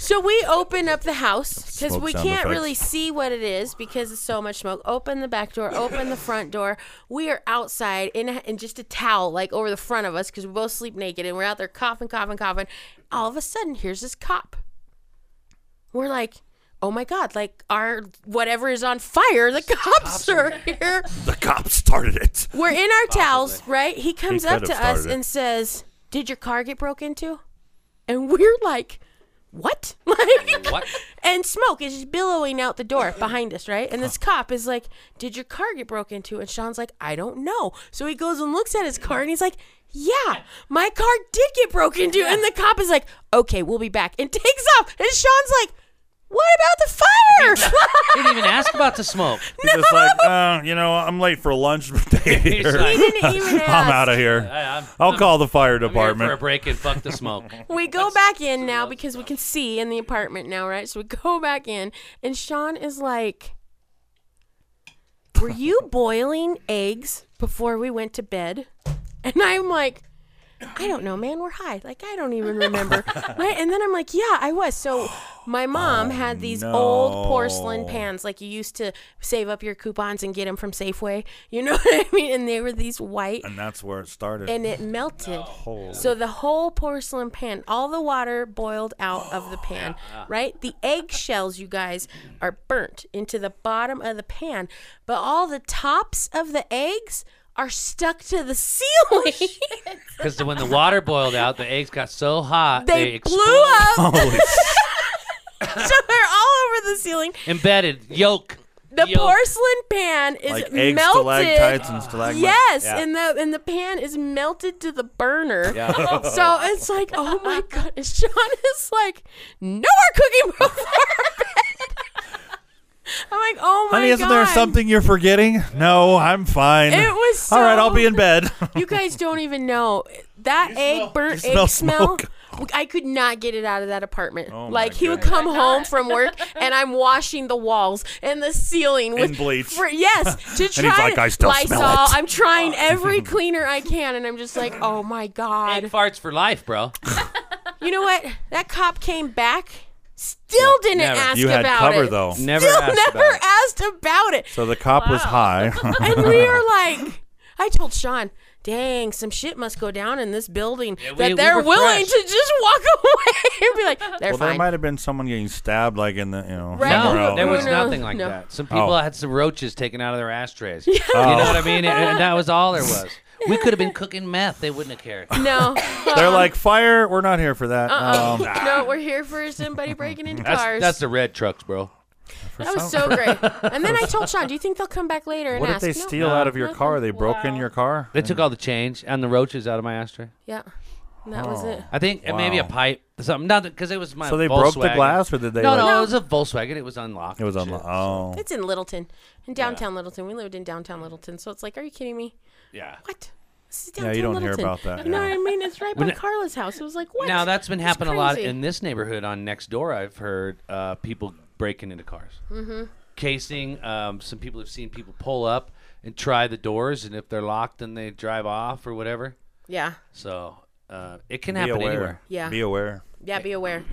Speaker 4: So we open up the house because
Speaker 5: Smoke
Speaker 4: we
Speaker 5: sound
Speaker 4: can't
Speaker 5: effects.
Speaker 4: really see what it is because it's so much smoke. Open the back door, open the front door. We are outside in, in just a towel, like over the front of us, because we both sleep naked and we're out there coughing, coughing, coughing. All of a sudden, here's this cop. We're like, oh my God, like our whatever is on fire, the cops are here.
Speaker 5: The cops started it.
Speaker 4: We're in our towels, right? He comes
Speaker 5: He
Speaker 4: up
Speaker 5: could
Speaker 4: to
Speaker 5: have
Speaker 4: us
Speaker 5: started it.
Speaker 4: and says, Did your car get broke into? And we're like, What? Like
Speaker 3: What?
Speaker 4: And smoke is just billowing out the door behind us, right? And this cop is like, Did your car get broke into? And Sean's like, I don't know. So he goes and looks at his car and he's like, Yeah, my car did get broke into. And the cop is like, Okay, we'll be back. And takes off. And Sean's like, What about the fire?
Speaker 3: didn't even ask about the smoke.
Speaker 5: He's just like, uh, you know, I'm late for lunch.
Speaker 3: He's like,
Speaker 4: he didn't even ask.
Speaker 5: I'm out of here.
Speaker 3: I, am
Speaker 5: I'll call the fire
Speaker 3: for a
Speaker 5: department.
Speaker 3: break and fuck the smoke.
Speaker 4: we go back in now because we can see in the apartment now, right? So we go back in, and Sean is like, "Were you boiling eggs before we went to bed?" And I'm like, "I don't know, man. We're high. Like I don't even remember." right? And then I'm like, "Yeah, I was." So my mom had these old porcelain
Speaker 5: no.
Speaker 4: pans, like you used to save up your coupons and get them from Safeway. You know what I mean? And they were these white
Speaker 5: And that's where it started.
Speaker 4: and it melted. So the whole porcelain pan, all the water boiled out of the
Speaker 5: Oh,
Speaker 4: pan, right? The eggshells, you guys, are burnt into the bottom of the pan,
Speaker 5: Oh,
Speaker 4: but all the tops of the eggs are stuck to the ceiling.
Speaker 3: Because when the water boiled out, the eggs got so hot
Speaker 4: They,
Speaker 3: exploded.
Speaker 4: blew up,
Speaker 5: Holy
Speaker 4: so they're all over the ceiling.
Speaker 3: embedded yolk.
Speaker 4: The
Speaker 3: yolk.
Speaker 4: porcelain pan is
Speaker 5: like
Speaker 4: melted.
Speaker 5: eggs, stalactites, and stalagmites.
Speaker 4: Yes,
Speaker 5: Yeah.
Speaker 4: and the and the pan is melted to the burner.
Speaker 3: Yeah.
Speaker 4: So it's like, oh my god, and Sean is like, no more cooking before bed. I'm like, oh my
Speaker 5: Honey, isn't
Speaker 4: god.
Speaker 5: there something you're forgetting? No, I'm fine.
Speaker 4: It was
Speaker 5: All right, I'll
Speaker 4: so-
Speaker 5: be in bed.
Speaker 4: You guys don't even know that egg burnt
Speaker 5: you smell
Speaker 4: egg smell.
Speaker 5: smoke.
Speaker 4: I could not get it out of that apartment.
Speaker 5: Oh my
Speaker 4: like he would
Speaker 5: goodness.
Speaker 4: come home from work, and I'm washing the walls and the ceiling with
Speaker 5: And bleach.
Speaker 4: fr- yes, to try.
Speaker 5: like,
Speaker 4: to-
Speaker 5: "I still smell
Speaker 4: Lysol.
Speaker 5: it."
Speaker 4: I'm trying every cleaner I can, and I'm just like, oh my god.
Speaker 3: Egg farts for life, bro.
Speaker 4: You know what? That cop came back. Still didn't
Speaker 3: Never.
Speaker 4: ask
Speaker 5: you had
Speaker 4: about
Speaker 5: cover
Speaker 4: it.
Speaker 5: though,
Speaker 3: Never
Speaker 4: Still
Speaker 3: asked
Speaker 4: never
Speaker 3: about it.
Speaker 4: asked about it.
Speaker 5: so the cop was high.
Speaker 4: And we are like, I told Sean, dang, some shit must go down in this building that
Speaker 3: we- we
Speaker 4: they're
Speaker 3: were
Speaker 4: willing
Speaker 3: fresh.
Speaker 4: to just walk away and be like, they're
Speaker 5: well, there
Speaker 4: fine.
Speaker 5: might have been someone getting stabbed, like in the you know.
Speaker 4: Right.
Speaker 5: somewhere
Speaker 3: No,
Speaker 5: else.
Speaker 3: there was
Speaker 4: No, no,
Speaker 3: nothing like
Speaker 4: no.
Speaker 3: that. Some people
Speaker 5: Oh.
Speaker 3: had some roaches taken out of their ashtrays. You know
Speaker 4: Oh.
Speaker 3: what I mean? And- And that was all there was. We could have been cooking meth. They wouldn't have cared.
Speaker 4: no. Um, uh-uh.
Speaker 5: They're like fire. We're not here for that. Um,
Speaker 4: no, we're here for somebody breaking into
Speaker 3: That's,
Speaker 4: cars.
Speaker 3: that's the red trucks, bro.
Speaker 4: that was so great. And then I told Sean, do you think they'll come back later and
Speaker 5: what did
Speaker 4: ask?
Speaker 5: they
Speaker 4: No.
Speaker 5: steal out of your car? They broke in
Speaker 6: Wow.
Speaker 5: your car.
Speaker 3: They took all the change and the roaches out of my ashtray.
Speaker 4: Yeah. And that was
Speaker 5: Oh.
Speaker 4: it.
Speaker 3: I think and maybe a
Speaker 5: Wow.
Speaker 3: pipe, something. Not because it was my.
Speaker 5: So they broke the
Speaker 3: Volkswagen.
Speaker 5: glass, or did they?
Speaker 3: No,
Speaker 5: like,
Speaker 3: no, it was a Volkswagen. It was unlocked.
Speaker 5: It was on.
Speaker 3: and
Speaker 5: the
Speaker 3: shit.
Speaker 5: Oh,
Speaker 4: It's in Littleton, in downtown Littleton. We lived in downtown Littleton, so it's like, are you kidding me?
Speaker 3: Yeah.
Speaker 4: What? This is
Speaker 5: Yeah,
Speaker 4: downtown
Speaker 5: you don't hear
Speaker 4: Littleton.
Speaker 5: about that,
Speaker 4: You know
Speaker 5: yeah.
Speaker 4: what I mean? It's right by
Speaker 3: When-
Speaker 4: Carla's house. It was like, what?
Speaker 3: Now that's been
Speaker 4: It's
Speaker 3: happening a lot
Speaker 4: crazy.
Speaker 3: in this neighborhood on next door. I've heard uh, people breaking into cars, mm-hmm. casing. Um, some people have seen people pull up and try the doors, and if they're locked, then they drive off or whatever.
Speaker 4: Yeah,
Speaker 3: So uh, it can
Speaker 5: be
Speaker 3: happen
Speaker 5: aware.
Speaker 3: anywhere.
Speaker 4: Yeah.
Speaker 5: Be aware.
Speaker 4: yeah. Be aware.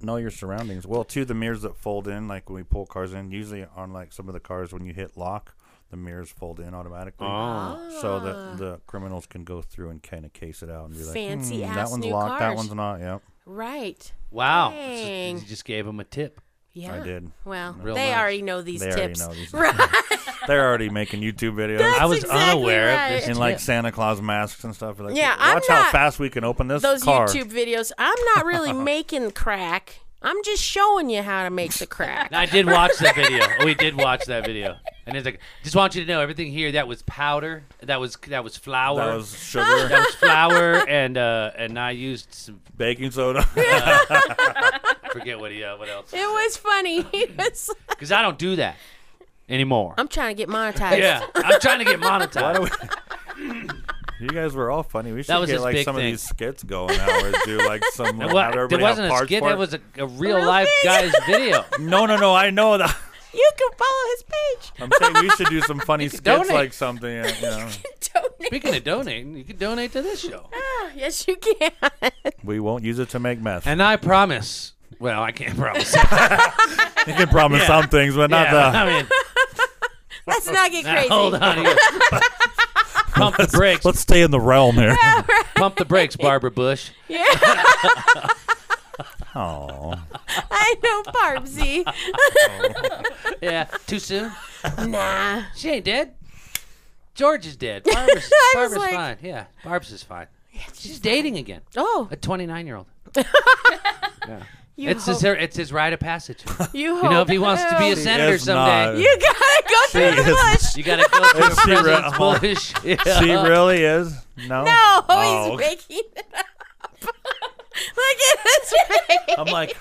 Speaker 5: Know your surroundings. Well, too, the mirrors that fold in, like when we pull cars in, usually on like some of the cars when you hit lock, the mirrors fold in
Speaker 3: Oh.
Speaker 5: automatically.
Speaker 4: Ah.
Speaker 5: So that the criminals can go through and kind of case it out and be like,
Speaker 4: Fancy
Speaker 5: "Hmm,
Speaker 4: ass
Speaker 5: that one's
Speaker 4: new
Speaker 5: locked, that
Speaker 4: cars."
Speaker 5: one's not. Yep,
Speaker 4: Right.
Speaker 3: Wow!
Speaker 4: Dang.
Speaker 3: You just gave them a tip.
Speaker 4: Yeah.
Speaker 5: I did.
Speaker 4: Well,
Speaker 3: Real
Speaker 4: they
Speaker 3: nice.
Speaker 4: already know these
Speaker 5: They already
Speaker 4: tips.
Speaker 5: know these.
Speaker 4: Right.
Speaker 5: They're already making YouTube videos.
Speaker 3: I was
Speaker 4: exactly
Speaker 3: unaware
Speaker 4: right.
Speaker 3: of this.
Speaker 5: in like Santa Claus masks and stuff. Like,
Speaker 4: Yeah, I'm
Speaker 5: watch
Speaker 4: not-
Speaker 5: how fast we can open this
Speaker 4: Those
Speaker 5: car.
Speaker 4: YouTube videos. I'm not really making crack. I'm just showing you how to make the crack.
Speaker 3: I did watch that video. We did watch that video, and it's like, just want you to know, everything here that was powder, that was that was flour,
Speaker 5: That was sugar,
Speaker 3: that was flour, and uh, and I used some
Speaker 5: baking soda.
Speaker 3: forget what he uh, what else.
Speaker 4: It was funny. He was-
Speaker 3: Because I don't do that anymore.
Speaker 4: I'm trying to get monetized.
Speaker 3: yeah, I'm trying to get monetized.
Speaker 5: you guys were all funny. We should
Speaker 3: was
Speaker 5: get
Speaker 3: his
Speaker 5: like
Speaker 3: big
Speaker 5: some
Speaker 3: thing.
Speaker 5: of these skits going out where do like some. Like,
Speaker 3: What?
Speaker 5: have
Speaker 3: There
Speaker 5: everybody have
Speaker 3: wasn't a
Speaker 5: parts
Speaker 3: skit.
Speaker 5: for
Speaker 3: That
Speaker 5: it.
Speaker 3: was a, a real life guy's video.
Speaker 5: No, no, no. I know that.
Speaker 4: You can follow his page.
Speaker 5: I'm saying we should do some funny skits
Speaker 3: donate.
Speaker 5: like something. You know.
Speaker 4: Donate.
Speaker 3: Speaking of donating, you can donate to this show.
Speaker 4: Yes, you can.
Speaker 5: We won't use it to make meth.
Speaker 3: And I promise. Well, I can't promise.
Speaker 5: you can promise some things, but not
Speaker 3: Yeah,
Speaker 5: the.
Speaker 3: I mean,
Speaker 4: Let's not get
Speaker 3: now,
Speaker 4: crazy.
Speaker 3: hold on. Here. Pump the brakes.
Speaker 5: Let's stay in the realm here.
Speaker 3: Pump the brakes, Barbara Bush.
Speaker 4: Yeah,
Speaker 5: Oh,
Speaker 4: I know Barbsy.
Speaker 3: Yeah. Too soon?
Speaker 4: nah.
Speaker 3: She ain't dead. George is dead. Barbara's,
Speaker 4: was
Speaker 3: Barbara's
Speaker 4: like-
Speaker 3: fine. Yeah. Barb's is fine. She's dating again.
Speaker 4: Oh,
Speaker 3: A 29 year old.
Speaker 4: you
Speaker 3: It's
Speaker 4: hope.
Speaker 3: his, it's his rite of passage.
Speaker 4: you,
Speaker 3: You know,
Speaker 4: hope-
Speaker 3: if he wants to be a
Speaker 4: Oh, Hell.
Speaker 3: senator
Speaker 5: is
Speaker 3: someday,
Speaker 5: not.
Speaker 4: You gotta go through the bush.
Speaker 3: you gotta go through
Speaker 5: Is she re-
Speaker 3: President
Speaker 5: oh.
Speaker 3: Bush.
Speaker 5: she
Speaker 3: Yeah.
Speaker 5: really is. No.
Speaker 4: No,
Speaker 5: Oh,
Speaker 4: he's making it up. Look at his face.
Speaker 5: I'm like,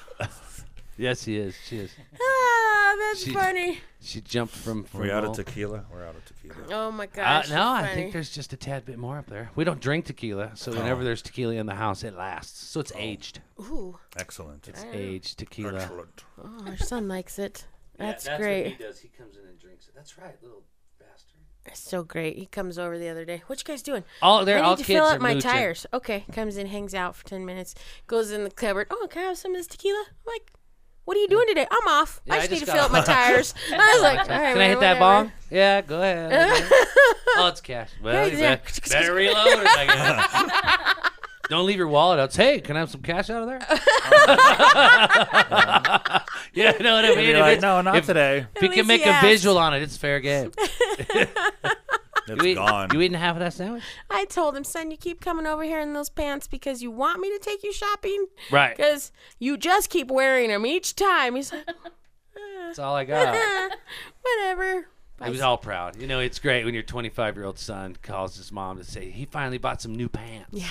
Speaker 3: Yes, he is. She is.
Speaker 4: Ah, that's
Speaker 3: She's-
Speaker 4: funny.
Speaker 3: She jumped from.
Speaker 5: we
Speaker 3: from
Speaker 5: out of
Speaker 3: all-
Speaker 5: tequila. We're out of tequila.
Speaker 4: Oh my
Speaker 3: Uh,
Speaker 4: gosh.
Speaker 3: no,
Speaker 4: that's
Speaker 3: I think
Speaker 4: funny.
Speaker 3: there's just a tad bit more up there. We don't drink tequila, so whenever there's tequila in the house, it lasts. So it's aged,
Speaker 4: Ooh,
Speaker 5: Excellent.
Speaker 3: aged tequila.
Speaker 5: Excellent.
Speaker 4: oh, our son likes it. That's, great.
Speaker 3: does. He comes in and drinks it. That's right, little bastard.
Speaker 4: It's so great. He comes over the other day. What you guys doing?
Speaker 3: All they're
Speaker 4: I need
Speaker 3: all
Speaker 4: to
Speaker 3: kids
Speaker 4: fill
Speaker 3: are
Speaker 4: up my
Speaker 3: mooching.
Speaker 4: tires. Okay, comes in, hangs out for ten minutes, goes in the cupboard. Oh, can I have some of this tequila? I'm like, what are you doing today? I'm off.
Speaker 3: Yeah,
Speaker 4: I
Speaker 3: I
Speaker 4: just need
Speaker 3: just
Speaker 4: to
Speaker 3: got
Speaker 4: fill up my
Speaker 3: off."
Speaker 4: tires. I was like, all right,
Speaker 3: Can I
Speaker 4: man,
Speaker 3: hit that
Speaker 4: whatever.
Speaker 3: bong? Yeah, go ahead. oh, it's cash. Well, you
Speaker 4: Yeah.
Speaker 3: bet- better reload it, I guess. Don't leave your wallet out. Say, Hey, can I have some cash out of there? yeah, you know what I mean.
Speaker 5: You're
Speaker 3: If
Speaker 5: like,
Speaker 3: it's-
Speaker 5: no, not
Speaker 3: if-
Speaker 5: today.
Speaker 3: If you
Speaker 4: At
Speaker 3: can
Speaker 4: least
Speaker 3: make
Speaker 4: he
Speaker 3: a
Speaker 4: asked.
Speaker 3: visual on it, it's fair game.
Speaker 5: It It's
Speaker 3: you eat-
Speaker 5: gone.
Speaker 3: You eating half of that sandwich?
Speaker 4: I told him, son, you keep coming over here in those pants because you want me to take you shopping.
Speaker 3: Right.
Speaker 4: Because you just keep wearing them each time. He's like, "Uh,
Speaker 3: That's all I got.
Speaker 4: whatever.
Speaker 3: He was all proud. You know, it's great when your 25 year old son calls his mom to say he finally bought some new pants. Yeah.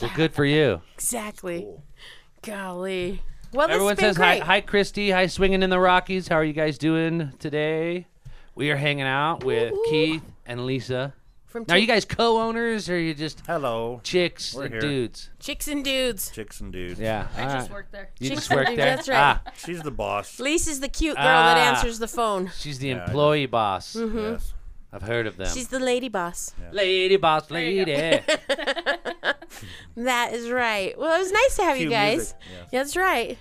Speaker 3: well, good for you.
Speaker 4: Exactly. Golly. Well, this
Speaker 3: Everyone
Speaker 4: has been
Speaker 3: says hi,
Speaker 4: great.
Speaker 3: hi, Christy. Hi, swinging in the Rockies. How are you guys doing today? We are hanging out with
Speaker 4: Ooh.
Speaker 3: Keith and Lisa.
Speaker 4: From
Speaker 3: Now, are
Speaker 4: Chick-
Speaker 3: you guys co-owners or are you just
Speaker 5: Hello,
Speaker 3: chicks
Speaker 5: We're
Speaker 3: and
Speaker 5: here.
Speaker 3: dudes?
Speaker 4: chicks and dudes.
Speaker 5: chicks and dudes.
Speaker 3: Yeah.
Speaker 6: I
Speaker 3: all
Speaker 6: just
Speaker 3: right.
Speaker 6: worked there.
Speaker 3: You
Speaker 4: Chicks
Speaker 3: just
Speaker 4: and
Speaker 3: work
Speaker 4: dudes,
Speaker 3: there.
Speaker 4: that's right.
Speaker 3: Ah,
Speaker 5: She's the boss.
Speaker 4: Lisa's the cute girl that
Speaker 3: Ah.
Speaker 4: answers the phone.
Speaker 3: she's the
Speaker 5: Yeah, I just-
Speaker 3: employee boss.
Speaker 5: Yes.
Speaker 3: I've heard of them.
Speaker 4: Mm-hmm. She's the lady boss.
Speaker 3: lady boss,
Speaker 6: There you go.
Speaker 3: lady.
Speaker 4: That is right. Well, it was nice to have you
Speaker 5: Cue
Speaker 4: guys.
Speaker 5: music, yes.
Speaker 4: That's right.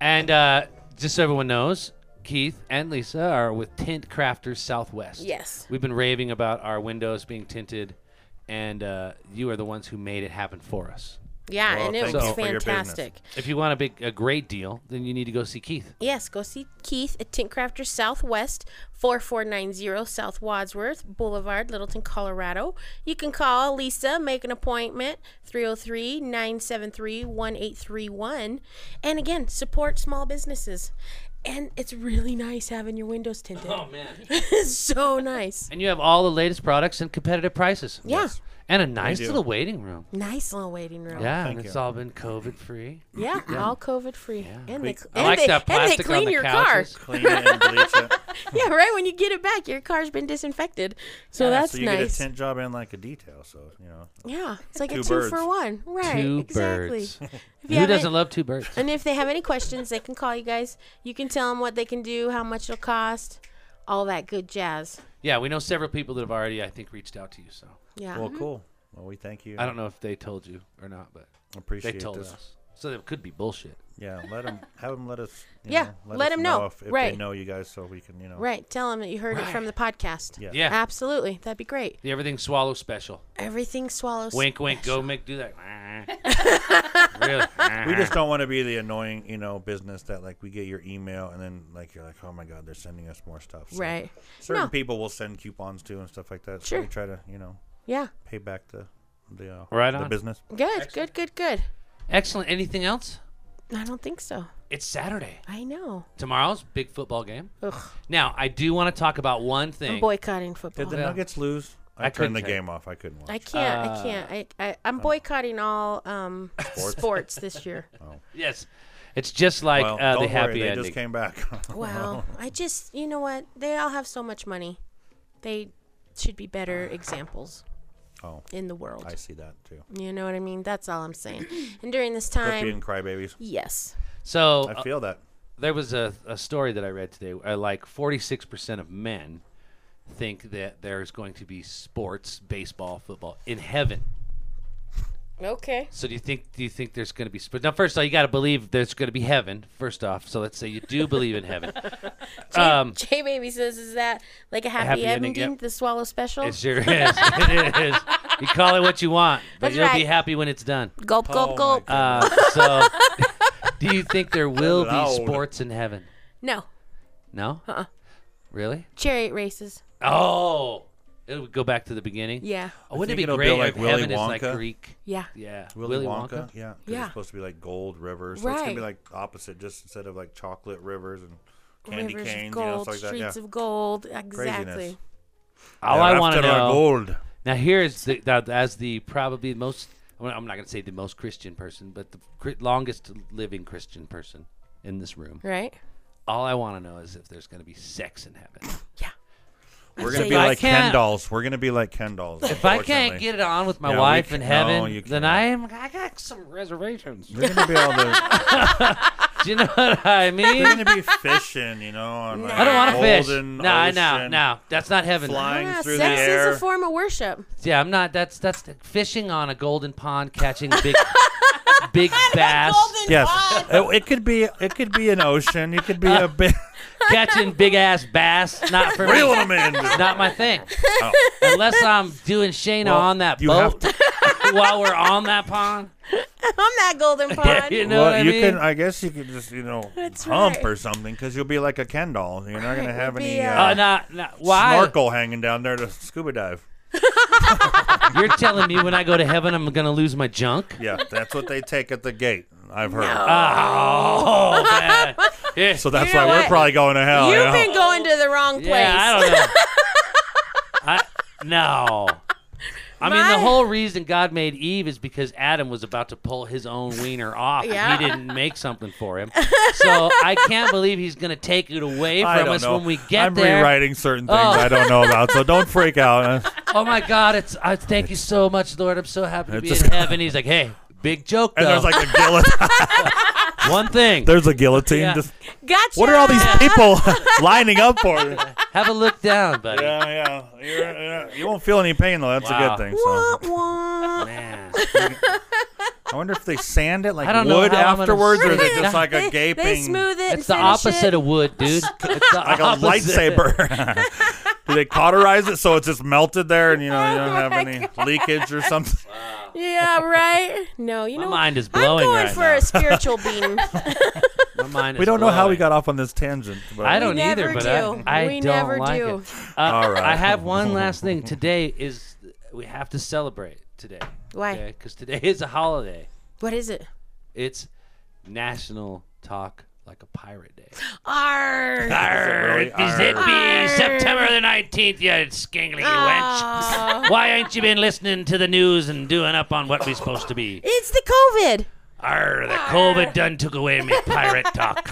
Speaker 3: And uh, just so everyone knows, Keith and Lisa are with Tint Crafters Southwest.
Speaker 4: Yes.
Speaker 3: We've been raving about our windows being tinted, and uh, you are the ones who made it happen for us.
Speaker 4: Yeah,
Speaker 5: Well,
Speaker 4: and it
Speaker 5: thank
Speaker 4: was
Speaker 5: you for your business.
Speaker 4: fantastic.
Speaker 3: If you want a big, a great deal, then you need to go see Keith.
Speaker 4: Yes, go see Keith at Tintcrafters Southwest, 4490 South Wadsworth Boulevard, Littleton, Colorado. You can call Lisa, make an appointment, 303 973 1831. And again, support small businesses. And it's really nice having your windows tinted. Oh, man. it's so nice.
Speaker 3: And you have all the latest products and competitive prices.
Speaker 4: Yeah. Yes.
Speaker 3: And a nice
Speaker 5: do.
Speaker 3: little waiting room.
Speaker 4: Nice little waiting room.
Speaker 3: Yeah,
Speaker 5: thank
Speaker 3: and it's
Speaker 5: you.
Speaker 3: all been COVID free.
Speaker 4: Yeah, all COVID free. And, they,
Speaker 5: We-
Speaker 4: and,
Speaker 3: I like
Speaker 4: they,
Speaker 3: that
Speaker 4: and they
Speaker 3: plastic
Speaker 4: clean
Speaker 3: on the
Speaker 4: your
Speaker 3: couches.
Speaker 4: car.
Speaker 5: Clean it and bleach it.
Speaker 4: yeah, right when you get it back, your car's been disinfected. So
Speaker 5: Yeah,
Speaker 4: that's
Speaker 5: so you get a
Speaker 4: nice.
Speaker 5: tent job and like a detail. So you know,
Speaker 4: Yeah, it's like a
Speaker 5: Two
Speaker 4: two
Speaker 5: birds.
Speaker 4: for one. Right.
Speaker 3: Two
Speaker 4: exactly.
Speaker 3: birds.
Speaker 4: If you
Speaker 3: Who
Speaker 4: have
Speaker 3: doesn't
Speaker 4: any-
Speaker 3: love two birds?
Speaker 4: and if they have any questions, they can call you guys. You can tell them what they can do, how much it'll cost, all that good jazz.
Speaker 3: Yeah, we know several people that have already, I think, reached out to you. So
Speaker 4: Yeah.
Speaker 5: well, cool. Well, we thank you.
Speaker 3: I don't know if they told you or not, but
Speaker 5: Appreciate
Speaker 3: they told
Speaker 5: this.
Speaker 3: us. So it could be bullshit.
Speaker 5: Yeah, let them have them let us. you
Speaker 4: Yeah,
Speaker 5: know,
Speaker 4: let
Speaker 5: us
Speaker 4: 'em know.
Speaker 5: if, if
Speaker 4: Right.
Speaker 5: they know you guys, so we can you know.
Speaker 4: right. Tell them that you heard it from the podcast.
Speaker 5: Yeah.
Speaker 3: Yeah.
Speaker 4: Absolutely. That'd be great.
Speaker 3: The everything swallow special.
Speaker 4: Everything swallows.
Speaker 3: Wink, wink. Go make do that. really?
Speaker 5: We just don't want to be the annoying you know business that like we get your email and then like you're like oh my god they're sending us more stuff. So
Speaker 4: Right.
Speaker 5: Certain
Speaker 4: No.
Speaker 5: people will send coupons too and stuff like that. So we
Speaker 4: Sure.
Speaker 5: try to you know
Speaker 4: Yeah.
Speaker 5: pay back the the uh,
Speaker 3: Right
Speaker 5: the
Speaker 3: on.
Speaker 5: business.
Speaker 4: Good, good, good, good.
Speaker 3: Excellent. Anything else?
Speaker 4: I don't think so.
Speaker 3: It's Saturday.
Speaker 4: I know.
Speaker 3: Tomorrow's big football game.
Speaker 4: Ugh.
Speaker 3: Now, I do want to talk about one
Speaker 4: I'm
Speaker 3: thing.
Speaker 4: boycotting
Speaker 5: Did
Speaker 4: football.
Speaker 5: the Uh,
Speaker 3: Yeah.
Speaker 5: Nuggets lose? I,
Speaker 3: I couldn't
Speaker 5: turned the
Speaker 3: tell you.
Speaker 5: game off. I couldn't watch.
Speaker 4: I can't. I can't. I, I, I'm boycotting all um, sports. this year.
Speaker 3: Yes. It's just like
Speaker 5: well,
Speaker 3: uh,
Speaker 5: don't
Speaker 3: the happy
Speaker 5: worry, they
Speaker 3: ending.
Speaker 5: just came back.
Speaker 4: Wow. I just, you know what? They all have so much money. They should be better examples
Speaker 5: oh,
Speaker 4: in the world.
Speaker 5: I see that too.
Speaker 4: You know what I mean? That's all I'm saying. And during this
Speaker 5: Quit
Speaker 4: time,
Speaker 5: being crybabies.
Speaker 4: yes.
Speaker 3: so
Speaker 5: I
Speaker 3: uh,
Speaker 5: feel that.
Speaker 3: there was a, a story that I read today. Uh, like 46% of men think that there's going to be sports, baseball, football in heaven.
Speaker 4: Okay.
Speaker 3: So do you think do you think there's going to be sports? Now, first of all, you got to believe there's going to be heaven. First off, so let's say you do believe in heaven. um,
Speaker 4: J Baby says, is that like a happy,
Speaker 3: happy ending,
Speaker 4: ending,
Speaker 3: yep.
Speaker 4: the swallow special?
Speaker 3: It sure is. it is. You call it what you want, but
Speaker 4: That's
Speaker 3: you'll be
Speaker 4: right.
Speaker 3: happy when it's done.
Speaker 4: gulp,
Speaker 5: Oh
Speaker 4: gulp, gulp.
Speaker 3: Uh, so, do you think there will be
Speaker 5: Loud.
Speaker 3: sports in heaven?
Speaker 4: no.
Speaker 3: No. Uh-uh. Really?
Speaker 4: Chariot races.
Speaker 3: Oh, it would go back to the beginning.
Speaker 4: Yeah.
Speaker 3: Oh, wouldn't
Speaker 5: think
Speaker 3: it be
Speaker 5: it'll be
Speaker 3: great
Speaker 5: like
Speaker 3: if
Speaker 5: Willy
Speaker 3: heaven is
Speaker 5: Wonka.
Speaker 3: like Greek?
Speaker 4: Yeah.
Speaker 3: Yeah.
Speaker 5: Willy, Wonka? Yeah. 'cause
Speaker 4: Yeah.
Speaker 5: It's supposed to be like gold rivers. So it's going
Speaker 4: Right.
Speaker 5: to be like opposite, just instead of like chocolate rivers and candy
Speaker 4: Rivers
Speaker 5: canes,
Speaker 4: of gold,
Speaker 5: you know, stuff like
Speaker 4: streets
Speaker 5: that. Yeah.
Speaker 4: of gold. Exactly.
Speaker 3: All I want to
Speaker 5: After our
Speaker 3: know.
Speaker 5: gold.
Speaker 3: Now here's the that, as the probably most well, I'm not going to say the most Christian person, but the cri- longest living Christian person in this room.
Speaker 4: Right?
Speaker 3: All I want to know is if there's going to be sex in heaven.
Speaker 4: Yeah.
Speaker 5: We're going
Speaker 4: say
Speaker 5: to be
Speaker 4: yes.
Speaker 5: like
Speaker 3: I can't-
Speaker 5: Ken dolls. We're going to be like Ken dolls.
Speaker 3: If I can't get it on with my
Speaker 5: Yeah, we
Speaker 3: wife
Speaker 5: can-
Speaker 3: in
Speaker 5: no,
Speaker 3: heaven,
Speaker 5: you
Speaker 3: then
Speaker 5: can't.
Speaker 3: I am I got some reservations. Do
Speaker 5: We're going to be all the.
Speaker 3: you know what I
Speaker 5: We're
Speaker 3: mean?
Speaker 5: going to be fishing, you know. On like
Speaker 3: I don't want to fish.
Speaker 5: golden
Speaker 3: No, no,
Speaker 5: ocean,
Speaker 3: no. That's not heaven.
Speaker 5: Flying
Speaker 4: Yeah,
Speaker 5: through
Speaker 4: Ah, sex
Speaker 5: the air.
Speaker 4: is a form of worship.
Speaker 3: Yeah, I'm not. That's that's fishing on a golden pond, catching big big bass,
Speaker 5: Yes, it, it could be it could be an ocean. It could be
Speaker 3: Uh,
Speaker 5: a big
Speaker 3: catching big ass bass. Not for
Speaker 5: reel
Speaker 3: me.
Speaker 5: 'em in.
Speaker 3: Not my thing. Unless I'm doing Shayna
Speaker 5: Well,
Speaker 3: on that
Speaker 5: you have
Speaker 3: boat while we're on that pond.
Speaker 4: that golden pond.
Speaker 3: You know
Speaker 5: well,
Speaker 3: what I
Speaker 5: you
Speaker 3: mean?
Speaker 5: can. uh, I guess you could just, you know,
Speaker 4: That's
Speaker 5: hump
Speaker 4: right.
Speaker 5: or something, because you'll be like a Ken doll. You're not gonna
Speaker 4: Right,
Speaker 5: have
Speaker 4: would
Speaker 5: any
Speaker 4: be,
Speaker 5: uh,
Speaker 4: uh,
Speaker 3: Uh, nah, nah, why?
Speaker 5: snorkel hanging down there to scuba dive.
Speaker 3: You're telling me when I go to heaven, I'm gonna lose my junk?
Speaker 5: Yeah, that's what they take at the gate. I've heard.
Speaker 3: Oh man. Yeah,
Speaker 5: So that's
Speaker 4: You know
Speaker 5: why
Speaker 4: what?
Speaker 5: we're probably going to hell. you
Speaker 4: You've
Speaker 5: know?
Speaker 4: been going to the wrong place.
Speaker 3: yeah I don't know. I no. I mean,
Speaker 4: My-
Speaker 3: the whole reason God made Eve is because Adam was about to pull his own wiener off. and
Speaker 4: Yeah.
Speaker 3: He didn't make something for him. So I can't believe he's going to take it away
Speaker 5: I
Speaker 3: from
Speaker 5: don't
Speaker 3: us
Speaker 5: know.
Speaker 3: when we get
Speaker 5: I'm
Speaker 3: there.
Speaker 5: rewriting certain things
Speaker 3: Oh.
Speaker 5: I don't know about, so don't freak out. Uh,
Speaker 3: Oh my God! It's I thank you so much, Lord. I'm so happy to
Speaker 5: It's
Speaker 3: be
Speaker 5: just-
Speaker 3: in heaven. He's like, hey, big joke
Speaker 5: And
Speaker 3: though.
Speaker 5: there's like a guillotine.
Speaker 3: One thing.
Speaker 5: there's a guillotine.
Speaker 3: Yeah.
Speaker 5: Just,
Speaker 4: Gotcha.
Speaker 5: what are all these people lining up for?
Speaker 3: Have a look down, buddy.
Speaker 5: yeah. You're, uh, you won't feel any pain though. That's
Speaker 3: Wow.
Speaker 5: a good thing.
Speaker 4: Wah,
Speaker 5: So
Speaker 4: wah.
Speaker 3: Man.
Speaker 5: I wonder if they sand it like
Speaker 3: I don't know
Speaker 5: wood
Speaker 3: how I'm gonna
Speaker 5: afterwards, or is
Speaker 3: sand
Speaker 5: it
Speaker 3: it.
Speaker 5: just like
Speaker 4: They,
Speaker 5: a
Speaker 4: they
Speaker 5: gaping,
Speaker 4: smooth it.
Speaker 3: It's the opposite of wood, dude. It's the
Speaker 5: like a
Speaker 3: opposite.
Speaker 5: lightsaber. Do they cauterize it so it's just melted there, and you know you don't have
Speaker 4: Oh my
Speaker 5: any leakage or something?
Speaker 4: Yeah, right. No, you
Speaker 3: My
Speaker 4: know.
Speaker 3: mind is
Speaker 4: I'm
Speaker 3: blowing
Speaker 4: going
Speaker 3: right
Speaker 4: for
Speaker 3: now.
Speaker 4: a spiritual beam.
Speaker 3: My mind
Speaker 5: We
Speaker 3: is
Speaker 5: don't know how we
Speaker 3: blowing.
Speaker 5: got off on this tangent. But
Speaker 3: I don't
Speaker 4: We
Speaker 3: either,
Speaker 4: never
Speaker 3: but
Speaker 4: do.
Speaker 3: I, I
Speaker 4: We
Speaker 3: don't
Speaker 4: never
Speaker 3: like
Speaker 4: do.
Speaker 3: it. Uh,
Speaker 5: All right.
Speaker 3: I have one last thing. Today is we have to celebrate today.
Speaker 4: Why?
Speaker 3: Because today is a holiday.
Speaker 4: What is it?
Speaker 3: It's National Talk Like a Pirate Day.
Speaker 4: Arr.
Speaker 5: Really? All right.
Speaker 4: Arr. September
Speaker 3: the nineteenth, you skingly
Speaker 4: Aw.
Speaker 3: Why ain't you been listening to the news and doing up on what we supposed to be?
Speaker 4: It's the COVID.
Speaker 3: Arr, the COVID done took away me pirate talk.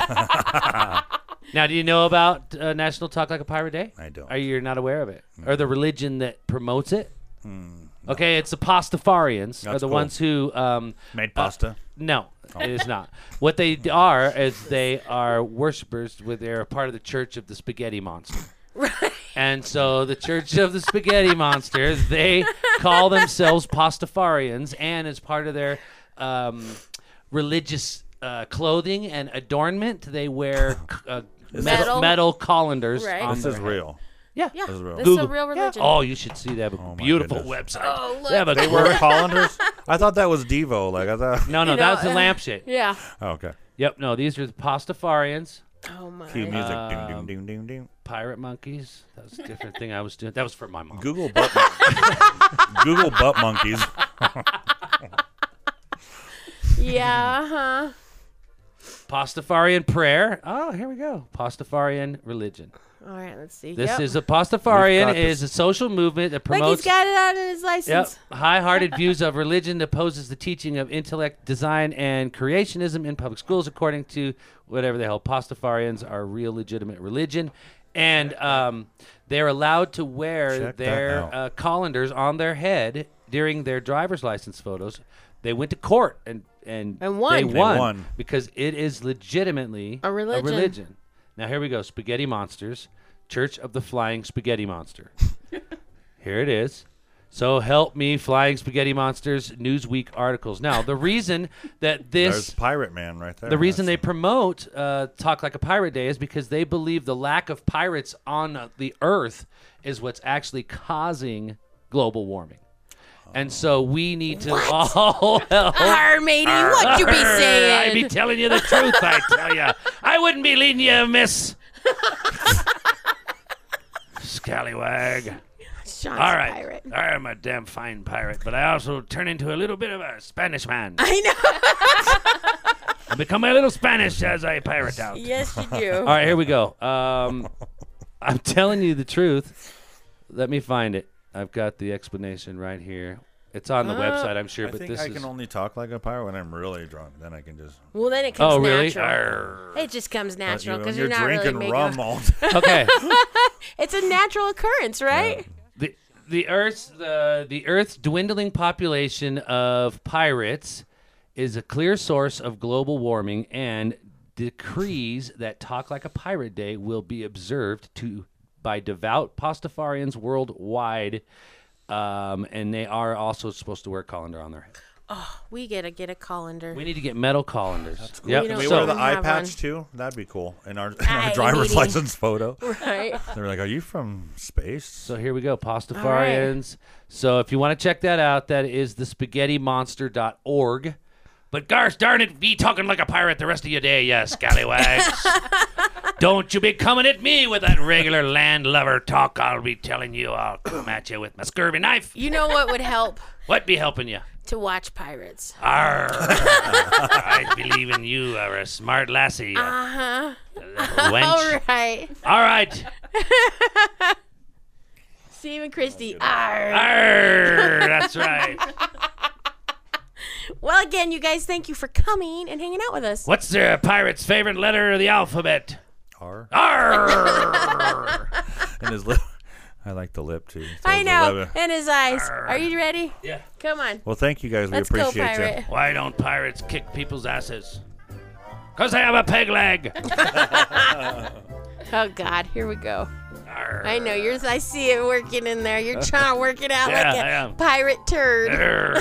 Speaker 3: now, do you know about uh, National Talk Like a Pirate Day?
Speaker 5: I don't.
Speaker 3: Are you not aware of it? Or the religion that promotes it? Okay, it's the Pastafarians are
Speaker 5: Hmm. That's
Speaker 3: the
Speaker 5: cool.
Speaker 3: ones who um,
Speaker 5: Made pasta.
Speaker 3: no, it is not. What they d- are is they are worshippers. With they're a part of the Church of the Spaghetti Monster.
Speaker 4: Right.
Speaker 3: And so the Church of the Spaghetti Monster, they call themselves Pastafarians, and as part of their um, religious uh, clothing and adornment, they wear uh, metal,
Speaker 4: Metal.
Speaker 3: metal colanders.
Speaker 4: Right.
Speaker 3: Uh, On
Speaker 5: This
Speaker 3: their
Speaker 5: is
Speaker 3: head.
Speaker 5: real.
Speaker 3: Yeah.
Speaker 4: Yeah.
Speaker 5: This is real.
Speaker 4: This is
Speaker 3: Google.
Speaker 4: a real
Speaker 3: Yeah.
Speaker 4: religion.
Speaker 3: Oh, you should see that
Speaker 5: my
Speaker 3: beautiful
Speaker 5: goodness.
Speaker 3: website.
Speaker 6: Oh, look.
Speaker 3: They have a
Speaker 5: They were colanders. I thought that was Devo. Like I thought.
Speaker 3: no, no,
Speaker 4: You know,
Speaker 3: that's the
Speaker 4: uh,
Speaker 3: lampshade.
Speaker 4: Yeah.
Speaker 5: Oh, okay.
Speaker 3: Yep, no, these are the Pastafarians.
Speaker 4: Oh my.
Speaker 5: Cue music.
Speaker 3: Um,
Speaker 5: doom, doom, doom, doom, doom.
Speaker 3: Pirate monkeys. That was a different thing I was doing. That was for my mom.
Speaker 5: Google butt. Google butt monkeys.
Speaker 4: Yeah. Uh-huh.
Speaker 3: Pastafarian prayer. Oh, here we go. Pastafarian religion.
Speaker 4: All right. Let's see.
Speaker 3: This
Speaker 4: Yep.
Speaker 3: is a
Speaker 5: We've
Speaker 3: Pastafarian
Speaker 5: got
Speaker 3: is a social movement that
Speaker 4: Like he's
Speaker 3: promotes
Speaker 4: got it on his
Speaker 3: yep,
Speaker 4: license.
Speaker 3: high-hearted views of religion that opposes the teaching of intellect, design, and creationism in public schools. According to whatever the hell, Pastafarians are real legitimate religion, and um, they're allowed to wear
Speaker 5: Check that
Speaker 3: their
Speaker 5: out.
Speaker 3: uh, colanders on their head during their driver's license photos. They went to court and and,
Speaker 4: And won.
Speaker 3: They
Speaker 4: They
Speaker 3: won,
Speaker 5: won.
Speaker 3: because it is legitimately
Speaker 4: A religion.
Speaker 3: religion. Now here we go. Spaghetti monsters, Church of the Flying Spaghetti Monster. Here it is. So help me, Flying Spaghetti Monsters Newsweek articles. Now, the reason that
Speaker 5: There's
Speaker 3: this,
Speaker 5: Pirate Man right there.
Speaker 3: the reason they
Speaker 5: That's-
Speaker 3: promote uh, Talk Like a Pirate Day is because they believe the lack of pirates on uh, the earth is what's actually causing global warming. And so we need to all help.
Speaker 4: Arr, matey, what you be
Speaker 3: Arr,
Speaker 4: saying?
Speaker 3: I be telling you the truth, I tell you. I wouldn't be leading you amiss. Scallywag.
Speaker 4: Sean's
Speaker 3: All
Speaker 4: a
Speaker 3: right.
Speaker 4: pirate.
Speaker 3: I am a damn fine pirate, but I also turn into a little bit of a Spanish man.
Speaker 4: I know.
Speaker 3: I become a little Spanish as I pirate out.
Speaker 4: Yes, you
Speaker 3: All
Speaker 4: do.
Speaker 3: right, here we go. Um, I'm telling you the truth. Let me find it. I've got the explanation right here. It's on the website, I'm sure,
Speaker 5: Uh, I
Speaker 3: but
Speaker 5: think
Speaker 3: this
Speaker 5: I
Speaker 3: is.
Speaker 5: can only talk like a pirate when I'm really drunk. Then I can just.
Speaker 4: Well, then it comes
Speaker 3: oh, really?
Speaker 4: natural.
Speaker 3: Arr.
Speaker 4: It just comes natural
Speaker 5: you
Speaker 4: because
Speaker 5: are
Speaker 4: you're not really
Speaker 5: drinking
Speaker 4: making.
Speaker 5: rum all day.
Speaker 3: Okay.
Speaker 4: It's a natural occurrence, right?
Speaker 3: the the Earth's the the Earth's dwindling population of pirates is a clear source of global warming and decrees that talk like a pirate day will be observed to by devout Pastafarians worldwide. Um, and they are also supposed to wear colander on their head.
Speaker 4: We gotta get a colander.
Speaker 3: We need to get metal colanders. That's cool.
Speaker 4: We
Speaker 3: Yep.
Speaker 4: don't-
Speaker 5: Can we
Speaker 4: So-
Speaker 5: wear the eye
Speaker 4: Have
Speaker 5: patch
Speaker 4: one.
Speaker 5: too? That'd be cool in our, in our
Speaker 4: Aye,
Speaker 5: driver's
Speaker 4: matey.
Speaker 5: license photo.
Speaker 4: Right.
Speaker 5: They're like, "Are you from space?"
Speaker 3: So here we go, Pastafarians. So if you want to check that out, that is thespaghettimonster.org. But garsh darn it, be talking like a pirate the rest of your day, yes, scallywags. Don't you be coming at me with that regular landlubber talk. I'll be telling you, I'll come at you with my scurvy knife.
Speaker 4: You know what would help?
Speaker 3: What be helping you?
Speaker 4: To watch pirates.
Speaker 3: Arr, I believe in you. Are a smart lassie, you
Speaker 4: Uh huh.
Speaker 3: wench.
Speaker 4: All right.
Speaker 3: All right.
Speaker 4: Stephen
Speaker 3: Oh,
Speaker 4: Christie. Arr.
Speaker 3: Arr, that's right.
Speaker 4: Well, again, you guys, thank you for coming and hanging out with us.
Speaker 3: What's the pirate's favorite letter of the alphabet?
Speaker 5: R
Speaker 3: Arr.
Speaker 5: and his lip. I like the lip too. So
Speaker 4: I
Speaker 5: it's
Speaker 4: know.
Speaker 5: 11.
Speaker 4: And his eyes. Are you ready?
Speaker 3: Yeah.
Speaker 4: Come on.
Speaker 5: Well, thank you guys. We
Speaker 4: Let's go,
Speaker 5: appreciate you.
Speaker 4: pirate.
Speaker 3: Why don't pirates kick people's asses? Because they have a peg leg.
Speaker 4: Oh God, here we go.
Speaker 3: Arr.
Speaker 4: I know yours. I see it working in there. You're trying to work it out
Speaker 3: Yeah,
Speaker 4: like
Speaker 3: I
Speaker 4: a
Speaker 3: am.
Speaker 4: pirate turd.
Speaker 3: Arr.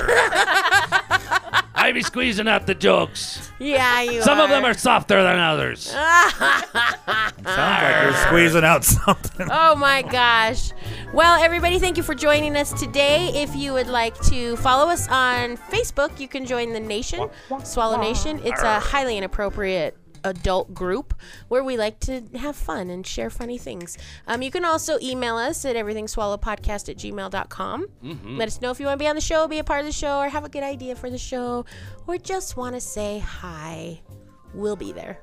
Speaker 3: I be squeezing out the jokes.
Speaker 4: Yeah, you.
Speaker 3: Some of them are softer than others.
Speaker 5: Sounds like you're squeezing out something.
Speaker 4: Oh my gosh. Well, everybody, thank you for joining us today. If you would like to follow us on Facebook, you can join the Nation, Swallow Nation. It's a highly inappropriate adult group where we like to have fun and share funny things. Um, you can also email us at everythingswallowpodcast at gmail.com. Let us know if you want to be on the show, be a part of the show, or have a good idea for the show, or just want to say hi. We'll be there.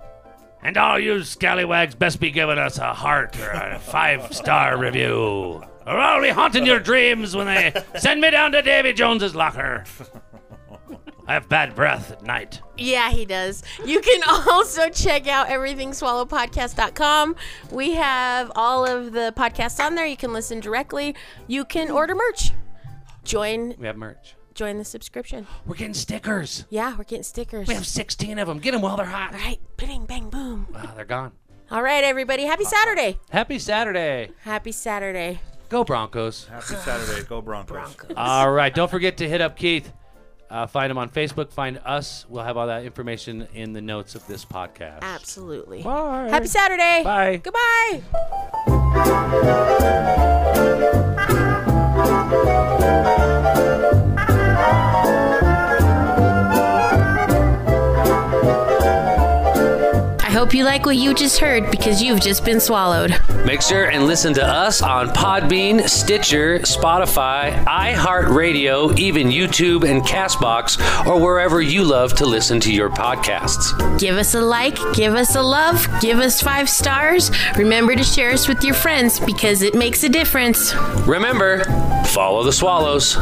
Speaker 3: And all you scallywags best be giving us a heart or a five star review. Or I'll be haunting your dreams when they send me down to Davy Jones's locker. I have bad breath at night.
Speaker 4: Yeah, he does. You can also check out everythingswallowpodcast.com. We have all of the podcasts on there. You can listen directly. You can order merch. Join
Speaker 3: We have merch.
Speaker 4: join the subscription.
Speaker 3: We're getting stickers.
Speaker 4: Yeah, we're getting stickers.
Speaker 3: We have 16 of them. Get them while they're hot.
Speaker 4: all right, bing bang boom.
Speaker 3: Ah, they're gone.
Speaker 4: All right, everybody. Happy Saturday.
Speaker 3: Happy Saturday.
Speaker 4: Happy Saturday.
Speaker 3: Go Broncos.
Speaker 5: Happy Saturday. Go Broncos.
Speaker 3: All right. Don't forget to hit up Keith. Uh, find him on Facebook. Find us. We'll have all that information in the notes of this podcast.
Speaker 4: Absolutely.
Speaker 3: Bye.
Speaker 4: Happy Saturday.
Speaker 3: Bye.
Speaker 4: Goodbye. I hope you like what you just heard because you've just been swallowed.
Speaker 2: Make sure and listen to us on Podbean, Stitcher, Spotify, iHeartRadio, even YouTube and Castbox, or wherever you love to listen to your podcasts.
Speaker 4: Give us a like, give us a love, give us five stars. Remember to share us with your friends because it makes a difference.
Speaker 2: Remember, follow the swallows.